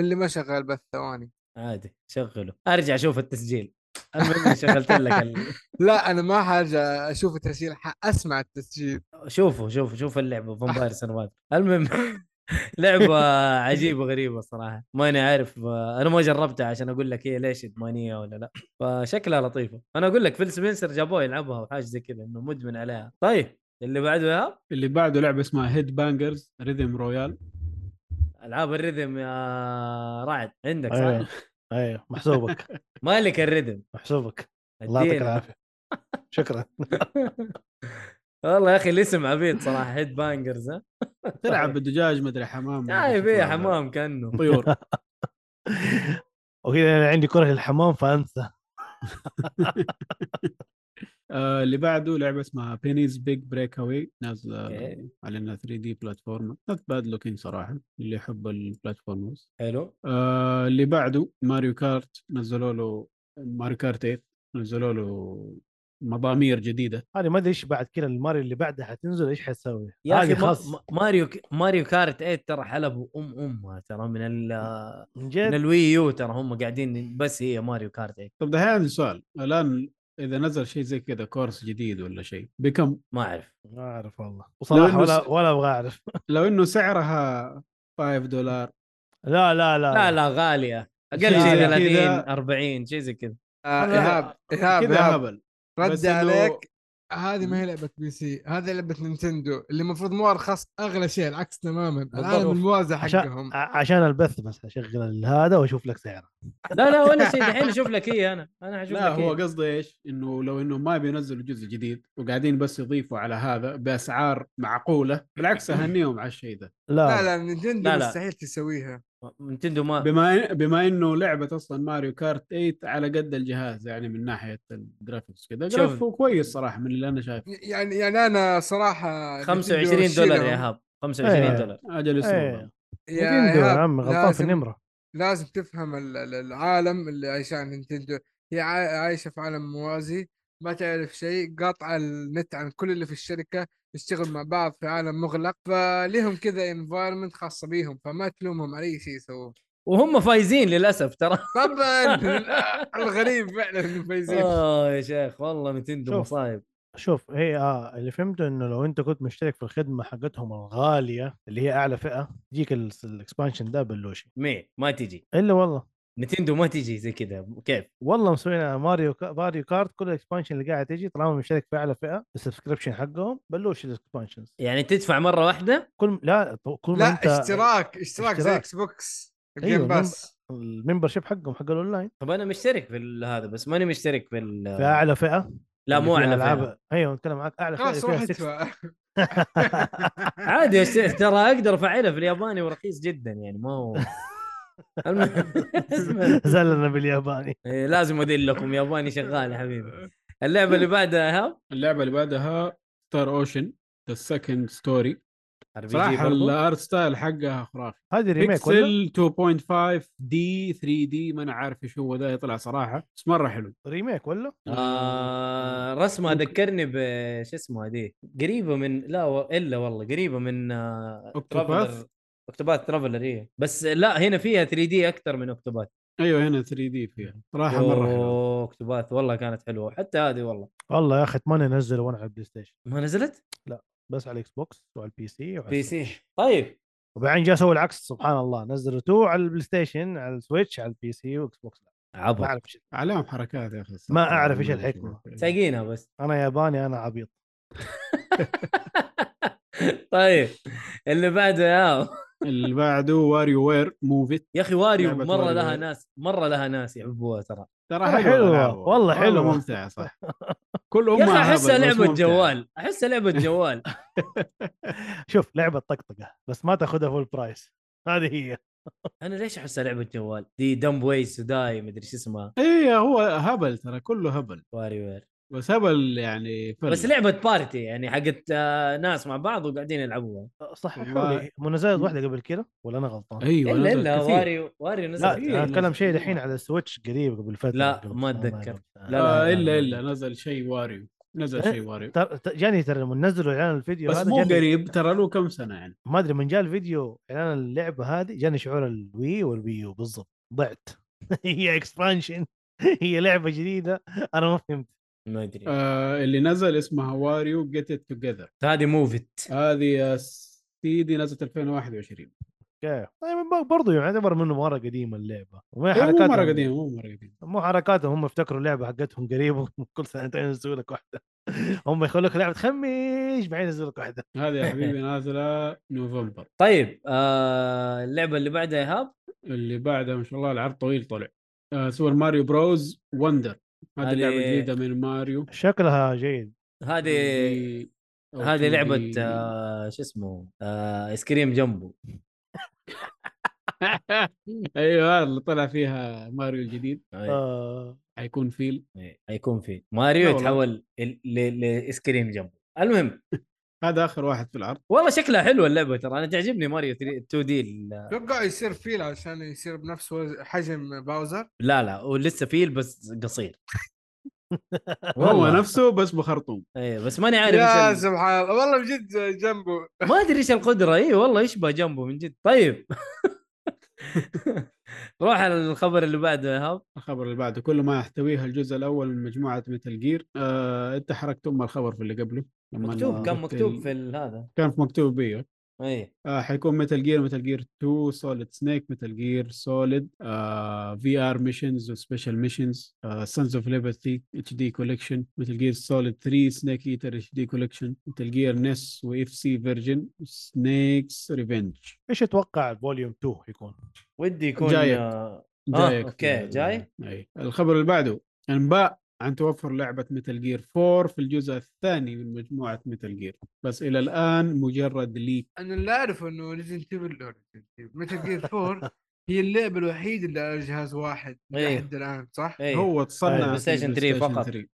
[SPEAKER 3] اللي ما شغال بث ثواني
[SPEAKER 2] عادي شغله ارجع اشوف التسجيل المهم
[SPEAKER 4] [LAUGHS]
[SPEAKER 2] إني شغلت لك ال...
[SPEAKER 3] لا انا ما حاجة اشوف التسجيل اسمع التسجيل
[SPEAKER 2] شوفوا شوفوا شوفوا اللعبه
[SPEAKER 4] [LAUGHS]
[SPEAKER 2] فامباير سرفايفر المهم [LAUGHS] لعبه عجيبه غريبه صراحه ماني عارف انا ما جربتها عشان اقول لك هي ليش ادمانيه ولا لا فشكلها لطيفه انا اقول لك فيل سبنسر جابوه يلعبها وحاجه زي كذا انه مدمن عليها طيب اللي بعده يا
[SPEAKER 1] اللي بعده لعبه اسمها هيد بانجرز ريذم رويال
[SPEAKER 2] العاب الريذم يا رعد عندك
[SPEAKER 4] ايوه
[SPEAKER 2] صح؟
[SPEAKER 4] ايوه
[SPEAKER 2] [LAUGHS]
[SPEAKER 4] محسوبك
[SPEAKER 2] مالك الريذم
[SPEAKER 4] محسوبك الله يعطيك
[SPEAKER 2] ادينا. [LAUGHS]
[SPEAKER 4] العافيه شكرا
[SPEAKER 2] والله يا اخي الاسم عبيد صراحه هيد بانجرز ها [LAUGHS]
[SPEAKER 1] تلعب بدجاج مدري حمام
[SPEAKER 2] شايف ايه حمام
[SPEAKER 4] [LAUGHS]
[SPEAKER 2] كانه [LAUGHS]
[SPEAKER 1] طيور
[SPEAKER 4] وكذا انا عندي كره للحمام فانسى
[SPEAKER 1] آه اللي بعده لعبه اسمها بينيز بيج بريك اواي نازله
[SPEAKER 2] أوكي،
[SPEAKER 1] على انها 3 دي بلاتفورم نوت باد لوكينج صراحه اللي يحب البلاتفورمرز
[SPEAKER 2] حلو
[SPEAKER 1] آه اللي بعده ماريو كارت نزلوا له ماريو كارت 8 نزلوا له مضامير جديده
[SPEAKER 4] هذه ما ادري ايش بعد كذا الماريو اللي بعدها حتنزل ايش حتسوي
[SPEAKER 2] يا اخي
[SPEAKER 4] هذه
[SPEAKER 2] ما-
[SPEAKER 4] خاص
[SPEAKER 2] ما- ماريو ك- ماريو كارت 8 ترى حلب ام امها ترى من ال
[SPEAKER 4] من
[SPEAKER 2] من
[SPEAKER 4] جد
[SPEAKER 2] الوي يو ترى هم قاعدين بس هي ماريو كارت إيه. 8
[SPEAKER 1] طب ده عندي سؤال الان اذا نزل شيء زي كذا كورس جديد ولا شيء بكم
[SPEAKER 2] ما اعرف
[SPEAKER 4] ما اعرف والله وصراحه
[SPEAKER 1] لأنه
[SPEAKER 4] ولا
[SPEAKER 1] س-
[SPEAKER 4] ولا ابغى اعرف
[SPEAKER 1] لو انه سعرها 5 دولار
[SPEAKER 4] لا لا لا,
[SPEAKER 2] لا لا غاليه اقل
[SPEAKER 1] شيء
[SPEAKER 2] شيء
[SPEAKER 1] زي
[SPEAKER 2] 30
[SPEAKER 1] كذا.
[SPEAKER 2] 40 شيء زي كذا
[SPEAKER 3] آه،
[SPEAKER 4] أنا-
[SPEAKER 3] ايهاب ايهاب
[SPEAKER 1] كذا
[SPEAKER 3] ايهاب
[SPEAKER 1] هبل بس
[SPEAKER 3] رد
[SPEAKER 1] إنه-
[SPEAKER 3] عليك هذه ما هي لعبه بي سي هذه لعبه نينتندو اللي المفروض مو ارخص اغلى شيء العكس تماما العالم الموازى
[SPEAKER 4] عشان- آه.
[SPEAKER 3] حقهم
[SPEAKER 4] ع- عشان البث بس اشغل هذا واشوف لك سعره
[SPEAKER 2] لا لا ولا شيء الحين اشوف لك هي انا انا اشوف لك إيه.
[SPEAKER 1] لا هو
[SPEAKER 2] هو
[SPEAKER 1] قصده ايش؟ انه لو انه ما بينزلوا جزء جديد وقاعدين بس يضيفوا على هذا باسعار معقوله بالعكس اهنيهم على الشيء ذا
[SPEAKER 4] لا
[SPEAKER 3] لا لا نينتندو
[SPEAKER 2] لا، لا.
[SPEAKER 3] مستحيل تسويها
[SPEAKER 2] نتندو ما
[SPEAKER 1] بما بما انه لعبه اصلا ماريو كارت 8 على قد الجهاز يعني من ناحيه الجرافيكس كذا
[SPEAKER 2] شوف.
[SPEAKER 1] جرافيكو كويس صراحه من اللي انا شايفه
[SPEAKER 3] يعني يعني انا صراحه نينتندو
[SPEAKER 2] 25 دولار يا
[SPEAKER 3] شيلهم.
[SPEAKER 2] ايهاب 25
[SPEAKER 4] إيه.
[SPEAKER 2] دولار
[SPEAKER 1] اجل يسوى
[SPEAKER 4] إيه.
[SPEAKER 3] يا
[SPEAKER 4] نتندو يا
[SPEAKER 3] إيهاب،
[SPEAKER 4] عمي غلطان في
[SPEAKER 3] لازم-
[SPEAKER 4] النمره
[SPEAKER 3] لازم تفهم ال- ال- العالم اللي عايشاه نينتندو هي عا- عايشه في عالم موازي ما تعرف شيء قاطعه النت عن كل اللي في الشركه يشتغل مع بعض في عالم مغلق فلهم كذا انفايرمنت خاصه بيهم فما تلومهم على اي شيء يسووه
[SPEAKER 2] وهم فايزين للاسف ترى
[SPEAKER 3] طبعا [LAUGHS] الغريب فعلا إنه فايزين
[SPEAKER 4] آه،
[SPEAKER 2] اه يا شيخ والله نتندو
[SPEAKER 4] شوف.
[SPEAKER 2] مصايب
[SPEAKER 4] شوف هي آه اللي فهمته انه لو انت كنت مشترك في الخدمه حقتهم الغاليه اللي هي اعلى فئه تجيك ال- الاكسبانشن ده بلوشي
[SPEAKER 2] مي ما تجي
[SPEAKER 4] الا والله
[SPEAKER 2] نتندو ما تجي زي كذا كيف
[SPEAKER 4] والله مسوينا ماريو كا- ماريو كارت كل الاكسبانشن اللي قاعد تجي طالما مشترك في اعلى فئه السبسكريبشن حقهم بلوش الاكسبانشنز
[SPEAKER 2] يعني تدفع مره واحده
[SPEAKER 4] كل لا طو- كل ما
[SPEAKER 3] لا
[SPEAKER 4] انت
[SPEAKER 3] اشتراك اشتراك زي
[SPEAKER 4] اشتراك.
[SPEAKER 3] اكس بوكس
[SPEAKER 4] أيوة،
[SPEAKER 3] جيم باس
[SPEAKER 4] الممبر شيب حقهم حق الاونلاين
[SPEAKER 2] طب انا مشترك في ال- هذا بس ماني مشترك في ال-
[SPEAKER 3] آه،
[SPEAKER 4] في اعلى فئه
[SPEAKER 2] لا
[SPEAKER 4] اللي
[SPEAKER 2] مو
[SPEAKER 4] فيها
[SPEAKER 2] اعلى فئة.
[SPEAKER 4] ألعاب- ايوه نتكلم معك اعلى فئه
[SPEAKER 3] خلاص
[SPEAKER 4] اللي فيها
[SPEAKER 3] روح
[SPEAKER 4] 60
[SPEAKER 3] ادفع
[SPEAKER 2] عادي أشت- ترى اقدر افعلها في الياباني ورخيص جدا يعني ما
[SPEAKER 4] [LAUGHS]
[SPEAKER 2] هو الم- المهم،
[SPEAKER 4] [LAUGHS]
[SPEAKER 2] [LAUGHS]
[SPEAKER 4] زلنا بالياباني
[SPEAKER 2] إيه، لازم اذلكم ياباني شغال يا حبيبي اللعبه اللي بعدها ايهاب
[SPEAKER 1] اللعبه اللي بعدها ستار اوشن ذا سكند ستوري
[SPEAKER 2] ار بي جي
[SPEAKER 1] صراحه
[SPEAKER 2] برضو.
[SPEAKER 1] الارت ستايل حقها خرافي
[SPEAKER 4] هذه ريميك ولا
[SPEAKER 1] بيكسل 2.5 دي 3 دي ما انا عارف ايش هو ذا يطلع صراحه بس مره حلو
[SPEAKER 4] ريميك ولا
[SPEAKER 2] آه رسمها ذكرني بش اسمه هذه قريبه من لا و... الا والله قريبه من آه،
[SPEAKER 1] Octopath؟
[SPEAKER 2] Traveler- Octopath ترافلر ايه بس لا هنا فيها 3 دي اكثر من اوكتوباث
[SPEAKER 1] ايوه هنا 3 دي فيها صراحه مره حلو
[SPEAKER 2] اوكتوباث والله كانت حلوه حتى هذه والله
[SPEAKER 4] والله يا اخي اتمنى ينزلوا وانا على البلاي ستيشن
[SPEAKER 2] ما نزلت
[SPEAKER 4] بس على الاكس بوكس وعلى البي سي وعلى
[SPEAKER 2] بي
[SPEAKER 4] السويتش.
[SPEAKER 2] سي طيب
[SPEAKER 4] وبعدين جاء سوى العكس سبحان الله نزلوا تو على البلاي ستيشن على السويتش على البي سي واكس بوكس ما
[SPEAKER 2] عبط
[SPEAKER 4] اعرف إيش-
[SPEAKER 1] عليهم حركات يا اخي
[SPEAKER 4] ما أعرف إيش الحكمة.
[SPEAKER 2] سايقينها بس
[SPEAKER 4] انا ياباني انا عبيط
[SPEAKER 2] طيب اللي بعده يا هو.
[SPEAKER 1] اللي بعده واريو وير موفيت
[SPEAKER 2] يا اخي واريو
[SPEAKER 1] لعبة
[SPEAKER 2] مره
[SPEAKER 1] واريو.
[SPEAKER 2] لها ناس مره لها ناس يحبوها ترى
[SPEAKER 1] ترى حلوة
[SPEAKER 4] ترى حلوة،
[SPEAKER 1] ألعابها
[SPEAKER 4] والله حلوة.
[SPEAKER 1] ممتعه
[SPEAKER 4] [LAUGHS]
[SPEAKER 1] صح كل
[SPEAKER 2] يا
[SPEAKER 1] امها
[SPEAKER 2] اخي احسها
[SPEAKER 1] هبل، بس
[SPEAKER 2] لعبه
[SPEAKER 1] ممتعة.
[SPEAKER 2] جوال احسها لعبه جوال [LAUGHS]
[SPEAKER 4] شوف لعبه طقطقه بس ما تاخذها فول برايس هذه هي
[SPEAKER 2] انا ليش احسها لعبه جوال دي دمب ويس وداي مدري شو اسمها
[SPEAKER 1] ايه هو هبل ترى كله هبل
[SPEAKER 2] واري وير
[SPEAKER 1] بس هبل يعني فل.
[SPEAKER 2] بس لعبه بارتي يعني حقت آه، ناس مع بعض وقاعدين يلعبوها
[SPEAKER 4] صححوا
[SPEAKER 1] والله.
[SPEAKER 4] لي منازلات واحده قبل كذا ولا انا غلطان؟
[SPEAKER 1] ايوه
[SPEAKER 2] الا
[SPEAKER 1] نزل
[SPEAKER 2] الا
[SPEAKER 1] كثير.
[SPEAKER 2] واريو واريو نزل
[SPEAKER 4] لا
[SPEAKER 2] كثير.
[SPEAKER 4] انا اتكلم شيء
[SPEAKER 1] نزل.
[SPEAKER 4] الحين على السويتش قريب قبل فتره
[SPEAKER 2] لا،
[SPEAKER 4] قبل-
[SPEAKER 2] ما
[SPEAKER 4] آه،
[SPEAKER 2] أتذكر.
[SPEAKER 4] أعرف. آه.
[SPEAKER 2] لا،
[SPEAKER 1] آه
[SPEAKER 2] لا،
[SPEAKER 1] الا
[SPEAKER 2] لا. طيب،
[SPEAKER 1] الا نزل شيء واريو نزل
[SPEAKER 4] إيه،
[SPEAKER 1] شيء واريو
[SPEAKER 4] تر- ت- جاني ترى لما نزلوا اعلان الفيديو
[SPEAKER 1] بس
[SPEAKER 4] هذا
[SPEAKER 1] مو
[SPEAKER 4] جاني-
[SPEAKER 1] قريب ترى له كم سنه يعني
[SPEAKER 4] ما ادري من جاء الفيديو اعلان اللعبه هذه جاني شعور الوي والويو بالضبط ضعت [LAUGHS] هي اكسبانشن هي لعبه جديده انا ما فهمت
[SPEAKER 2] ما ادري
[SPEAKER 1] آه اللي نزل اسمها واريو جيت ات توجذر
[SPEAKER 2] هذه موفت
[SPEAKER 1] هذه يا سيدي نزلت 2021
[SPEAKER 4] كيف طيب ب- برضو يعني يعتبر منه مره قديمه اللعبه وما هي
[SPEAKER 1] إيه، مو مره
[SPEAKER 4] حركاتهم-
[SPEAKER 1] قديمه مو مره قديمه
[SPEAKER 4] مو حركاتهم هم افتكروا اللعبه حقتهم قريب [LAUGHS] كل سنتين ينزلوا لك واحده هم يخلوا لك لعبه خميش بعدين ينزلوا لك واحده
[SPEAKER 2] إيه،
[SPEAKER 1] هذه يا حبيبي نازله نوفمبر
[SPEAKER 2] طيب آه اللعبه اللي بعدها ايهاب
[SPEAKER 1] اللي بعدها ما شاء الله العرض طويل طلع آه سوبر ماريو بروز وندر هذه
[SPEAKER 2] هذه-
[SPEAKER 1] لعبه جديده من ماريو
[SPEAKER 4] شكلها جيد
[SPEAKER 2] هذه
[SPEAKER 1] 3D أو
[SPEAKER 2] هذه
[SPEAKER 1] 2D.
[SPEAKER 2] لعبه آه شو اسمه آه ايس كريم جنبه
[SPEAKER 1] ايوه اللي طلع فيها ماريو الجديد
[SPEAKER 4] آه
[SPEAKER 1] حيكون فيل
[SPEAKER 2] حيكون في
[SPEAKER 1] لا
[SPEAKER 2] يعني ماريو
[SPEAKER 1] والله.
[SPEAKER 2] يتحول ال- ل- لايس كريم جنبه المهم
[SPEAKER 1] هذا اخر واحد في العرض
[SPEAKER 2] والله شكلها حلوه اللعبه ترى انا تعجبني ماريو 2 دي
[SPEAKER 4] آه.
[SPEAKER 3] توقع يصير فيل عشان يصير بنفس وز- حجم باوزر
[SPEAKER 2] لا لا ولسه فيل بس قصير
[SPEAKER 1] هو
[SPEAKER 2] والله.
[SPEAKER 1] نفسه بس بخرطوم
[SPEAKER 2] اي إيه، بس ماني عارف
[SPEAKER 3] يا
[SPEAKER 2] ايش ال-
[SPEAKER 3] سبحان الله والله بجد جنبه
[SPEAKER 2] ما ادري ايش القدره اي إيه، والله يشبه جنبه من جد طيب [LAUGHS] روح على الخبر اللي بعده يا هاب
[SPEAKER 1] الخبر اللي بعده كل ما يحتويه الجزء الاول من مجموعه متل جير آه، انت حركت ام الخبر في اللي قبله لما
[SPEAKER 2] مكتوب كان
[SPEAKER 1] قلت
[SPEAKER 2] مكتوب
[SPEAKER 1] ال-
[SPEAKER 2] في ال- هذا إيه،
[SPEAKER 1] كان في مكتوب ايوه
[SPEAKER 2] اي
[SPEAKER 1] آه حيكون متل جير متل جير 2 سوليد سنيك متل جير سوليد في ار ميشنز وسبيشال ميشنز سانز اوف ليبرتي اتش دي كوليكشن متل جير سوليد 3 سنيك ايتر اتش دي كوليكشن متل جير نس واف سي فيرجن سنيكس ريفنج
[SPEAKER 4] ايش اتوقع فوليوم 2 يكون؟
[SPEAKER 2] ودي يكون
[SPEAKER 1] جايك.
[SPEAKER 2] آه، آه،
[SPEAKER 1] جايك
[SPEAKER 2] أوكي،
[SPEAKER 1] في-
[SPEAKER 2] جاي.
[SPEAKER 1] اي آه، الخبر اللي بعده انباء عن توفر لعبة متل جير 4 في الجزء الثاني من مجموعة متل جير بس إلى الآن مجرد ليك
[SPEAKER 3] انا اللي اعرف انه ريزنت ايفل متل جير 4 هي اللعبه الوحيده اللي على جهاز واحد
[SPEAKER 2] إيه.
[SPEAKER 3] لحد الان صح؟
[SPEAKER 2] اي
[SPEAKER 1] هو تصنع
[SPEAKER 4] بلاي
[SPEAKER 1] في
[SPEAKER 2] ستيشن
[SPEAKER 1] بلاي
[SPEAKER 2] 3
[SPEAKER 1] ستيشن
[SPEAKER 2] فقط.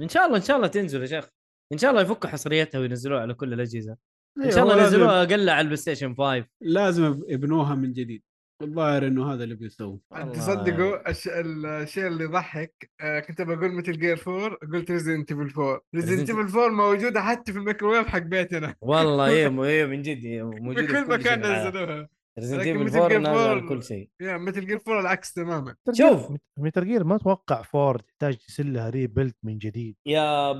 [SPEAKER 2] ان شاء الله ان شاء الله تنزل يا شيخ ان شاء الله يفكوا حصريتها وينزلوها على كل الاجهزه ان
[SPEAKER 1] أيوة، هو
[SPEAKER 2] شاء الله
[SPEAKER 1] لازم-
[SPEAKER 2] ينزلوها اقل على البلاي ستيشن 5
[SPEAKER 1] لازم يب- يبنوها من جديد الظاهر انه هذا اللي بيسووه
[SPEAKER 3] عاد
[SPEAKER 2] والله.
[SPEAKER 3] تصدقوا الش- الشيء اللي يضحك آه، كنت بقول متل جير 4 قلت ريزنت ايفل 4 ريزنت
[SPEAKER 2] Resident-
[SPEAKER 3] ايفل 4 موجوده حتى في الميكروويف حق بيتنا
[SPEAKER 2] والله اي [LAUGHS] مو- اي من جد إيه، موجوده
[SPEAKER 3] في
[SPEAKER 2] في آه.
[SPEAKER 3] كل مكان
[SPEAKER 2] نزلوها
[SPEAKER 3] نزلوها
[SPEAKER 2] ريزنت
[SPEAKER 3] لكن
[SPEAKER 2] ايفل 4
[SPEAKER 3] Metal Gear
[SPEAKER 2] نازل على
[SPEAKER 3] 4
[SPEAKER 2] كل شيء
[SPEAKER 3] يا متل جير 4 العكس تماما
[SPEAKER 2] شوف
[SPEAKER 4] متل جير ما اتوقع فورد تحتاج تصير لها ريبلت من جديد
[SPEAKER 2] يا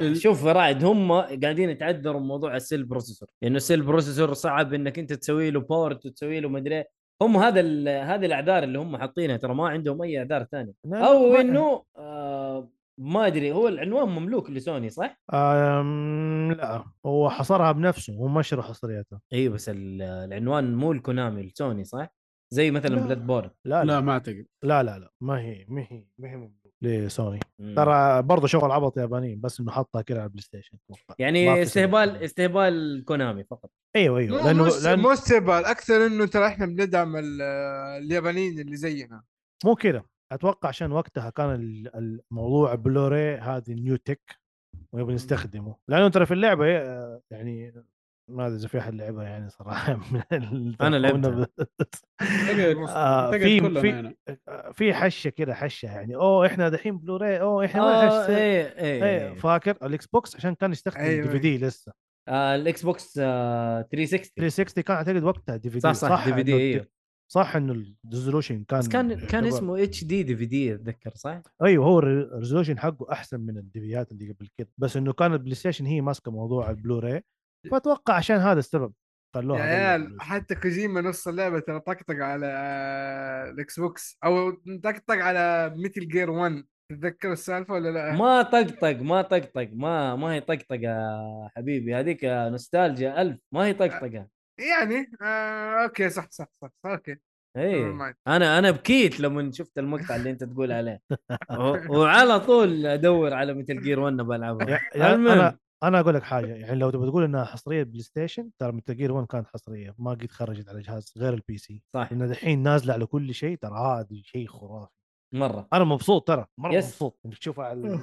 [SPEAKER 1] ال-
[SPEAKER 2] شوف رائد هم قاعدين يتعذروا من موضوع السيل بروسيسور لانه السيل بروسيسور صعب انك انت تسوي له بورت وتسوي له مدري إيه. هم هذا ال- هذه الاعذار اللي هم حاطينها ترى ما عندهم اي اعذار ثانيه
[SPEAKER 4] لا،
[SPEAKER 2] او
[SPEAKER 4] ما-
[SPEAKER 2] انه آه ما ادري هو العنوان مملوك لسوني صح؟
[SPEAKER 4] أم، آمم، لا هو حصرها بنفسه هو ما شرى حصريتها
[SPEAKER 2] اي إيه بس ال- العنوان مو لكونامي لسوني صح؟ زي مثلا
[SPEAKER 4] لا.
[SPEAKER 2] بلاد بورن
[SPEAKER 4] لا
[SPEAKER 1] لا
[SPEAKER 3] نعم.
[SPEAKER 4] لا
[SPEAKER 1] ما اعتقد
[SPEAKER 4] لا لا, لا. ما هي ما هي ما هي مملوك لسوني
[SPEAKER 3] نعم.
[SPEAKER 4] ترى برضه شغل عبط يابانيين بس انه حطها كده على البلاي ستيشن أتوقع. ما في
[SPEAKER 2] يعني
[SPEAKER 4] سبب
[SPEAKER 2] استهبال
[SPEAKER 4] ثاني.
[SPEAKER 2] استهبال كونامي فقط
[SPEAKER 4] ايوه
[SPEAKER 3] مو
[SPEAKER 4] ايوه لانه
[SPEAKER 3] لانه
[SPEAKER 4] لأن
[SPEAKER 3] مو استهبال اكثر انه ترى احنا بندعم ال- اليابانيين اللي زينا
[SPEAKER 4] مو كده اتوقع عشان وقتها كان ال- الموضوع بلوري هذه نيو تك ونبغى نستخدمه لانه ترى في اللعبه آه، يعني ما ادري اذا في احد لعبها يعني صراحه [LAUGHS] من التلفون.
[SPEAKER 2] لعبتها.
[SPEAKER 4] آه،
[SPEAKER 1] اعتقد
[SPEAKER 4] في-
[SPEAKER 1] كلنا يعني.
[SPEAKER 4] في-
[SPEAKER 1] هنا
[SPEAKER 4] آه، في حشه كده حشه يعني اوه احنا دحين بلوري اوه احنا ما
[SPEAKER 2] آه،
[SPEAKER 4] حش
[SPEAKER 2] إيه، إيه،
[SPEAKER 4] ايه
[SPEAKER 2] إيه.
[SPEAKER 4] فاكر الاكس بوكس عشان كان يستخدم
[SPEAKER 3] أيوة،
[SPEAKER 4] دي في دي لسه
[SPEAKER 2] آه، الاكس بوكس آه، 360
[SPEAKER 4] 360 كان اعتقد وقتها دي في دي
[SPEAKER 2] صح صح دي في دي
[SPEAKER 4] إنه
[SPEAKER 2] إيه.
[SPEAKER 4] الد- صح انه الريزولوشن كان
[SPEAKER 2] بس كان كان
[SPEAKER 4] يعتبر-
[SPEAKER 2] اسمه اتش دي دي في دي اتذكر صح؟
[SPEAKER 4] ايوه هو الريزولوشن حقه احسن من الديفيات اللي قبل كده بس انه كان البلاي ستيشن هي ماسكه موضوع البلوراي فاتوقع عشان هذا السبب
[SPEAKER 3] يا
[SPEAKER 4] خلوها
[SPEAKER 3] عيال حتى كوجيما نص اللعبه ترى طقطق على الاكس بوكس او طقطق على ميتل جير 1 تتذكر السالفه ولا لا؟
[SPEAKER 2] ما طقطق ما طقطق ما ما هي طقطقه حبيبي هذيك نوستالجيا ألف ما هي طقطقه
[SPEAKER 3] يعني آه اوكي صح صح صح, صح اوكي
[SPEAKER 2] اي
[SPEAKER 3] never mind.
[SPEAKER 2] انا انا إيه. بكيت لما شفت المقطع اللي انت تقول عليه و- وعلى طول ادور على متل جير 1 بلعبها المهم
[SPEAKER 4] انا انا اقول لك حاجه يعني لو تبغى تقول انها حصريه بلاي ستيشن ترى متل جير 1 كانت حصريه ما قد خرجت على جهاز غير البي سي
[SPEAKER 2] صح
[SPEAKER 4] لان دحين نازله على كل شيء ترى هذا شيء خرافي
[SPEAKER 2] مره
[SPEAKER 4] انا مبسوط ترى مره
[SPEAKER 2] يس.
[SPEAKER 4] يس. مبسوط انك تشوفها على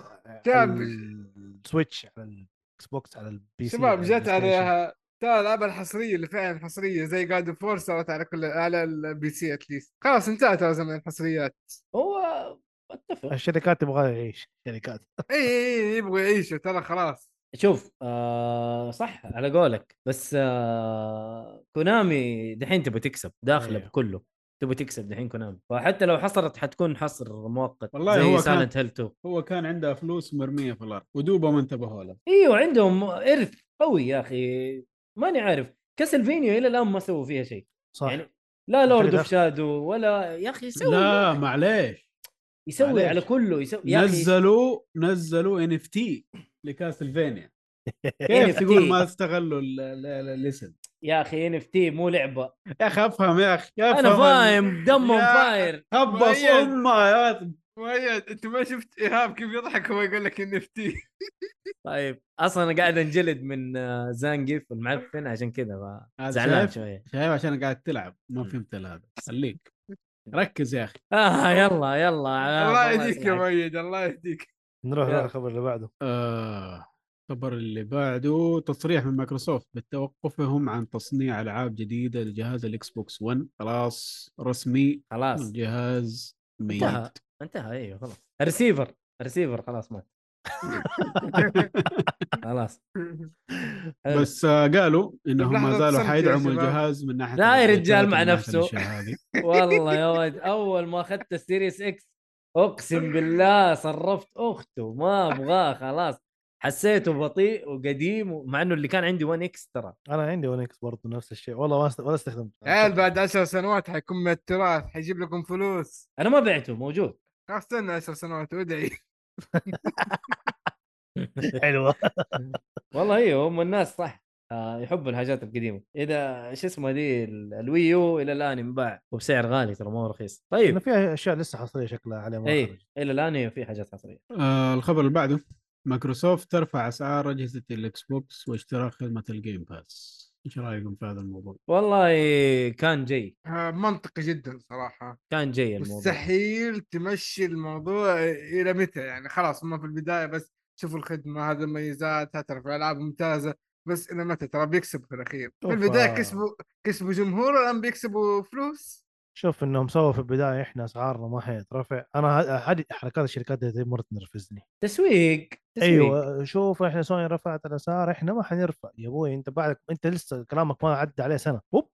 [SPEAKER 3] شاب.
[SPEAKER 4] على السويتش على الاكس بوكس على البي سي يعني،
[SPEAKER 3] شباب
[SPEAKER 4] على
[SPEAKER 3] جت
[SPEAKER 4] البلاي ستيشن.
[SPEAKER 3] عليها ترى الالعاب الحصريه اللي فعلا حصريه زي جاد اوف وور صارت على كل على البي سي اتليست خلاص انتهى ترى زمن الحصريات
[SPEAKER 2] هو اتفق
[SPEAKER 4] الشركات تبغى يعيش الشركات
[SPEAKER 3] اي اي إي، يبغوا يعيشوا ترى خلاص
[SPEAKER 2] شوف آه صح على قولك بس آه كونامي دحين تبى تكسب داخله
[SPEAKER 1] إيه.
[SPEAKER 4] أيوه.
[SPEAKER 2] بكله تبى تكسب دحين كونامي فحتى لو حصرت حتكون حصر مؤقت
[SPEAKER 1] والله
[SPEAKER 2] زي
[SPEAKER 1] هو كان-
[SPEAKER 2] سايلنت هيل 2
[SPEAKER 1] هو كان عنده فلوس مرميه في الارض ودوبه ما انتبهوا له
[SPEAKER 2] ايوه عندهم ارث قوي يا اخي ماني عارف كاسلفينيا الى الان ما سووا فيها شيء
[SPEAKER 4] صح
[SPEAKER 2] يعني لا لورد
[SPEAKER 4] أعتقد
[SPEAKER 2] اوف
[SPEAKER 4] آخر-
[SPEAKER 2] شادو ولا يا اخي يسوي
[SPEAKER 1] لا معليش
[SPEAKER 2] يسوي
[SPEAKER 1] معليش.
[SPEAKER 2] على كله يسوي يا اخي
[SPEAKER 1] نزلوا نزلوا ان اف تي
[SPEAKER 2] [LAUGHS]
[SPEAKER 1] لكاسلفينيا كيف
[SPEAKER 2] NFT.
[SPEAKER 1] تقول ما استغلوا ال- ال- ال- الاسم
[SPEAKER 2] يا اخي ان اف تي مو لعبه
[SPEAKER 1] يا اخي افهم يا اخي يا
[SPEAKER 2] انا
[SPEAKER 1] أفهم.
[SPEAKER 2] فاهم دمهم
[SPEAKER 3] يا-
[SPEAKER 2] فاير
[SPEAKER 1] خبص
[SPEAKER 3] مؤيد.
[SPEAKER 1] امه يا
[SPEAKER 3] مؤيد انت ما شفت ايهاب كيف يضحك هو يقول لك ان اف تي
[SPEAKER 2] طيب اصلا انا قاعد انجلد من آه، زانجيف المعفن عشان كذا ف-
[SPEAKER 1] هذا
[SPEAKER 2] زعلان
[SPEAKER 1] شايف؟
[SPEAKER 2] شويه [LAUGHS]
[SPEAKER 1] شايف عشان قاعد تلعب ما فهمت إلا هذا خليك ركز يا اخي
[SPEAKER 2] اه يلا يلا آه،
[SPEAKER 3] الله يهديك يا
[SPEAKER 2] يسمعك.
[SPEAKER 3] مؤيد الله يهديك
[SPEAKER 4] نروح
[SPEAKER 2] يلا.
[SPEAKER 4] للخبر اللي بعده
[SPEAKER 1] آه، الخبر اللي بعده تصريح من مايكروسوفت بتوقفهم عن تصنيع العاب جديده لجهاز الاكس بوكس 1 خلاص رسمي
[SPEAKER 2] خلاص
[SPEAKER 1] الجهاز ميت
[SPEAKER 2] انتهى. انتهى ايوه خلاص الريسيفر الريسيفر خلاص
[SPEAKER 3] [LAUGHS]
[SPEAKER 2] مات خلاص حلو.
[SPEAKER 1] بس آه، قالوا انهم ما
[SPEAKER 3] لحظة
[SPEAKER 1] زالوا
[SPEAKER 3] صمت يا
[SPEAKER 1] حيدعموا
[SPEAKER 3] شباب.
[SPEAKER 1] الجهاز من ناحيه
[SPEAKER 2] لا يا
[SPEAKER 1] الإعدادات
[SPEAKER 2] رجال مع
[SPEAKER 1] ومن ناحية
[SPEAKER 2] نفسه.
[SPEAKER 1] الأشياء هذه.
[SPEAKER 2] والله يا ولد اول ما اخذت السيريس اكس اقسم بالله صرفت اخته ما ابغاه خلاص حسيته بطيء وقديم مع انه اللي كان عندي 1 اكس ترى
[SPEAKER 4] انا عندي ون اكس برضه نفس الشيء والله ما است... ولا استخدمت
[SPEAKER 3] عيال آه،
[SPEAKER 4] [LAUGHS]
[SPEAKER 3] بعد 10 سنوات حيكون من التراث حيجيب لكم فلوس
[SPEAKER 2] انا ما بعته موجود
[SPEAKER 3] خلاص استنى 10 سنوات وادعي
[SPEAKER 4] حلوه
[SPEAKER 2] والله ايوه هم الناس صح آه، يحبوا الحاجات القديمه اذا شو اسمه دي ال- الويو الى الان ينباع وبسعر غالي ترى ما هو رخيص
[SPEAKER 4] انه
[SPEAKER 2] طيب إيه،
[SPEAKER 4] فيها اشياء لسه حصريه شكلها عليها ما
[SPEAKER 2] اي
[SPEAKER 4] خرجت.
[SPEAKER 2] الى الان هي في حاجات حصريه
[SPEAKER 1] آه الخبر اللي بعده مايكروسوفت ترفع اسعار اجهزه الاكس بوكس واشتراك خدمه الجيم باس ايش رايكم في هذا الموضوع؟
[SPEAKER 2] والله كان جاي
[SPEAKER 3] آه، منطقي جدا صراحه
[SPEAKER 2] كان جاي الموضوع
[SPEAKER 3] مستحيل تمشي الموضوع الى متى يعني خلاص ما في البدايه بس شوفوا الخدمه هذا مميزاتها ترى في العاب ممتازه بس الى متى ترى بيكسب في الاخير في
[SPEAKER 4] أوف.
[SPEAKER 3] البدايه كسبوا كسبوا جمهور الان بيكسبوا فلوس
[SPEAKER 4] شوف انهم سووا في البدايه احنا اسعارنا ما حيترفع انا ه- هذه حركات الشركات دي مره تنرفزني
[SPEAKER 2] تسويق تسويق
[SPEAKER 3] أيوة.
[SPEAKER 4] ايوه شوف احنا سوني رفعت الاسعار احنا ما حنرفع يا ابوي انت بعدك انت لسه كلامك ما عدى عليه سنه وب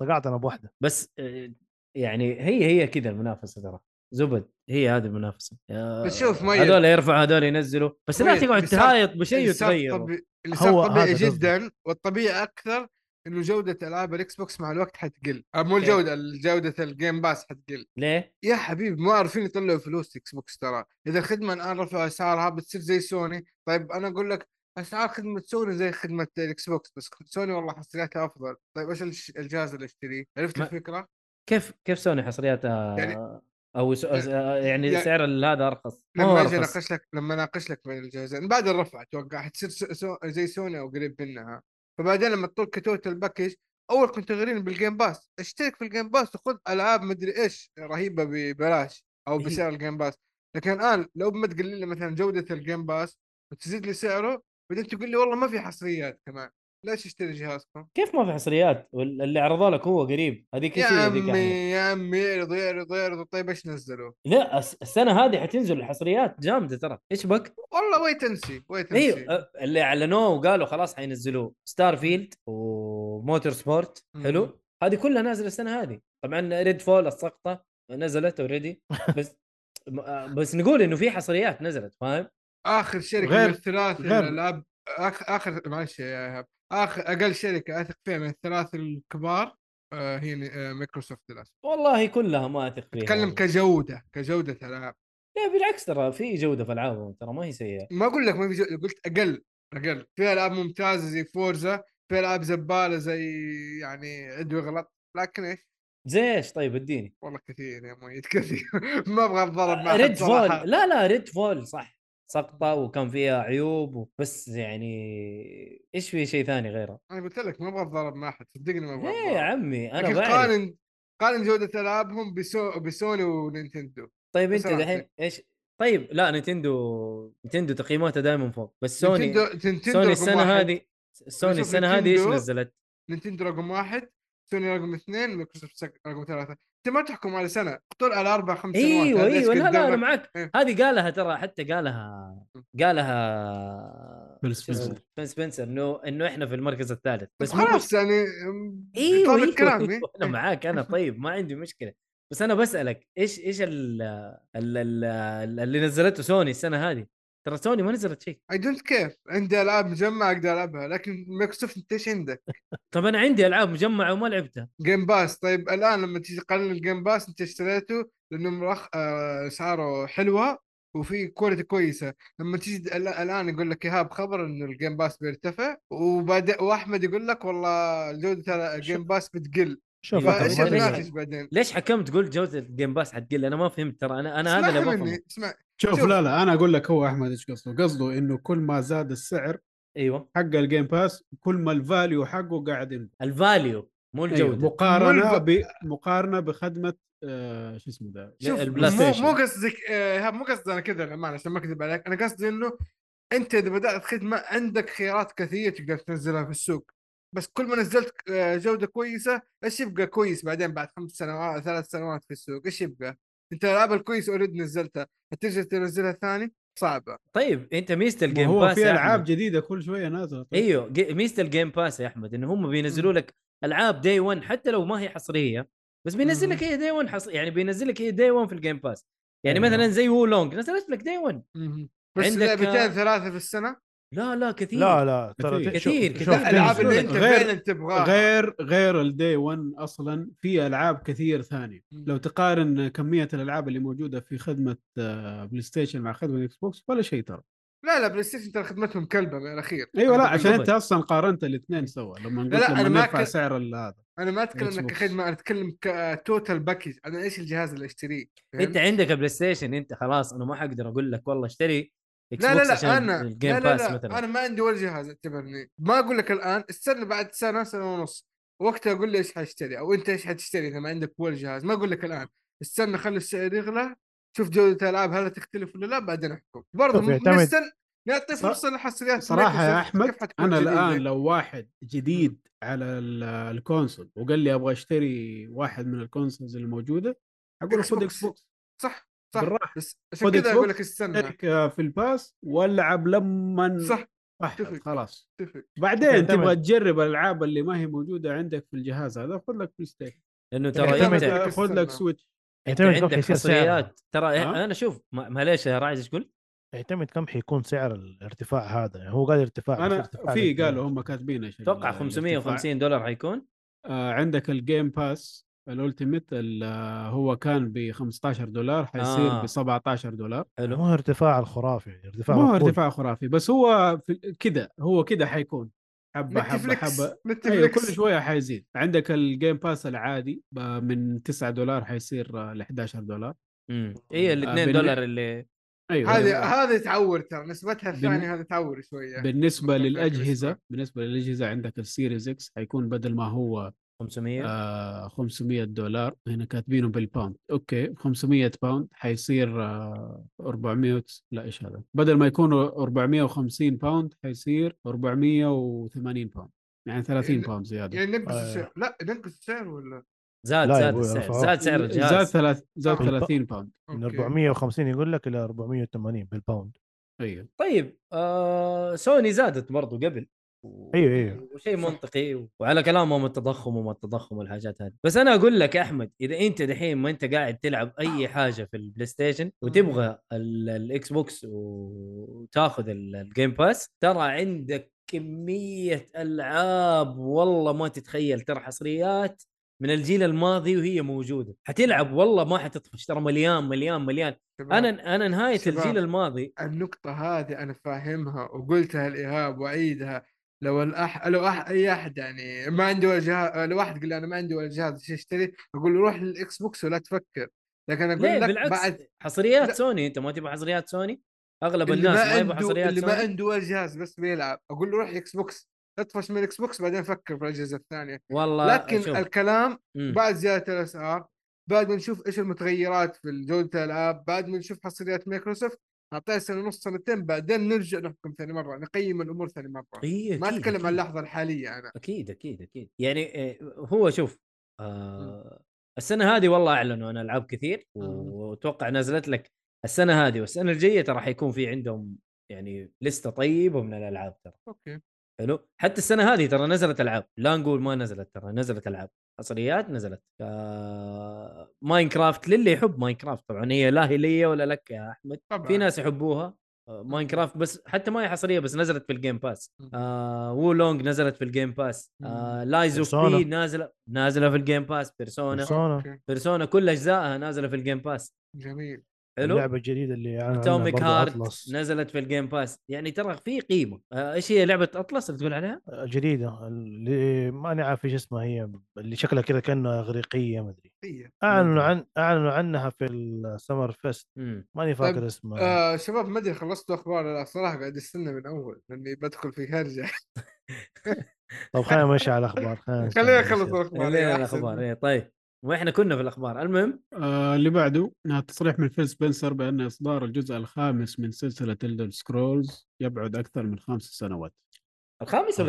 [SPEAKER 4] طقعت انا بواحده
[SPEAKER 2] بس آه، يعني هي هي كذا المنافسه ترى زبد هي هذه المنافسه آه،
[SPEAKER 3] بس شوف طيب، ميل.
[SPEAKER 2] هذول يرفعوا هذول ينزلوا بس لا
[SPEAKER 3] ميل.
[SPEAKER 2] تقعد
[SPEAKER 3] بيصير-
[SPEAKER 2] تهايط بشيء
[SPEAKER 3] اللي صار
[SPEAKER 2] وتغيره
[SPEAKER 3] طبي- اللي صار
[SPEAKER 4] هو
[SPEAKER 3] طبيعي
[SPEAKER 4] هذا قصدي.
[SPEAKER 3] جدا والطبيعي اكثر انه جوده العاب الاكس بوكس مع الوقت حتقل آه، مو الجوده جوده الجيم باس حتقل
[SPEAKER 2] ليه؟
[SPEAKER 3] يا حبيبي ما عارفين يطلعوا فلوس اكس بوكس ترى اذا الخدمه الان رفعوا اسعارها بتصير زي سوني طيب انا اقول لك اسعار خدمه سوني زي خدمه الاكس بوكس بس سوني والله حصرياتها افضل طيب ايش الش- الجهاز اللي اشتريه عرفت
[SPEAKER 2] ما-
[SPEAKER 3] الفكره
[SPEAKER 2] كيف كيف سوني حصرياتها
[SPEAKER 3] يعني-
[SPEAKER 2] او س... أو س- يعني
[SPEAKER 3] يعني-
[SPEAKER 2] سعر ال- هذا ارخص ما هو
[SPEAKER 3] لما اجي
[SPEAKER 2] ارخص
[SPEAKER 3] اناقش لك لما اناقش لك بين الجهازين بعد الرفع اتوقع حتصير سو... سو... زي سوني او قريب منها فبعدين لما تطول كتوتال باكج اول كنت غرين بالجيم باس اشترك في الجيم باس وخذ العاب مدري ايش رهيبه ببلاش او
[SPEAKER 2] هي-
[SPEAKER 3] بسعر الجيم باس لكن الان لو ما تقلل لي مثلا جوده الجيم باس وتزيد لي سعره بعدين تقول لي والله ما في حصريات كمان ليش اشتري جهازكم؟
[SPEAKER 2] كيف ما في حصريات وال- اللي عرضوا لك هو قريب هذيك
[SPEAKER 3] يا
[SPEAKER 2] شيء هذيك
[SPEAKER 3] عمي
[SPEAKER 2] أحلى.
[SPEAKER 3] يا عمي اعرضوا اعرضوا اعرضوا طيب ايش نزلوا؟
[SPEAKER 2] لا الس- السنه هذه حتنزل الحصريات جامده ترى ايش بك؟
[SPEAKER 3] والله ويت انسي ويت انسي
[SPEAKER 2] ايوه أه، اللي اعلنوه وقالوا خلاص حينزلوه ستار فيلد وموتور سبورت
[SPEAKER 3] مم.
[SPEAKER 2] حلو هذه كلها نازله السنه هذه طبعا ريد فول السقطه نزلت اوريدي بس م- آه، بس نقول انه في حصريات نزلت فاهم؟
[SPEAKER 3] اخر شركه غير
[SPEAKER 1] غير-
[SPEAKER 3] من الثلاث
[SPEAKER 1] غير-
[SPEAKER 3] الالعاب آخ... اخر معلش يا ايهاب اخر اقل شركه اثق فيها من الثلاث الكبار آه هي ن- آه مايكروسوفت للاسف
[SPEAKER 2] والله كلها ما اثق فيها
[SPEAKER 3] اتكلم
[SPEAKER 2] والله.
[SPEAKER 3] كجوده كجوده العاب
[SPEAKER 2] لا بالعكس ترى في جوده في العابهم ترى ما هي سيئه
[SPEAKER 3] ما اقول لك ما في جو... قلت اقل اقل في العاب ممتازه زي فورزا في العاب زباله زي يعني ادوي غلط لكن ايش
[SPEAKER 2] زي ايش طيب اديني
[SPEAKER 3] والله كثير يا مؤيد كثير [LAUGHS] ما ابغى اتضارب مع
[SPEAKER 2] ريد
[SPEAKER 3] أحد
[SPEAKER 2] فول
[SPEAKER 3] صراحه
[SPEAKER 2] لا لا ريد فول صح سقطه وكان فيها عيوب و- بس يعني ايش في شيء ثاني غيره؟
[SPEAKER 3] انا قلت لك ما ابغى اتضارب مع احد صدقني ما ابغى
[SPEAKER 2] ليه إيه يا
[SPEAKER 3] أتضارب.
[SPEAKER 2] عمي انا
[SPEAKER 3] لكن
[SPEAKER 2] بعرف
[SPEAKER 3] قارن قارن جوده العابهم بسو... بسوني ونينتندو
[SPEAKER 2] طيب انت
[SPEAKER 3] بصراحة.
[SPEAKER 2] الحين ايش طيب لا نينتندو نينتندو تقييماتها دائما فوق بس سوني
[SPEAKER 3] نينتندو نينتندو
[SPEAKER 2] سوني
[SPEAKER 3] رقم
[SPEAKER 2] السنه
[SPEAKER 3] واحد.
[SPEAKER 2] هذه سوني
[SPEAKER 3] بشوف
[SPEAKER 2] السنه هذه ايش
[SPEAKER 3] نينتندو-
[SPEAKER 2] نزلت؟
[SPEAKER 3] نينتندو رقم واحد سوني رقم اثنين مايكروسوفت سك- رقم ثلاثة انت ما تحكم على سنة طول على اربع خمس سنوات
[SPEAKER 2] ايوه
[SPEAKER 3] هذا إيش
[SPEAKER 2] ايوه لا لا انا
[SPEAKER 3] قدامك؟
[SPEAKER 2] معك
[SPEAKER 3] إيه.
[SPEAKER 2] هذه قالها ترى حتى قالها قالها
[SPEAKER 1] فيل
[SPEAKER 2] شو اسمه؟
[SPEAKER 1] سبنسر.
[SPEAKER 2] فين سبنسر انه انه احنا في المركز الثالث
[SPEAKER 3] طب
[SPEAKER 2] مو مش-
[SPEAKER 3] خلاص إيه. يعني
[SPEAKER 2] ايوه
[SPEAKER 3] طالب
[SPEAKER 2] ايوه [LAUGHS]
[SPEAKER 3] كلامي
[SPEAKER 2] أيوة، انا معاك انا طيب ما عندي مشكله بس انا بسالك ايش ايش ال ال ال اللي نزلته سوني السنه هذه ترى سوني ما نزلت شيء
[SPEAKER 3] اي دونت كير عندي العاب مجمعة اقدر العبها لكن مايكروسوفت انت ايش عندك؟
[SPEAKER 2] طب انا عندي العاب مجمعه وما لعبتها
[SPEAKER 3] جيم باس طيب الان لما تيجي تقارن الجيم باس انت اشتريته لانه مرخ آه، اسعاره حلوه وفي كواليتي كويسه لما تيجي الآن- الان يقول لك ايهاب خبر انه الجيم باس بيرتفع وبعد واحمد يقول لك والله جوده الجيم باس بتقل
[SPEAKER 4] شوف
[SPEAKER 2] يبقى
[SPEAKER 4] أحمد،
[SPEAKER 3] فايش
[SPEAKER 4] ما تقلق.
[SPEAKER 2] الناتج؟
[SPEAKER 3] الناتج بعدين؟
[SPEAKER 2] ليش حكمت قلت جوده الجيم باس حتقل انا ما فهمت ترى انا انا هذا
[SPEAKER 3] اسمح
[SPEAKER 2] اللي
[SPEAKER 3] مني،
[SPEAKER 2] بفهمه
[SPEAKER 3] اسمع
[SPEAKER 1] شوف
[SPEAKER 3] شوف.
[SPEAKER 1] لا لا انا اقول لك هو احمد ايش قصده قصده انه كل ما زاد السعر
[SPEAKER 2] ايوه
[SPEAKER 1] حق الجيم باس كل ما الفاليو حقه قاعد ينزل
[SPEAKER 2] الفاليو مو
[SPEAKER 1] أيوه.
[SPEAKER 2] الجوده
[SPEAKER 1] مقارنه
[SPEAKER 3] والف-
[SPEAKER 1] ب... مقارنه بخدمه آه شو اسمه ذا
[SPEAKER 2] لا،
[SPEAKER 3] شوف
[SPEAKER 2] البلاي
[SPEAKER 3] مو
[SPEAKER 2] ستيشن.
[SPEAKER 3] مو قصدك آه، إيهاب، مو قصدي انا كذا للامانه عشان ما اكذب عليك انا قصدي انه انت اذا بدات خدمه عندك خيارات كثيره تقدر تنزلها في السوق بس كل ما نزلت آه، جوده كويسه ايش يبقى كويس بعدين بعد خمس سنوات ثلاث سنوات في السوق ايش يبقى؟ انت الالعاب الكويس اوريدي نزلتها هتجي تنزلها ثاني صعبه
[SPEAKER 2] طيب انت ميزه
[SPEAKER 1] ما
[SPEAKER 2] الجيم باس
[SPEAKER 1] هو
[SPEAKER 2] يا
[SPEAKER 1] في العاب
[SPEAKER 2] أحمد.
[SPEAKER 1] جديده كل شويه نازله طيب.
[SPEAKER 2] ايوه جي- ميزه الجيم باس يا احمد ان هم بينزلوا لك العاب دي 1 حتى لو ما هي حصريه بس بينزل لك هي دي 1 حص... يعني بينزل لك هي دي 1 في الجيم باس يعني
[SPEAKER 3] إيوه.
[SPEAKER 1] أيوة.
[SPEAKER 2] مثلا زي وو لونج نزلت لك دي 1
[SPEAKER 3] مهم. بس
[SPEAKER 2] عندك-
[SPEAKER 3] لعبتين ثلاثه في السنه
[SPEAKER 2] لا لا كثير
[SPEAKER 4] لا لا ترى
[SPEAKER 1] كثير.
[SPEAKER 4] شوف-
[SPEAKER 2] كثير،
[SPEAKER 4] شوف
[SPEAKER 2] كثير.
[SPEAKER 4] تنزل.
[SPEAKER 3] الالعاب اللي انت
[SPEAKER 1] غير-
[SPEAKER 3] فعلا تبغاها
[SPEAKER 1] غير غير الدي 1 اصلا في العاب كثير ثانيه
[SPEAKER 3] مم.
[SPEAKER 1] لو تقارن كميه الالعاب اللي موجوده في خدمه آه، بلاي ستيشن مع خدمه اكس بوكس ولا شيء ترى
[SPEAKER 3] لا لا بلاي ستيشن ترى خدمتهم كلبه من الاخير
[SPEAKER 1] ايوه لا
[SPEAKER 3] أنا
[SPEAKER 1] عشان
[SPEAKER 2] بالضبط.
[SPEAKER 1] انت اصلا قارنت الاثنين سوا لما قلت
[SPEAKER 3] لا، أنا
[SPEAKER 1] لما
[SPEAKER 3] ما
[SPEAKER 1] نرفع
[SPEAKER 3] كنت-
[SPEAKER 1] سعر ال- هذا
[SPEAKER 3] انا ما
[SPEAKER 1] Xbox.
[SPEAKER 3] اتكلم كخدمه انا اتكلم كتوتال باكج انا ايش الجهاز اللي اشتريه فهمت؟
[SPEAKER 2] انت عندك بلاي ستيشن انت خلاص انا ما حقدر اقول لك والله اشتري اكس
[SPEAKER 3] لا لا
[SPEAKER 2] بوكس
[SPEAKER 3] لا
[SPEAKER 2] عشان
[SPEAKER 3] انا
[SPEAKER 2] الجيم
[SPEAKER 3] لا لا
[SPEAKER 2] باس
[SPEAKER 3] لا
[SPEAKER 2] مثلا
[SPEAKER 3] انا ما عندي ولا جهاز اعتبرني ما اقول لك الان استنى بعد سنه سنه ونص وقتها اقول لي ايش حاشتري او انت ايش حتشتري اذا ما عندك ولا جهاز ما اقول لك الان استنى خلي السعر يغلى شوف جوده الالعاب هل تختلف ولا لا بعدين احكم برضه
[SPEAKER 4] طب يعتمد.
[SPEAKER 3] نستنى نعطي
[SPEAKER 1] صراحة-
[SPEAKER 3] فرصه للحصريات
[SPEAKER 1] صراحه يا
[SPEAKER 3] مايكروسوفت،
[SPEAKER 1] احمد
[SPEAKER 3] كيف حتكون
[SPEAKER 1] انا
[SPEAKER 3] جديدة؟
[SPEAKER 1] الان لو واحد جديد على ال- آه، الكونسول وقال لي ابغى اشتري واحد من الكونسولز الموجوده اقول له
[SPEAKER 3] Xbox.
[SPEAKER 1] خذ اكس بوكس
[SPEAKER 3] صح صح
[SPEAKER 1] بالراحه
[SPEAKER 3] بس عشان
[SPEAKER 1] خذ
[SPEAKER 3] كذا
[SPEAKER 1] Xbox،
[SPEAKER 3] اقول لك استنى
[SPEAKER 1] اشترك آه، في الباس والعب لما
[SPEAKER 3] صح
[SPEAKER 1] صح
[SPEAKER 3] اتفق.
[SPEAKER 1] خلاص
[SPEAKER 3] اتفق
[SPEAKER 1] بعدين
[SPEAKER 4] تعتمد.
[SPEAKER 1] تبغى تجرب الالعاب اللي ما هي موجوده عندك في الجهاز هذا خذ لك بلاي ستيشن
[SPEAKER 2] لانه ترى
[SPEAKER 4] يعتمد-
[SPEAKER 2] انت
[SPEAKER 3] إيه؟
[SPEAKER 1] خذ- خذ لك سويتش
[SPEAKER 2] انت
[SPEAKER 4] يعتمد كم
[SPEAKER 2] عندك
[SPEAKER 4] حيصير سعرها.
[SPEAKER 2] حصريات ترى
[SPEAKER 1] ها؟
[SPEAKER 2] انا شوف ما- معليش يا راعي ايش تقول؟
[SPEAKER 3] إيه،
[SPEAKER 4] يعتمد كم حيكون سعر الارتفاع هذا يعني هو قال ارتفاع بس
[SPEAKER 1] انا
[SPEAKER 4] ارتفاع
[SPEAKER 1] في
[SPEAKER 4] الارتفاع.
[SPEAKER 1] قالوا هم كاتبين ايش
[SPEAKER 2] اتوقع
[SPEAKER 3] يعني
[SPEAKER 1] ال-
[SPEAKER 2] 550 دولار حيكون
[SPEAKER 1] آه عندك الجيم باس الالتيميت ال- آه، هو كان ب 15 دولار حيصير
[SPEAKER 2] آه.
[SPEAKER 1] ب 17 دولار
[SPEAKER 2] حلو
[SPEAKER 4] ما هو يعني ارتفاع الخرافي يعني ارتفاع
[SPEAKER 1] ما هو
[SPEAKER 4] مقبول.
[SPEAKER 1] ارتفاع خرافي بس هو في- كده هو كده حيكون حبه حبه
[SPEAKER 3] نتفلكس
[SPEAKER 1] حبه ايوه
[SPEAKER 3] نتفلكس
[SPEAKER 1] كل شويه حيزيد عندك الجيم باس العادي ب- من 9 دولار حيصير ل 11 دولار
[SPEAKER 2] امم اي ال 2
[SPEAKER 1] بالن-
[SPEAKER 2] دولار اللي
[SPEAKER 1] ايوه
[SPEAKER 3] هذه
[SPEAKER 1] أيوة.
[SPEAKER 3] هذه تعور ترى نسبتها
[SPEAKER 1] بن-
[SPEAKER 3] الثانيه هذه تعور شويه
[SPEAKER 1] بالنسبه
[SPEAKER 3] ممكن فرق
[SPEAKER 1] للاجهزه
[SPEAKER 3] الأسبوع.
[SPEAKER 1] بالنسبه للاجهزه عندك السيريز اكس حيكون بدل ما هو
[SPEAKER 2] 500
[SPEAKER 1] آه 500 دولار هنا كاتبينه بالباوند اوكي 500 باوند حيصير آه 400 لا ايش هذا بدل ما يكون 450 باوند حيصير 480 باوند يعني 30
[SPEAKER 3] يعني-
[SPEAKER 1] باوند زياده
[SPEAKER 3] يعني ننقص
[SPEAKER 4] آه.
[SPEAKER 3] السعر لا ننقص السعر ولا
[SPEAKER 2] زاد
[SPEAKER 4] لا يا
[SPEAKER 2] زاد
[SPEAKER 4] أبوي،
[SPEAKER 2] السعر
[SPEAKER 4] رفعوه.
[SPEAKER 2] زاد سعر
[SPEAKER 1] زاد
[SPEAKER 2] الجهاز طيب.
[SPEAKER 1] ثلاث زاد
[SPEAKER 3] بالب-
[SPEAKER 1] 30 باوند
[SPEAKER 4] من
[SPEAKER 3] أوكي.
[SPEAKER 4] 450 يقول لك الى 480 بالباوند
[SPEAKER 1] ايوه
[SPEAKER 2] طيب آه سوني زادت برضو قبل
[SPEAKER 4] ايوه ايوه
[SPEAKER 2] وشيء منطقي وعلى كلامهم التضخم وما التضخم والحاجات هذه بس انا اقول لك يا احمد اذا انت دحين ما انت قاعد تلعب اي حاجه في البلاي ستيشن وتبغى ال- الاكس بوكس وتاخذ ال- الجيم باس ترى عندك كميه العاب والله ما تتخيل ترى حصريات من الجيل الماضي وهي موجوده حتلعب والله ما حتطفش ترى مليان مليان مليان
[SPEAKER 3] تمام.
[SPEAKER 2] انا انا نهايه
[SPEAKER 3] شباب.
[SPEAKER 2] الجيل الماضي
[SPEAKER 3] النقطة هذه أنا فاهمها وقلتها الإيهاب وأعيدها لو الأح لو أح... أي أحد يعني ما عنده ولا جهاز لو واحد قال لي أنا ما عندي ولا جهاز إيش أشتري أقول له روح للإكس بوكس ولا تفكر لكن
[SPEAKER 2] ليه
[SPEAKER 3] أقول لك
[SPEAKER 2] بالعكس
[SPEAKER 3] بعد
[SPEAKER 2] حصريات
[SPEAKER 3] لا.
[SPEAKER 2] سوني انت ما تبغى حصريات سوني اغلب
[SPEAKER 3] اللي
[SPEAKER 2] الناس
[SPEAKER 3] ما
[SPEAKER 2] ما يبغى
[SPEAKER 3] عنده
[SPEAKER 2] حصريات
[SPEAKER 3] اللي ما
[SPEAKER 2] سوني
[SPEAKER 3] عنده ولا جهاز بس بيلعب أقول له روح إكس بوكس اطفش من الإكس بوكس بعدين فكر في الأجهزة الثانية
[SPEAKER 2] والله
[SPEAKER 3] لكن
[SPEAKER 2] شوف.
[SPEAKER 3] الكلام
[SPEAKER 2] مم.
[SPEAKER 3] بعد زيادة الأسعار بعد ما نشوف إيش المتغيرات في جودة الألعاب بعد ما نشوف حصريات مايكروسوفت نعطيها سنة ونص سنتين بعدين نرجع نحكم ثاني مرة نقيم الأمور ثاني مرة
[SPEAKER 2] إيه،
[SPEAKER 3] ما
[SPEAKER 2] أكيد،
[SPEAKER 3] اتكلم عن
[SPEAKER 2] أكيد.
[SPEAKER 3] اللحظه الحاليه انا
[SPEAKER 2] اكيد اكيد اكيد يعني إيه، هو شوف آه السنه هذه والله اعلنوا عن العاب كثير
[SPEAKER 3] مم.
[SPEAKER 2] واتوقع نزلت لك السنه هذه والسنه الجايه ترى حيكون في عندهم يعني لسته طيبه من الالعاب ترى
[SPEAKER 3] اوكي
[SPEAKER 2] حلو حتى السنه هذه ترى نزلت العاب لا نقول ما نزلت ترى نزلت العاب حصريات نزلت آه ماينكرافت للي يحب ماينكرافت طبعا هي لا هي لي ولا لك يا احمد
[SPEAKER 3] طبعا
[SPEAKER 4] نعم.
[SPEAKER 2] في ناس يحبوها آه، ماينكرافت بس حتى ما هي حصريه بس نزلت في الجيم باس
[SPEAKER 3] مم.
[SPEAKER 2] آه وو لونج نزلت في الجيم باس آه لايز اوف
[SPEAKER 4] Persona.
[SPEAKER 2] بي نازله نازله في الجيم باس بيرسونا
[SPEAKER 4] Persona.
[SPEAKER 1] آه.
[SPEAKER 4] أنا-
[SPEAKER 3] أوكي.
[SPEAKER 2] بيرسونا كل اجزائها نازله في الجيم باس
[SPEAKER 3] جميل
[SPEAKER 2] حلو
[SPEAKER 4] اللعبه الجديده اللي يعني
[SPEAKER 2] اتوميك هارت نزلت في الجيم باس يعني ترى في قيمه آه، ايش هي لعبه اطلس اللي تقول عليها؟
[SPEAKER 4] جديده اللي ماني عارف ايش اسمها هي اللي شكلها كذا كانها اغريقيه ما ادري
[SPEAKER 3] طيب.
[SPEAKER 4] اعلنوا
[SPEAKER 2] ممكن.
[SPEAKER 4] عن اعلنوا عنها في السمر فيست
[SPEAKER 2] مم.
[SPEAKER 4] ماني
[SPEAKER 3] طيب،
[SPEAKER 4] فاكر اسمها
[SPEAKER 3] آه شباب ما ادري خلصتوا اخبار ولا لا صراحه قاعد استنى من اول لاني بدخل في
[SPEAKER 2] [LAUGHS]
[SPEAKER 3] هرجه
[SPEAKER 4] طب خلينا نمشي على الاخبار خلينا نمشي
[SPEAKER 3] [LAUGHS] خلينا
[SPEAKER 4] على
[SPEAKER 3] نخلص
[SPEAKER 4] الأشياء.
[SPEAKER 3] الاخبار
[SPEAKER 2] خلينا
[SPEAKER 3] يا أحسن.
[SPEAKER 2] الاخبار إيه، طيب واحنا كنا في الاخبار المهم
[SPEAKER 1] آه اللي بعده آه، تصريح من فيل سبنسر بان اصدار الجزء الخامس من سلسله الدر سكرولز يبعد اكثر من خمس سنوات
[SPEAKER 2] الخامس ولا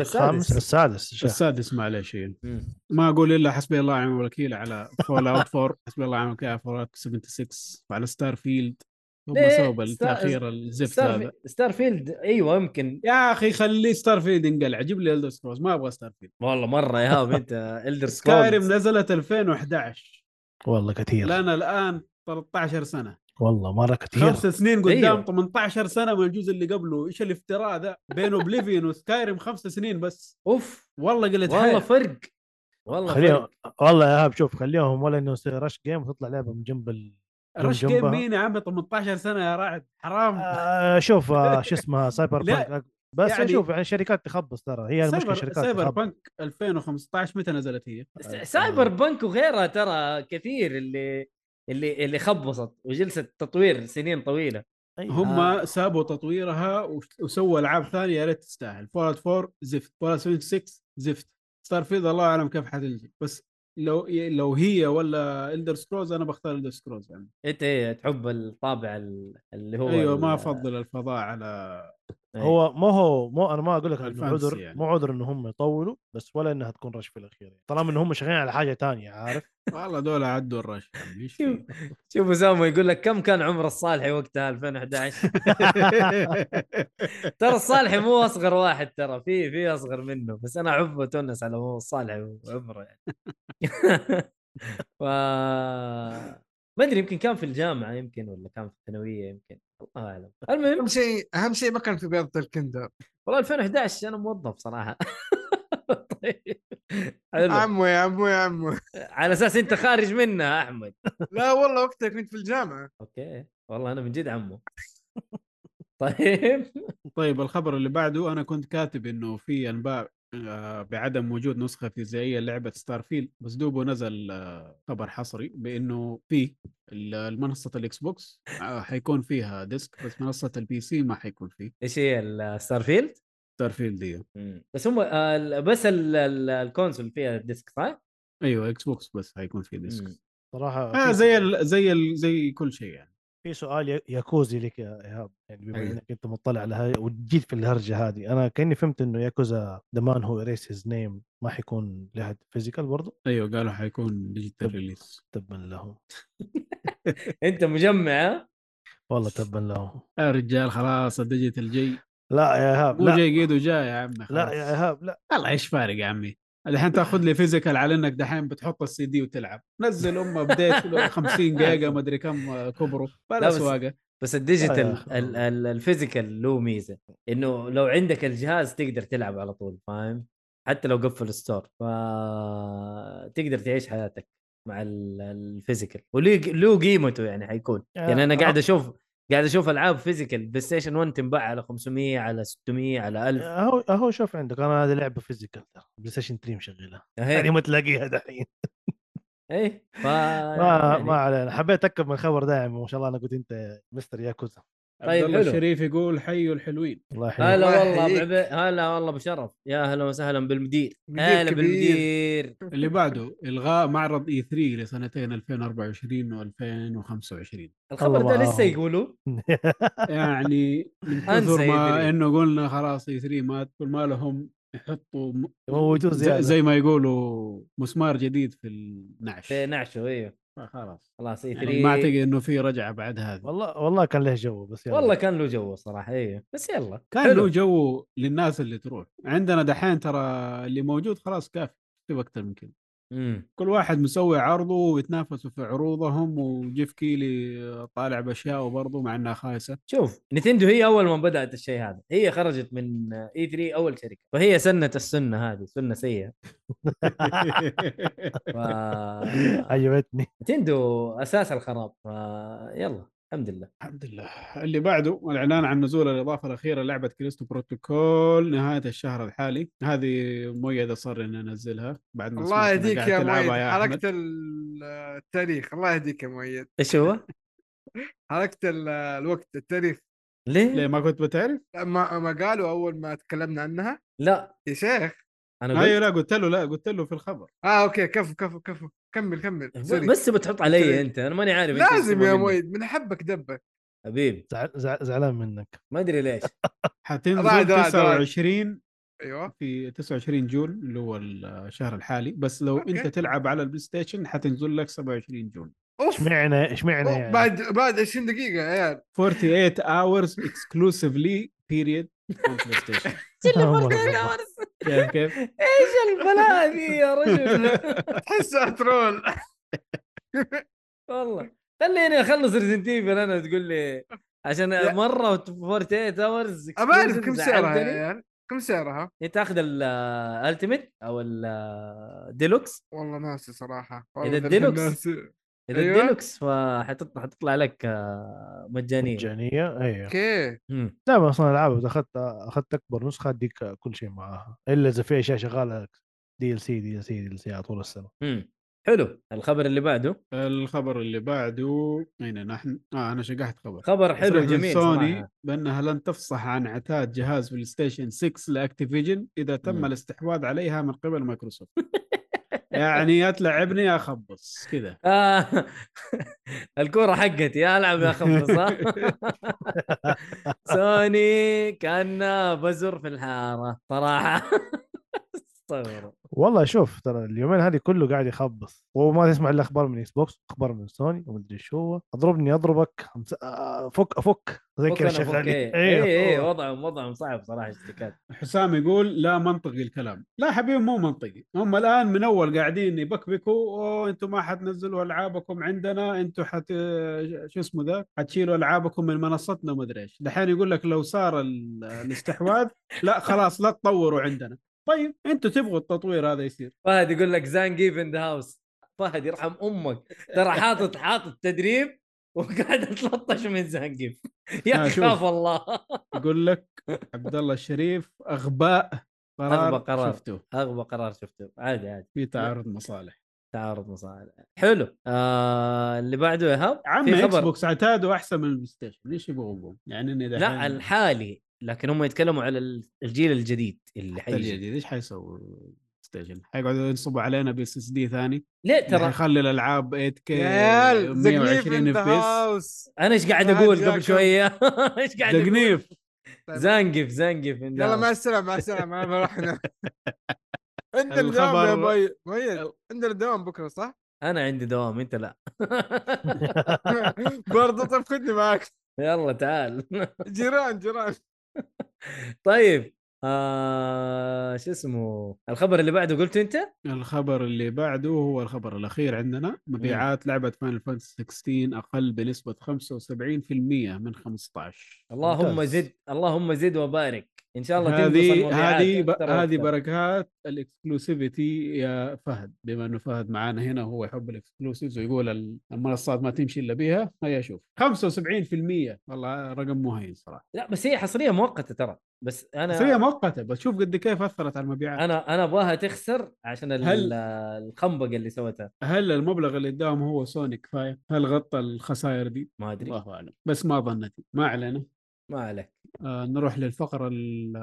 [SPEAKER 2] السادس؟
[SPEAKER 4] الخامس السادس شا.
[SPEAKER 1] السادس ما عليه شيء
[SPEAKER 2] مم.
[SPEAKER 1] ما اقول الا حسبي الله ونعم الوكيل على فول اوت 4 حسبي الله ونعم الوكيل على فول اوت 76 وعلى ستار فيلد هم
[SPEAKER 2] ليه؟
[SPEAKER 1] سبب
[SPEAKER 2] ستار-
[SPEAKER 1] التاخير الزفت
[SPEAKER 2] ستار,
[SPEAKER 1] هذا
[SPEAKER 2] في... ستار فيلد ايوه يمكن
[SPEAKER 1] يا اخي خلي ستار فيلد ينقلع جيب لي الدر سكرولز ما ابغى ستار فيلد
[SPEAKER 2] والله مره يا هاب انت الدر
[SPEAKER 1] سكايريم
[SPEAKER 2] سكايرم
[SPEAKER 1] نزلت 2011
[SPEAKER 4] والله كثير
[SPEAKER 1] لنا الان 13 سنه
[SPEAKER 4] والله مره كثير
[SPEAKER 1] خمس سنين قدام
[SPEAKER 2] أيوه.
[SPEAKER 1] 18 سنه من الجزء اللي قبله ايش الافتراء ذا بين اوبليفيون وسكايريم خمس سنين بس
[SPEAKER 2] اوف
[SPEAKER 1] والله قلت
[SPEAKER 2] والله
[SPEAKER 1] حيل.
[SPEAKER 2] فرق والله
[SPEAKER 4] خليهم
[SPEAKER 2] فرق
[SPEAKER 4] والله يا هاب شوف خليهم ولا انه يصير رش جيم وتطلع لعبه من جنب ال...
[SPEAKER 1] رش
[SPEAKER 4] جنبها.
[SPEAKER 1] جيم مين يا عمي 18 سنه يا راعد حرام
[SPEAKER 4] آه شوف آه شو اسمها سايبر
[SPEAKER 1] لا،
[SPEAKER 4] بانك بس
[SPEAKER 1] يعني-
[SPEAKER 4] يعني... شوف يعني شركات تخبص ترى هي المشكله
[SPEAKER 1] سايبر,
[SPEAKER 4] شركات
[SPEAKER 1] سايبر
[SPEAKER 4] تخبص
[SPEAKER 1] بانك 2015 متى نزلت هي؟
[SPEAKER 2] س- سايبر بنك وغيرها ترى كثير اللي اللي اللي خبصت وجلسه تطوير سنين طويله
[SPEAKER 4] أيوة.
[SPEAKER 1] هم
[SPEAKER 2] آه.
[SPEAKER 1] سابوا تطويرها وش- وسووا العاب ثانيه يا ريت تستاهل فولات 4 زفت فولات 76 زفت ستار فيلد الله اعلم كيف حتلجي بس لو لو هي ولا الدر سكرولز انا بختار الدر سكرولز يعني
[SPEAKER 2] انت ايه تحب الطابع ال- اللي هو
[SPEAKER 1] ايوه ما
[SPEAKER 2] ال-
[SPEAKER 1] افضل الفضاء على
[SPEAKER 4] آه، هو ما هو مو انا ما اقول لك انه
[SPEAKER 1] الفانسي
[SPEAKER 4] عذر
[SPEAKER 1] يعني.
[SPEAKER 4] يعني. مو عذر ان هم يطولوا بس ولا انها تكون رش في الاخير يعني. طالما ان هم شغالين على حاجه تانية عارف
[SPEAKER 1] والله دول عدوا يعني، الرش يا عمي، ايش في؟
[SPEAKER 2] [LAUGHS] شوف اسامه يقول لك كم كان عمر الصالحي وقتها 2011 ترى الصالحي مو اصغر واحد ترى في في اصغر منه بس انا احب اتونس على هو الصالحي وعمره يعني [LAUGHS] ف ما ادري يمكن كان في الجامعه يمكن ولا كان في الثانويه يمكن الله اعلم المهم
[SPEAKER 3] اهم شيء اهم شيء ما كان في بيضة الكندر
[SPEAKER 2] والله 2011 انا موظف صراحه [LAUGHS] طيب حلو
[SPEAKER 3] عمو يا عمو يا عمو
[SPEAKER 2] على اساس انت خارج منها احمد
[SPEAKER 3] لا والله وقتها كنت في الجامعه
[SPEAKER 2] اوكي والله انا من جد عمو طيب [LAUGHS]
[SPEAKER 1] طيب الخبر اللي بعده انا كنت كاتب انه في انباء آه، بعدم وجود نسخه فيزيائيه للعبه ستار فيلد بس دوبه نزل آه، خبر حصري بانه في ال- المنصه الاكس بوكس آه، حيكون فيها ديسك بس منصه البي سي ما حيكون فيه
[SPEAKER 2] ايش هي الستار فيلد؟
[SPEAKER 1] ستار فيلد دي
[SPEAKER 2] بس هم آه، ال- بس ال- ال- الكونسول فيها الديسك صح؟
[SPEAKER 1] ايوه اكس بوكس بس حيكون فيه ديسك
[SPEAKER 2] مم.
[SPEAKER 4] صراحه
[SPEAKER 1] آه
[SPEAKER 4] في-
[SPEAKER 1] زي ال زي ال زي كل شيء يعني
[SPEAKER 4] في سؤال ي- ياكوزي لك يا ايهاب يعني بما
[SPEAKER 2] أيوه.
[SPEAKER 4] انك انت مطلع على هاي وجيت في الهرجه هذه انا كاني فهمت انه ياكوزا ذا مان هو اريس هيز نيم ما حيكون لها فيزيكال برضه
[SPEAKER 1] ايوه قالوا حيكون ديجيتال ريليس
[SPEAKER 4] تبا له
[SPEAKER 2] [LAUGHS] انت مجمع ها؟
[SPEAKER 4] والله تبا له
[SPEAKER 1] يا رجال خلاص الديجيتال جاي
[SPEAKER 4] لا يا ايهاب
[SPEAKER 1] مو
[SPEAKER 2] إيه.
[SPEAKER 4] لا
[SPEAKER 1] جاي قيد وجاي يا عمي
[SPEAKER 4] لا
[SPEAKER 1] خلاص.
[SPEAKER 4] يا ايهاب لا
[SPEAKER 1] الله ايش فارق يا عمي الحين تاخذ لي فيزيكال على انك دحين بتحط السي دي وتلعب نزل ام ابديت له
[SPEAKER 2] [LAUGHS]
[SPEAKER 1] 50 جيجا ما ادري كم آه، كبره
[SPEAKER 2] لا
[SPEAKER 1] بلا
[SPEAKER 2] بس-
[SPEAKER 1] سواقه
[SPEAKER 2] بس
[SPEAKER 4] آه يا
[SPEAKER 2] الديجيتال
[SPEAKER 4] أخي.
[SPEAKER 2] ال- ال- الفيزيكال له ميزه انه لو عندك الجهاز تقدر تلعب على طول فاهم؟ حتى لو قفل ستور ف تقدر تعيش حياتك مع ال- الفيزيكال وله له قيمته يعني حيكون
[SPEAKER 4] آه،
[SPEAKER 2] يعني انا قاعد اشوف قاعد اشوف العاب فيزيكال بلاي ستيشن 1 تنباع على 500 على 600 على 1000
[SPEAKER 4] اهو اهو شوف عندك انا هذه لعبه فيزيكال ترى بلاي ستيشن 3 مشغلها
[SPEAKER 2] إيه.
[SPEAKER 4] يعني ما تلاقيها دحين
[SPEAKER 2] ايه ف
[SPEAKER 4] ما
[SPEAKER 2] يعني-
[SPEAKER 4] ما علينا حبيت اتاكد من الخبر ده يعني ما شاء الله انا قلت انت مستر ياكوزا
[SPEAKER 1] عبد
[SPEAKER 2] طيب
[SPEAKER 1] الله
[SPEAKER 2] حلو.
[SPEAKER 1] الشريف يقول حيوا الحلوين
[SPEAKER 4] الله يحييك [LAUGHS]
[SPEAKER 2] هلا
[SPEAKER 3] الله
[SPEAKER 2] والله
[SPEAKER 3] يحييك.
[SPEAKER 2] بعبي- هلا والله بشرف يا هلا وسهلا بالمدير
[SPEAKER 3] مدير
[SPEAKER 2] هلا
[SPEAKER 3] كبير. [LAUGHS]
[SPEAKER 2] بالمدير [LAUGHS]
[SPEAKER 1] اللي بعده الغاء معرض اي 3 لسنتين 2024 و2025
[SPEAKER 2] الخبر
[SPEAKER 4] الله
[SPEAKER 2] ده لسه
[SPEAKER 4] معاهم.
[SPEAKER 2] يقولوا
[SPEAKER 1] يعني من
[SPEAKER 2] [LAUGHS] أنسى E
[SPEAKER 1] كثر ما
[SPEAKER 2] E3. انه
[SPEAKER 1] انه قلنا خلاص اي 3 مات كل ما لهم يحطوا م-
[SPEAKER 4] يموتوه
[SPEAKER 1] زي,
[SPEAKER 4] زيادة.
[SPEAKER 1] زي ما يقولوا مسمار جديد في النعش
[SPEAKER 2] نعشو ايوه
[SPEAKER 1] خلاص
[SPEAKER 2] خلاص إيه اي
[SPEAKER 1] يعني ما اعتقد
[SPEAKER 2] 3
[SPEAKER 1] انه في رجعه بعد هذا
[SPEAKER 4] والله والله كان له جو بس يلا.
[SPEAKER 2] والله كان له جو صراحه ايوه بس يلا
[SPEAKER 1] كان
[SPEAKER 2] حلو.
[SPEAKER 1] له جو للناس اللي تروح عندنا دحين ترى اللي موجود خلاص كافي شوف اكثر من كذا
[SPEAKER 2] مم.
[SPEAKER 1] كل واحد مسوي عرضه ويتنافسوا في عروضهم وجيف كيلي طالع باشياء برضه مع انها
[SPEAKER 3] [LAUGHS]
[SPEAKER 1] خايسه
[SPEAKER 2] شوف نتندو هي اول ما بدات الشيء هذا هي خرجت من اي 3 اول شركه فهي سنه السنه هذه سنه سيئه
[SPEAKER 1] [LAUGHS]
[SPEAKER 2] ف... آه.
[SPEAKER 4] عجبتني
[SPEAKER 2] نتندو اساس الخراب ف... يلا الحمد لله
[SPEAKER 1] الحمد لله اللي بعده الاعلان عن نزول الاضافه الاخيره لعبه كريستو بروتوكول نهايه الشهر الحالي هذه مؤيد اصر اني انزلها بعد ما
[SPEAKER 3] الله
[SPEAKER 1] سمعت إنها
[SPEAKER 3] يهديك
[SPEAKER 1] قاعد
[SPEAKER 3] يا
[SPEAKER 1] تلعبها
[SPEAKER 3] مؤيد
[SPEAKER 1] أحمد.
[SPEAKER 3] حركت ال- التاريخ الله يهديك يا مؤيد
[SPEAKER 1] [LAUGHS]
[SPEAKER 2] ايش هو؟
[SPEAKER 3] حركت ال- الوقت التاريخ
[SPEAKER 1] ليه ما كنت بتعرف؟
[SPEAKER 3] ما ما قالوا اول ما تكلمنا عنها
[SPEAKER 2] لا
[SPEAKER 3] يا شيخ
[SPEAKER 2] انا قلت
[SPEAKER 1] ايوه لا قلت له لا قلت له في الخبر
[SPEAKER 3] اه اوكي كفو كفو كفو كمل كمل سوري
[SPEAKER 2] بس بتحط علي
[SPEAKER 3] سوري.
[SPEAKER 2] انت انا ماني عارف إنت إيش
[SPEAKER 3] لازم
[SPEAKER 2] تبغى
[SPEAKER 3] يا
[SPEAKER 2] مني.
[SPEAKER 3] مؤيد من حبك دبك
[SPEAKER 2] حبيبي
[SPEAKER 4] زعل- زعل- زعلان منك
[SPEAKER 1] [LAUGHS]
[SPEAKER 2] ما ادري ليش
[SPEAKER 1] حتنزل
[SPEAKER 3] رعد- رعد- رعد.
[SPEAKER 1] 29
[SPEAKER 3] ايوه
[SPEAKER 1] في 29 جول اللي هو الشهر الحالي بس لو
[SPEAKER 3] أوكي.
[SPEAKER 1] انت تلعب على البلاي ستيشن حتنزل لك 27 جول
[SPEAKER 3] اوف
[SPEAKER 4] اشمعنى اشمعنى
[SPEAKER 3] أوه،
[SPEAKER 4] يعني [LAUGHS]
[SPEAKER 3] بعد بعد 20 دقيقة يا عيال
[SPEAKER 1] 48 hours exclusively period on
[SPEAKER 2] [LAUGHS]
[SPEAKER 1] PlayStation شايف كيف؟
[SPEAKER 2] ايش البلاء ذي يا رجل
[SPEAKER 3] [LAUGHS] تحسها ترول
[SPEAKER 2] والله خليني اخلص ريزنت ايفل انا تقول لي
[SPEAKER 3] لا.
[SPEAKER 2] عشان إيه، مره 48 اورز
[SPEAKER 3] ابى اعرف كم سعرها يعني. يا عيال كم سعرها؟
[SPEAKER 2] انت اخذ الالتيميت او الديلوكس
[SPEAKER 3] والله ناسي صراحة
[SPEAKER 2] إذا
[SPEAKER 3] والله
[SPEAKER 2] الديلوكس.
[SPEAKER 3] ناسي.
[SPEAKER 2] اذا
[SPEAKER 3] أيوة.
[SPEAKER 2] الديلوكس فحتطلع حتطلع لك آه، مجانيه
[SPEAKER 4] مجانيه ايوه
[SPEAKER 3] اوكي
[SPEAKER 2] مم.
[SPEAKER 4] لا ما اصلا العاب اذا اخذت اخذت اكبر نسخه اديك كل شيء معاها الا اذا في اشياء شغاله دي ال سي دي ال سي دي ال سي على طول السنه
[SPEAKER 2] مم. حلو الخبر اللي بعده
[SPEAKER 1] الخبر اللي بعده اين نحن؟ اه انا شقحت خبر
[SPEAKER 2] خبر حلو
[SPEAKER 1] تصريح من
[SPEAKER 2] جميل
[SPEAKER 1] سوني
[SPEAKER 2] صراحه
[SPEAKER 1] بانها لن تفصح عن عتاد جهاز بلاي ستيشن 6 لاكتيفيجن اذا تم
[SPEAKER 2] مم.
[SPEAKER 1] الاستحواذ عليها من قبل
[SPEAKER 2] [LAUGHS]
[SPEAKER 1] مايكروسوفت يعني يا تلعبني يا اخبص كذا
[SPEAKER 2] آه [LAUGHS] الكورة حقتي يا العب يا خلص
[SPEAKER 1] [LAUGHS]
[SPEAKER 2] ها؟ سوني كان بزر في الحارة صراحة استغفر
[SPEAKER 4] والله شوف ترى اليومين هذه كله قاعد يخبص وما تسمع الا اخبار من اكس بوكس اخبار من سوني ومدري شو هو اضربني اضربك أمس- آه، افك افك زي كذا شغال
[SPEAKER 1] إيه،
[SPEAKER 4] إيه.
[SPEAKER 2] اي اي إيه، وضعهم وضعهم صعب صراحة الشركات
[SPEAKER 1] حسام يقول لا منطقي الكلام لا حبيبي مو منطقي هم الان من اول قاعدين يبكبكوا اوه انتم ما حتنزلوا العابكم عندنا انتم حت شو اسمه ذا حتشيلوا العابكم من منصتنا وما ادري ايش دحين يقول لك لو صار ال- الاستحواذ لا خلاص لا تطوروا عندنا طيب انتم تبغوا التطوير هذا يصير
[SPEAKER 2] فهد يقول لك زانجي في ذا هاوس فهد يرحم امك ترى حاطط حاطط تدريب وقاعد اتلطش من زانجيف يا
[SPEAKER 1] آه،
[SPEAKER 2] أخي
[SPEAKER 1] شوف.
[SPEAKER 2] خاف الله
[SPEAKER 1] يقول لك عبد الله الشريف اغباء قرار
[SPEAKER 2] أغبى قرار.
[SPEAKER 1] شفته
[SPEAKER 2] اغبى قرار شفته عادي عادي
[SPEAKER 1] في تعارض مصالح
[SPEAKER 2] تعارض مصالح حلو آه اللي بعده يا هاب
[SPEAKER 1] عم
[SPEAKER 2] في
[SPEAKER 1] اكس
[SPEAKER 2] خبر.
[SPEAKER 1] بوكس اعتادوا احسن من البلاي ستيشن ليش يبغوا يبغوا؟ يعني اني
[SPEAKER 2] لا
[SPEAKER 1] دحين
[SPEAKER 2] الحالي لكن هم يتكلموا على ال- الجيل الجديد اللي
[SPEAKER 1] حتى
[SPEAKER 2] حيجي
[SPEAKER 1] الجديد ايش حيسووا البلاي ستيشن؟ حيقعدوا ينصبوا علينا باس اس دي ثاني
[SPEAKER 2] ليه
[SPEAKER 1] ترى
[SPEAKER 2] ترى
[SPEAKER 1] حيخلي الالعاب 8
[SPEAKER 3] يا
[SPEAKER 1] كي
[SPEAKER 3] عيال ذا جليف
[SPEAKER 1] 120
[SPEAKER 3] ان ذا
[SPEAKER 1] اف بي اس
[SPEAKER 3] هاوس
[SPEAKER 2] انا ايش قاعد
[SPEAKER 3] واحد
[SPEAKER 2] اقول
[SPEAKER 3] جاكم.
[SPEAKER 2] قبل [LAUGHS] شويه ايش قاعد اقول
[SPEAKER 1] دقنيف
[SPEAKER 2] [LAUGHS] زنقف زنقف
[SPEAKER 3] يلا مع السلامة مع السلامة انا بروح هنا
[SPEAKER 1] [LAUGHS]
[SPEAKER 3] عندنا الدوام
[SPEAKER 1] الخبر-
[SPEAKER 3] يا باي مؤيد عندنا الدوام بكرة صح؟ [LAUGHS]
[SPEAKER 2] انا عندي دوام انت لا
[SPEAKER 3] برضه طيب خدني معك
[SPEAKER 2] يلا تعال [LAUGHS]
[SPEAKER 3] جيران جيران
[SPEAKER 2] طيب آه شو اسمه الخبر اللي بعده قلته انت
[SPEAKER 1] الخبر اللي بعده هو الخبر الاخير عندنا مبيعات لعبه فاينل فانتسي 16 اقل بنسبه 75% من 15
[SPEAKER 2] اللهم
[SPEAKER 4] ممتاز.
[SPEAKER 2] زد اللهم زد وبارك ان شاء الله تنقص
[SPEAKER 1] هذه
[SPEAKER 2] المبيعات
[SPEAKER 1] هذه ب-
[SPEAKER 2] أكثر
[SPEAKER 1] هذه
[SPEAKER 2] وأكثر.
[SPEAKER 1] بركات الاكسكلوسيفيتي يا فهد بما انه فهد معانا هنا هو يحب الاكسكلوسيفز ويقول ال- المنصات ما تمشي الا بها هيا شوف 75% والله رقم مهين صراحه
[SPEAKER 2] لا بس هي حصريه مؤقته ترى بس انا
[SPEAKER 1] بس هي مؤقته بس شوف قد كيف اثرت على المبيعات
[SPEAKER 2] انا انا ابغاها تخسر عشان ال-
[SPEAKER 1] هل-
[SPEAKER 2] الخنبقه اللي سوتها
[SPEAKER 1] هل المبلغ اللي اداهم هو سوني كفايه؟ هل غطى الخسائر دي؟
[SPEAKER 2] ما ادري
[SPEAKER 1] الله اعلم بس ما ظنتي ما علينا
[SPEAKER 2] ما عليك
[SPEAKER 1] آه نروح للفقره ال-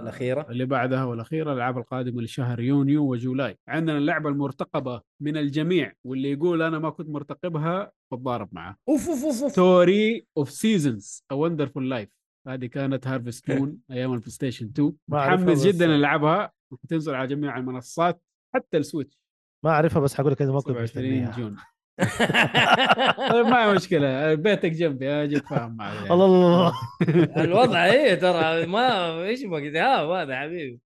[SPEAKER 2] الاخيره
[SPEAKER 1] اللي بعدها والاخيره الالعاب القادمه لشهر يونيو وجولاي عندنا اللعبه المرتقبه من الجميع واللي يقول انا ما كنت مرتقبها بتضارب معه
[SPEAKER 2] اوف اوف اوف, أوف.
[SPEAKER 1] ستوري اوف سيزونز ا وندرفول لايف هذه كانت هارفست مون ايام البلاي ستيشن 2
[SPEAKER 4] ما إيه. أعرفها
[SPEAKER 1] متحمس
[SPEAKER 4] بس-
[SPEAKER 1] جدا العبها وتنزل على جميع المنصات حتى السويتش
[SPEAKER 4] ما اعرفها بس حقول لك اذا ما كنت
[SPEAKER 1] 27
[SPEAKER 4] مستنيها
[SPEAKER 1] جون طيب ما هي مشكله بيتك جنبي اجي اتفاهم معك يعني.
[SPEAKER 4] الله الله
[SPEAKER 2] [LAUGHS]
[SPEAKER 4] الله
[SPEAKER 2] الوضع ايه ترى ما ايش ما قد ها هذا يا حبيبي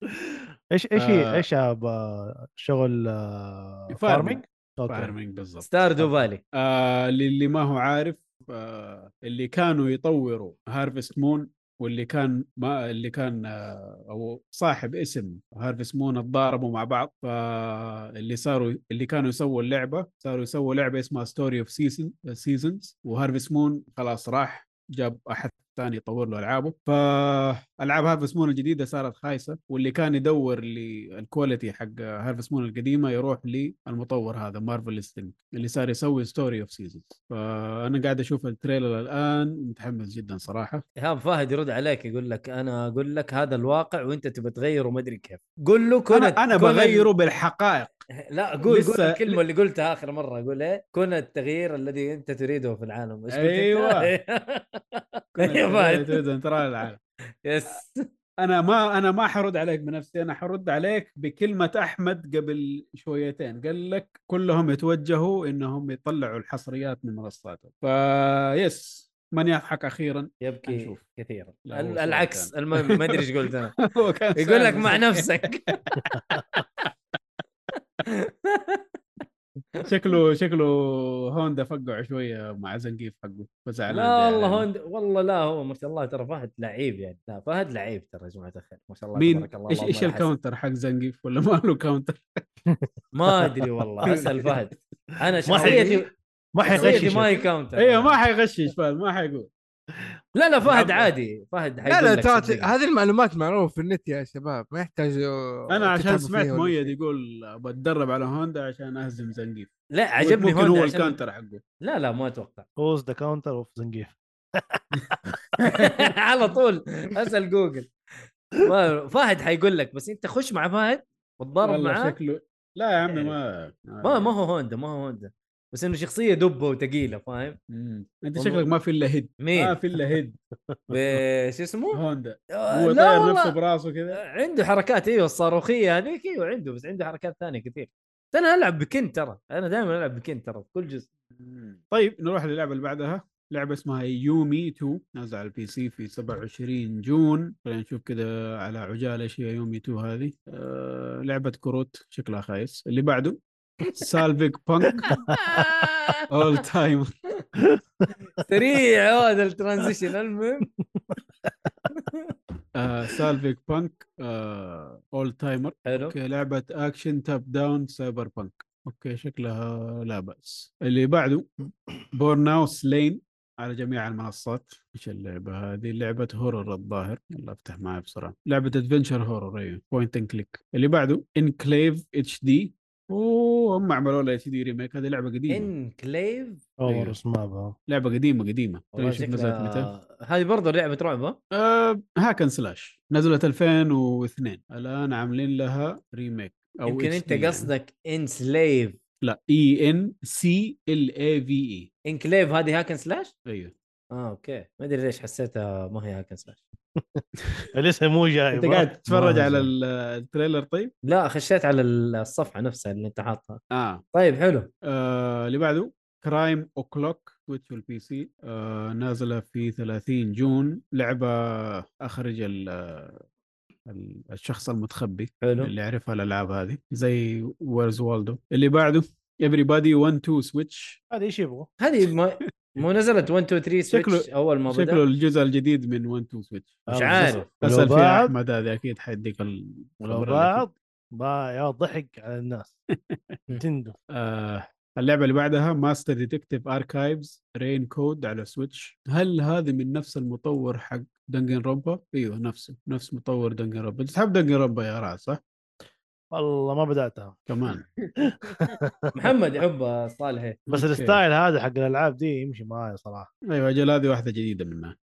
[SPEAKER 4] ايش ايش
[SPEAKER 1] آه.
[SPEAKER 4] هي- ايش يا ب- شغل آه، فارمينج
[SPEAKER 1] فارمينج. فارمينج بالضبط
[SPEAKER 2] ستار دوفالي
[SPEAKER 1] آه للي ما هو عارف آه اللي كانوا يطوروا هارفست مون واللي كان ما اللي كان آه او صاحب اسم هارفست مون اتضاربوا مع بعض فاللي صاروا اللي كانوا يسووا اللعبه صاروا يسووا لعبه اسمها ستوري اوف سيزون سيزونز وهارفست مون خلاص راح جاب احد ثاني يطور له العابه فالعاب هارفست مون الجديده صارت خايسه واللي كان يدور للكواليتي حق هارفست مون القديمه يروح للمطور هذا مارفل ستينك اللي صار يسوي ستوري اوف سيزون فانا قاعد اشوف التريلر الان متحمس جدا صراحه
[SPEAKER 2] ايهاب فهد يرد عليك يقول لك انا اقول لك هذا الواقع وانت تبي تغيره وما ادري كيف قول له كنت
[SPEAKER 1] انا انا
[SPEAKER 2] كن ال-
[SPEAKER 1] بغيره
[SPEAKER 2] [LAUGHS]
[SPEAKER 1] بالحقائق
[SPEAKER 2] لا قول قول
[SPEAKER 1] لسه-
[SPEAKER 2] الكلمه اللي قلتها اخر مره قول ايه كن التغيير الذي انت تريده في العالم [LAUGHS] إيش قلت أنت؟
[SPEAKER 1] أيوة.
[SPEAKER 2] أيوة فهد.
[SPEAKER 1] ترى العالم
[SPEAKER 2] يس
[SPEAKER 1] انا ما انا ما حرد عليك بنفسي انا حرد عليك بكلمه احمد قبل شويتين قال لك كلهم يتوجهوا انهم يطلعوا الحصريات من منصاتهم فيس من يضحك اخيرا
[SPEAKER 2] يبكي
[SPEAKER 1] حنشوف.
[SPEAKER 2] كثيرا
[SPEAKER 1] لا، هو
[SPEAKER 2] ال-
[SPEAKER 1] سؤال
[SPEAKER 2] العكس
[SPEAKER 1] كان.
[SPEAKER 2] المهم ما ادري ايش
[SPEAKER 1] [LAUGHS]
[SPEAKER 2] قلت انا
[SPEAKER 1] [LAUGHS] هو كان
[SPEAKER 2] يقول لك
[SPEAKER 1] سامع.
[SPEAKER 2] مع
[SPEAKER 1] [LAUGHS]
[SPEAKER 2] نفسك
[SPEAKER 1] شكله شكله هوندا فقع شويه مع زنقيف حقه يعني. فزعل
[SPEAKER 2] لا والله هوند والله لا هو ما شاء الله ترى فهد لعيب يعني لا فهد لعيب ترى يا جماعه الخير ما شاء الله
[SPEAKER 1] مين
[SPEAKER 2] تبارك الله
[SPEAKER 1] ايش
[SPEAKER 2] اللهم
[SPEAKER 1] ايش
[SPEAKER 2] لا حسد.
[SPEAKER 1] الكاونتر حق زنقيف ولا ما له كاونتر
[SPEAKER 2] ما ادري
[SPEAKER 1] [LAUGHS]
[SPEAKER 2] والله اسال فهد انا
[SPEAKER 4] ما
[SPEAKER 2] شخصيتي
[SPEAKER 4] ما
[SPEAKER 1] إيه
[SPEAKER 2] شخصيتي
[SPEAKER 4] حيغششك
[SPEAKER 2] ما هي كاونتر
[SPEAKER 1] ايوه ما نعم. حيغشش فهد ما حيقول
[SPEAKER 2] لا لا فهد عادي فهد
[SPEAKER 3] لا
[SPEAKER 2] حيقول
[SPEAKER 3] لا
[SPEAKER 2] لك
[SPEAKER 3] ترى
[SPEAKER 2] صدقني.
[SPEAKER 3] هذه المعلومات معروفه في النت يا شباب ما يحتاج
[SPEAKER 1] انا عشان سمعت مؤيد يقول بتدرب على هوندا عشان اهزم زنقيف
[SPEAKER 2] لا عجبني
[SPEAKER 1] ممكن هو
[SPEAKER 2] هوندا عشان...
[SPEAKER 1] الكاونتر حقه
[SPEAKER 2] لا لا ما اتوقع
[SPEAKER 4] هوز ذا كاونتر اوف زنقيف
[SPEAKER 2] [LAUGHS] على طول اسال جوجل ما- فهد حيقول لك بس انت خش مع فهد وتضارب
[SPEAKER 1] والله
[SPEAKER 2] معاه إيه.
[SPEAKER 1] شكله لا يا عمي ما
[SPEAKER 2] ما ما هو هوندا ما هو هوندا بس انه شخصيه دبه وثقيله فاهم
[SPEAKER 1] مم. انت
[SPEAKER 2] والله. إيه.
[SPEAKER 1] شكلك ما في الا هيد ما
[SPEAKER 2] مين
[SPEAKER 1] في الا هيد
[SPEAKER 2] ب- شو اسمه [LAUGHS]
[SPEAKER 1] هوندا
[SPEAKER 2] آه،
[SPEAKER 1] آه، هو
[SPEAKER 2] لا
[SPEAKER 1] طاير
[SPEAKER 2] والله.
[SPEAKER 1] نفسه براسه كذا
[SPEAKER 2] عنده حركات ايوه الصاروخيه هذيك ايوه عنده بس عنده حركات ثانيه كثير بس انا العب بكن ترى انا دائما العب بكن ترى في كل جزء
[SPEAKER 1] طيب نروح للعبه اللي بعدها لعبه اسمها يومي 2 نازله على البي سي في 27 جون خلينا نشوف كذا على عجاله ايش هي يومي 2 هذه آه لعبه كروت شكلها خايس اللي بعده سالفيك بانك اول تايم
[SPEAKER 2] [LAUGHS] سريع هذا الترانزيشن المهم
[SPEAKER 1] آه، سالفيك بانك اول تايمر
[SPEAKER 2] حلو
[SPEAKER 1] اوكي لعبة اكشن تاب داون سايبر بانك اوكي شكلها لا بأس اللي بعده بورن اوت لين على جميع المنصات ايش اللعبة هذه لعبة هورر الظاهر يلا افتح معي بسرعة لعبة ادفنشر هورر ايوه بوينت اند كليك اللي بعده انكليف اتش دي اوه هم عملوا لها اتش دي ريميك هذه لعبة قديمة
[SPEAKER 2] انكليف
[SPEAKER 1] أيوه.
[SPEAKER 4] اوفر اسمها
[SPEAKER 1] لعبة قديمة قديمة
[SPEAKER 2] والله
[SPEAKER 1] شوف نزلت طيب، متى
[SPEAKER 2] شكلها هذه برضه لعبه رعب ها؟
[SPEAKER 1] آه هاكن سلاش نزلت 2002 الان عاملين لها ريميك او
[SPEAKER 2] يمكن انت
[SPEAKER 1] HD يعني.
[SPEAKER 2] قصدك انسليف
[SPEAKER 1] لا اي ان سي ال اي في اي
[SPEAKER 2] انكليف هذه هاكن سلاش؟
[SPEAKER 1] ايوه
[SPEAKER 2] اه اوكي ما ادري ليش حسيتها ما هي هاكن سلاش
[SPEAKER 4] لسه مو
[SPEAKER 1] انت
[SPEAKER 4] جايب
[SPEAKER 1] قاعد تتفرج
[SPEAKER 4] ما
[SPEAKER 1] على ال-
[SPEAKER 4] أزال.
[SPEAKER 1] التريلر طيب؟
[SPEAKER 2] لا خشيت على الصفحه نفسها اللي انت حاطها
[SPEAKER 1] اه,
[SPEAKER 2] طيب حلو
[SPEAKER 1] آه اللي بعده كرايم اوكلوك سويتش والبي سي آه نازله في 30 جون لعبه اخرج ال ال- الشخص المتخبي
[SPEAKER 2] حلو
[SPEAKER 1] اللي يعرفها الالعاب هذه زي ويرز والدو اللي بعده everybody 1 2 سويتش
[SPEAKER 4] هذا ايش يبغوا؟
[SPEAKER 2] هذه
[SPEAKER 1] [LAUGHS]
[SPEAKER 2] ما مو نزلت 1 2 3
[SPEAKER 1] شكله-
[SPEAKER 2] سويتش اول ما
[SPEAKER 1] شكله
[SPEAKER 2] بدا
[SPEAKER 1] الجزء الجديد من 1 2 سويتش
[SPEAKER 2] مش
[SPEAKER 4] آه،
[SPEAKER 2] عارف.
[SPEAKER 4] لو
[SPEAKER 1] اسال فيها
[SPEAKER 4] بعض-
[SPEAKER 1] احمد هذا اكيد حيديك ال-
[SPEAKER 4] ولو
[SPEAKER 1] الخبر الأكيد.
[SPEAKER 4] بعض ما يا ضحك على الناس
[SPEAKER 1] [LAUGHS]
[SPEAKER 4] تندو
[SPEAKER 1] آه اللعبة اللي بعدها ماستر ديتكتيف اركايفز رين كود على سويتش هل هذه من نفس المطور حق دنجن روبا؟ ايوه نفسه نفس مطور دنجن روبا انت تحب دنجن روبا يا راس صح؟
[SPEAKER 4] والله ما بداتها
[SPEAKER 1] كمان
[SPEAKER 2] محمد يحب صالح إيه.
[SPEAKER 4] بس
[SPEAKER 1] أوكي.
[SPEAKER 4] الستايل هذا حق الالعاب دي يمشي معايا صراحه
[SPEAKER 1] ايوه اجل هذه واحدة جديدة
[SPEAKER 2] [CLEARS THROAT]
[SPEAKER 1] منها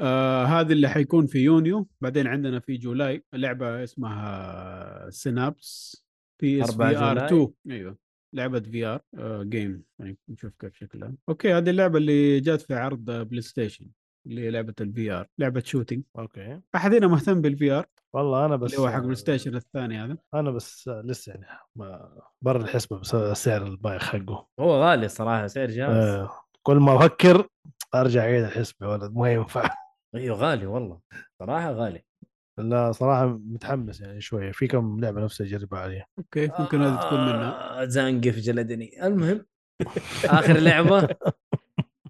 [SPEAKER 1] آه هذه اللي حيكون في يونيو بعدين عندنا في جولاي لعبة اسمها سينابس بي اس
[SPEAKER 2] 4
[SPEAKER 1] في ار
[SPEAKER 2] جولاي.
[SPEAKER 1] 2 ايوه لعبة في ار جيم يعني نشوف كيف شكلها اوكي هذه اللعبة اللي جات في عرض بلاي ستيشن اللي هي لعبة الفي ار لعبة شوتينج
[SPEAKER 4] اوكي
[SPEAKER 1] احد هنا مهتم بالفي ار
[SPEAKER 4] والله انا بس
[SPEAKER 1] اللي هو حق بلاي ستيشن
[SPEAKER 2] آه.
[SPEAKER 1] الثاني هذا
[SPEAKER 4] انا بس لسه يعني ما- برا الحسبه بس سعر البايخ حقه
[SPEAKER 2] هو غالي صراحه سعر جاهز
[SPEAKER 4] آه، كل ما افكر ارجع اعيد الحسبه يا ولد ما ينفع
[SPEAKER 2] ايوه غالي والله صراحه غالي
[SPEAKER 4] لا صراحه متحمس يعني شويه في كم لعبه نفسي اجربها عليها
[SPEAKER 1] اوكي ممكن هذه تكون منها
[SPEAKER 2] آه، زنقف جلدني المهم اخر لعبه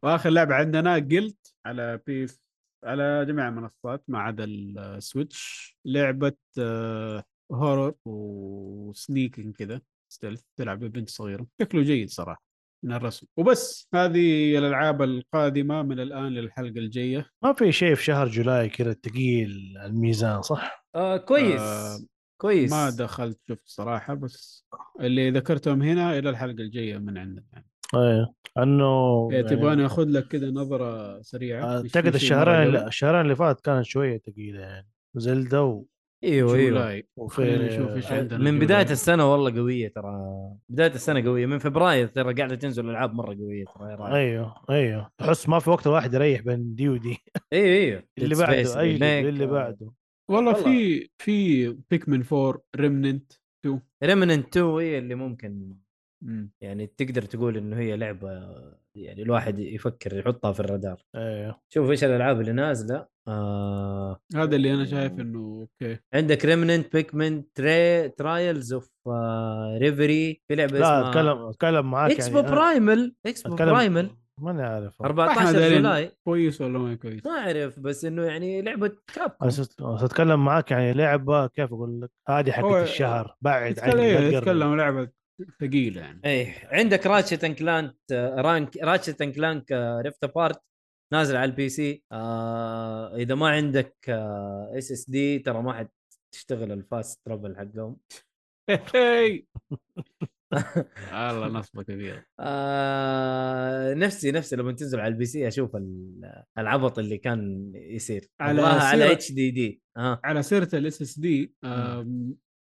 [SPEAKER 1] واخر لعبه عندنا قلت على بيس على جميع المنصات ما عدا السويتش لعبه آه، هورر وسنيكينج كذا ستيلث تلعب ببنت صغيره شكله جيد صراحه من الرسم وبس هذه الالعاب القادمه من الان للحلقه الجايه
[SPEAKER 4] ما في شيء في شهر جولاي كذا ثقيل على الميزان صح؟
[SPEAKER 2] آه كويس
[SPEAKER 1] آه،
[SPEAKER 2] كويس
[SPEAKER 1] ما دخلت شفت صراحه بس اللي ذكرتهم هنا الى الحلقه الجايه من عندنا يعني
[SPEAKER 4] ايه انه
[SPEAKER 1] إيه،
[SPEAKER 4] يعني
[SPEAKER 1] تبغاني اخذ لك كذا نظره سريعه إيش في
[SPEAKER 4] اعتقد
[SPEAKER 1] شيء مرة
[SPEAKER 4] الشهرين
[SPEAKER 1] قبل؟
[SPEAKER 4] الشهرين اللي فات كانت شويه ثقيله يعني زلدا و...
[SPEAKER 2] ايوه ايوه
[SPEAKER 1] جولاي خلينا نشوف
[SPEAKER 4] وفي
[SPEAKER 1] ايش عندنا
[SPEAKER 2] آه، من
[SPEAKER 1] جولاي.
[SPEAKER 2] بدايه السنه والله قويه ترى بدايه السنه قويه من فبراير ترى قاعده تنزل العاب مره قويه ترى إيه يا رائع.
[SPEAKER 4] ايوه ايوه تحس ما في وقت الواحد يريح بين دي ودي
[SPEAKER 2] ايوه ايوه
[SPEAKER 4] اللي
[SPEAKER 2] Dead Space
[SPEAKER 4] بعده اي
[SPEAKER 2] remake.
[SPEAKER 4] اللي بعده
[SPEAKER 1] والله
[SPEAKER 2] والله.
[SPEAKER 1] في في بيكمن 4 ريمننت
[SPEAKER 2] ريمننت 2 هي إيه، اللي ممكن يعني تقدر تقول انه هي لعبه يعني الواحد يفكر يحطها في الرادار
[SPEAKER 4] ايوه
[SPEAKER 2] شوف ايش الالعاب اللي نازله آه...
[SPEAKER 1] هذا اللي انا شايف انه اوكي
[SPEAKER 2] عندك ريمننت بيكمن تري... ترايلز اوف ريفري آه، في
[SPEAKER 1] طيب،
[SPEAKER 2] لعبه
[SPEAKER 4] لا
[SPEAKER 2] اسمها
[SPEAKER 4] اتكلم اتكلم معاك يعني،
[SPEAKER 2] اكسبو
[SPEAKER 4] أنا
[SPEAKER 2] برايمل اكسبو
[SPEAKER 4] آه، أتكلم-
[SPEAKER 2] برايمل
[SPEAKER 4] ماني عارف والله.
[SPEAKER 1] إحنا
[SPEAKER 2] 14
[SPEAKER 1] دارين.
[SPEAKER 2] جولاي
[SPEAKER 1] كويس ولا ما كويس
[SPEAKER 2] ما اعرف بس انه يعني لعبه كاب
[SPEAKER 4] انا ست- أنا اتكلم معاك يعني لعبه كيف اقول لك هذه حقت
[SPEAKER 1] هو-
[SPEAKER 4] الشهر بعد
[SPEAKER 1] يتكلم
[SPEAKER 4] عني لا
[SPEAKER 1] إيه،
[SPEAKER 4] تقرب.
[SPEAKER 1] يتكلم لعبه ثقيله يعني
[SPEAKER 2] ايه عندك راتشت اند كلانك رانك راتشت اند كلانك ريفت ابارت آه، نازل على البي سي آه اذا ما عندك آه، اس اس دي ترى ما حد تشتغل الفاست ترافل حقهم
[SPEAKER 1] الله نصبه كبيره
[SPEAKER 2] آه نفسي نفسي لما تنزل على البي سي اشوف ال- العبط اللي كان يصير
[SPEAKER 1] على
[SPEAKER 2] على على
[SPEAKER 1] سيرة-
[SPEAKER 2] اتش دي دي ها
[SPEAKER 1] على سيره الاس اس دي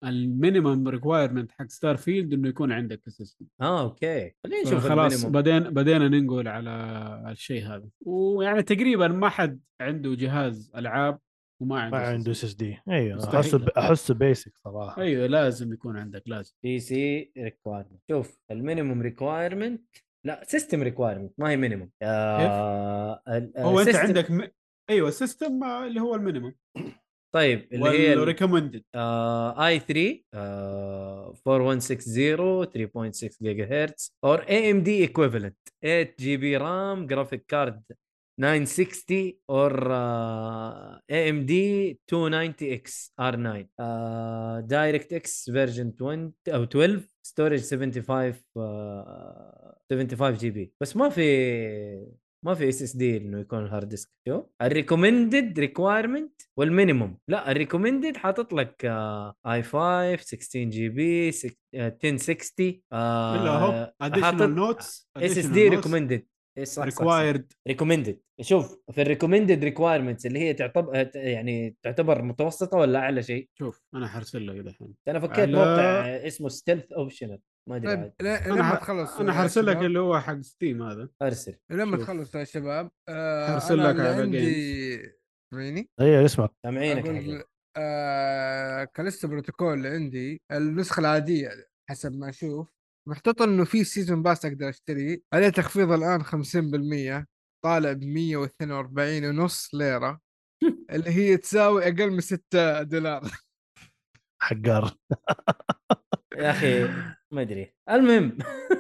[SPEAKER 1] المينيمم ريكوايرمنت حق ستار فيلد انه يكون عندك اس اس دي
[SPEAKER 2] اه اوكي خلينا نشوف
[SPEAKER 1] آه، خلاص
[SPEAKER 2] المينيموم.
[SPEAKER 1] بعدين بدينا ننقل على الشيء هذا ويعني تقريبا ما حد عنده جهاز العاب وما عنده
[SPEAKER 4] ما
[SPEAKER 1] SSD.
[SPEAKER 4] عنده اس اس دي ايوه
[SPEAKER 1] مستحيل.
[SPEAKER 4] احسه احسه بيسك صراحه
[SPEAKER 1] ايوه لازم يكون عندك لازم
[SPEAKER 2] بي سي ريكوايرمنت شوف المينيموم ريكوايرمنت لا سيستم ريكوايرمنت ما هي مينيموم آه ال-
[SPEAKER 1] هو انت
[SPEAKER 2] system-
[SPEAKER 1] عندك م... ايوه السيستم اللي هو المينيمم
[SPEAKER 2] طيب اللي هي ال-
[SPEAKER 1] والريكومندد
[SPEAKER 2] آه اي 3 آه 4160 3.6 جيجا هرتز اور اي ام دي ايكويفالنت 8 جي بي رام جرافيك كارد 960 اور اي ام دي 290 اكس ار 9 دايركت اكس فيرجن 20 او 12 ستورج 75 آه 75 جي بي بس ما في ما في اس اس دي انه يكون الهارد ديسك شو الريكومندد ريكوايرمنت والمينيموم لا الريكومندد حاطط لك آه، اي 5 16 جي بي آه، 1060 آه،
[SPEAKER 1] الا هو اديشنال نوتس
[SPEAKER 2] اس اس دي ريكومندد
[SPEAKER 1] ريكوايرد
[SPEAKER 2] ريكومندد شوف في الريكومندد ريكوايرمنتس اللي هي تعتبر يعني تعتبر متوسطه ولا اعلى شيء؟
[SPEAKER 1] شوف انا حرسل لك دحين
[SPEAKER 2] انا فكرت
[SPEAKER 1] على-
[SPEAKER 2] موقع اسمه ستيلث اوبشنال ما ادري
[SPEAKER 3] طيب
[SPEAKER 2] عاد.
[SPEAKER 3] لا-
[SPEAKER 1] أنا
[SPEAKER 3] لما
[SPEAKER 1] ح-
[SPEAKER 3] تخلص
[SPEAKER 1] انا
[SPEAKER 3] يا
[SPEAKER 1] حرسل لك
[SPEAKER 3] شباب.
[SPEAKER 1] اللي هو حق ستيم هذا
[SPEAKER 2] ارسل
[SPEAKER 3] لما
[SPEAKER 1] شوف.
[SPEAKER 3] تخلص يا شباب آه،
[SPEAKER 1] أرسل
[SPEAKER 3] أنا
[SPEAKER 1] لك
[SPEAKER 3] اللي
[SPEAKER 1] على
[SPEAKER 3] عندي سمعيني
[SPEAKER 4] ايوه اسمع
[SPEAKER 2] سامعينك يا
[SPEAKER 3] أقول
[SPEAKER 2] حبيبي.
[SPEAKER 3] آه كاليستو بروتوكول اللي عندي النسخة العادية حسب ما أشوف محطوط إنه في سيزون باس أقدر أشتريه عليه تخفيض الآن 50% طالع ب 142 ونص
[SPEAKER 2] [LAUGHS]
[SPEAKER 3] ليرة اللي هي تساوي أقل من 6 دولار
[SPEAKER 4] حقار
[SPEAKER 2] يا اخي ما ادري المهم [LAUGHS]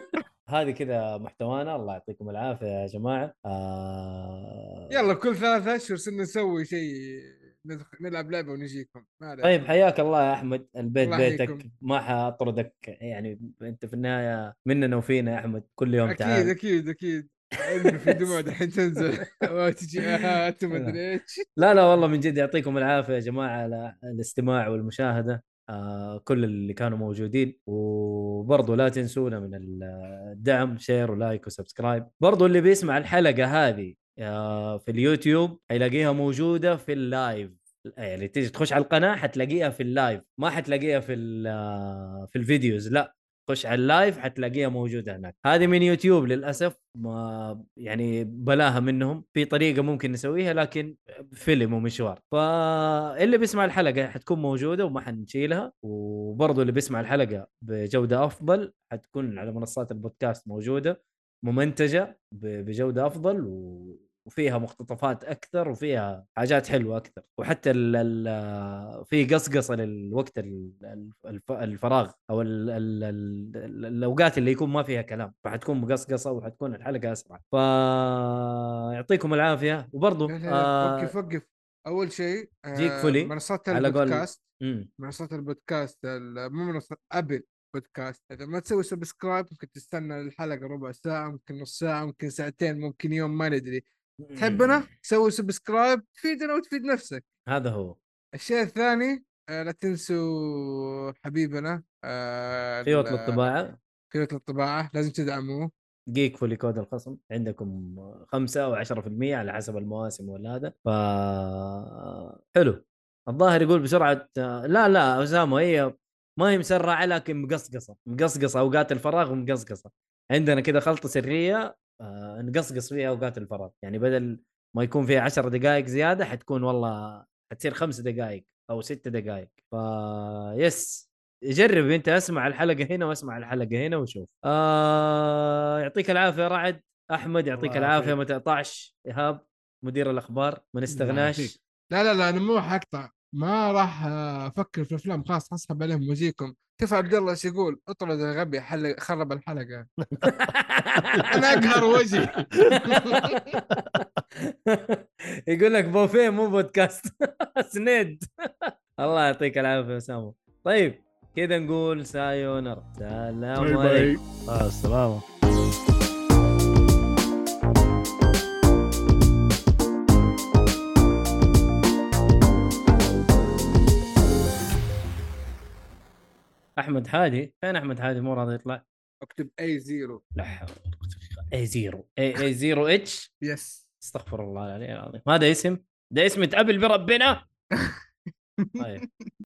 [SPEAKER 2] هذه كذا محتوانا الله يعطيكم العافيه يا جماعه آه...
[SPEAKER 3] يلا كل ثلاثة أشهر صرنا نسوي شيء ندخ- نلعب لعبة ونجيكم ما عليك.
[SPEAKER 2] طيب حياك الله يا احمد البيت
[SPEAKER 3] الله
[SPEAKER 2] بيتك
[SPEAKER 3] يحييكم.
[SPEAKER 2] ما حاطردك يعني انت في النهايه مننا وفينا يا احمد كل يوم
[SPEAKER 3] اكيد
[SPEAKER 2] تعال
[SPEAKER 3] اكيد اكيد علمي في دموع دحين
[SPEAKER 2] [LAUGHS]
[SPEAKER 3] تنزل وتجي اهات وما ادري ايش
[SPEAKER 2] لا لا والله من جد يعطيكم العافيه يا جماعه على الاستماع والمشاهده آه كل اللي كانوا موجودين وبرضه لا تنسونا من الدعم شير ولايك وسبسكرايب برضه اللي بيسمع الحلقه هذه آه في اليوتيوب هيلاقيها موجوده في اللايف يعني تيجي تخش على القناه حتلاقيها في اللايف ما حتلاقيها في ال- آه، في الفيديوز لا خش على اللايف حتلاقيها موجوده هناك هذه من يوتيوب للاسف ما يعني بلاها منهم في طريقه ممكن نسويها لكن فيلم ومشوار فاللي بيسمع الحلقه حتكون موجوده وما حنشيلها وبرضه اللي بيسمع الحلقه بجوده افضل حتكون على منصات البودكاست موجوده ممنتجه ب- بجوده افضل و... وفيها مقتطفات اكثر وفيها حاجات حلوه اكثر وحتى ال ال في قصقصه للوقت ال- ال- الف- الفراغ او ال ال ال ال- الاوقات اللي يكون ما فيها كلام فحتكون مقصقصه وحتكون الحلقه اسرع فيعطيكم العافيه وبرضه
[SPEAKER 3] لا، لا، لا،
[SPEAKER 2] آه،
[SPEAKER 3] وقف وقف اول شيء آه،
[SPEAKER 2] جيك فولي
[SPEAKER 3] منصات
[SPEAKER 2] على قول-
[SPEAKER 3] البودكاست
[SPEAKER 2] امم
[SPEAKER 3] منصات البودكاست ال- مو منصات ابل بودكاست اذا ما تسوي سبسكرايب ممكن تستنى الحلقه ربع ساعه ممكن نص ساعه ممكن ساعتين ممكن يوم ما ندري تحبنا سوي سبسكرايب تفيدنا وتفيد نفسك
[SPEAKER 2] إمم. هذا هو
[SPEAKER 3] الشيء الثاني آه، لا تنسوا حبيبنا آه،
[SPEAKER 2] خيوط
[SPEAKER 3] ال-
[SPEAKER 2] للطباعه
[SPEAKER 3] خيوط الطباعه لازم تدعموه
[SPEAKER 2] جيك فولي كود الخصم عندكم 5 او 10% على حسب المواسم ولا هذا ف حلو الظاهر يقول بسرعه لا لا اسامه هي ما هي مسرعه لكن مقصقصه مقصقصه اوقات الفراغ ومقصقصه عندنا كذا خلطه سريه آه، نقصقص فيها اوقات الفراغ يعني بدل ما يكون فيها 10 دقائق زياده حتكون والله حتصير خمس دقائق او ست دقائق فا يس جرب انت اسمع الحلقه هنا واسمع الحلقه هنا وشوف آه يعطيك العافيه رعد احمد يعطيك
[SPEAKER 1] الله
[SPEAKER 2] العافيه
[SPEAKER 1] يعافيك.
[SPEAKER 2] ما تقطعش ايهاب مدير الاخبار ما نستغناش
[SPEAKER 1] يعافيك.
[SPEAKER 3] لا لا لا انا مو حقطع ما راح آه، افكر في الافلام خلاص اسحب عليهم وجيكم شوف عبد الله ايش يقول اطرد الغبي حلق خرب الحلقه انا اقهر وجهي
[SPEAKER 2] [LAUGHS] يقول لك بوفيه مو بودكاست [LAUGHS] سند الله يعطيك العافيه اسامه طيب كذا نقول سايونر سلام عليكم
[SPEAKER 4] مع السلامه
[SPEAKER 2] احمد حادي فين احمد حادي مو راضي يطلع
[SPEAKER 3] اكتب اي زيرو
[SPEAKER 2] لا حول ولا قوة إلا بالله. اي زيرو اي اي زيرو اتش
[SPEAKER 3] يس
[SPEAKER 2] استغفر الله العلي العظيم هذا اسم ده اسم تقبل بربنا طيب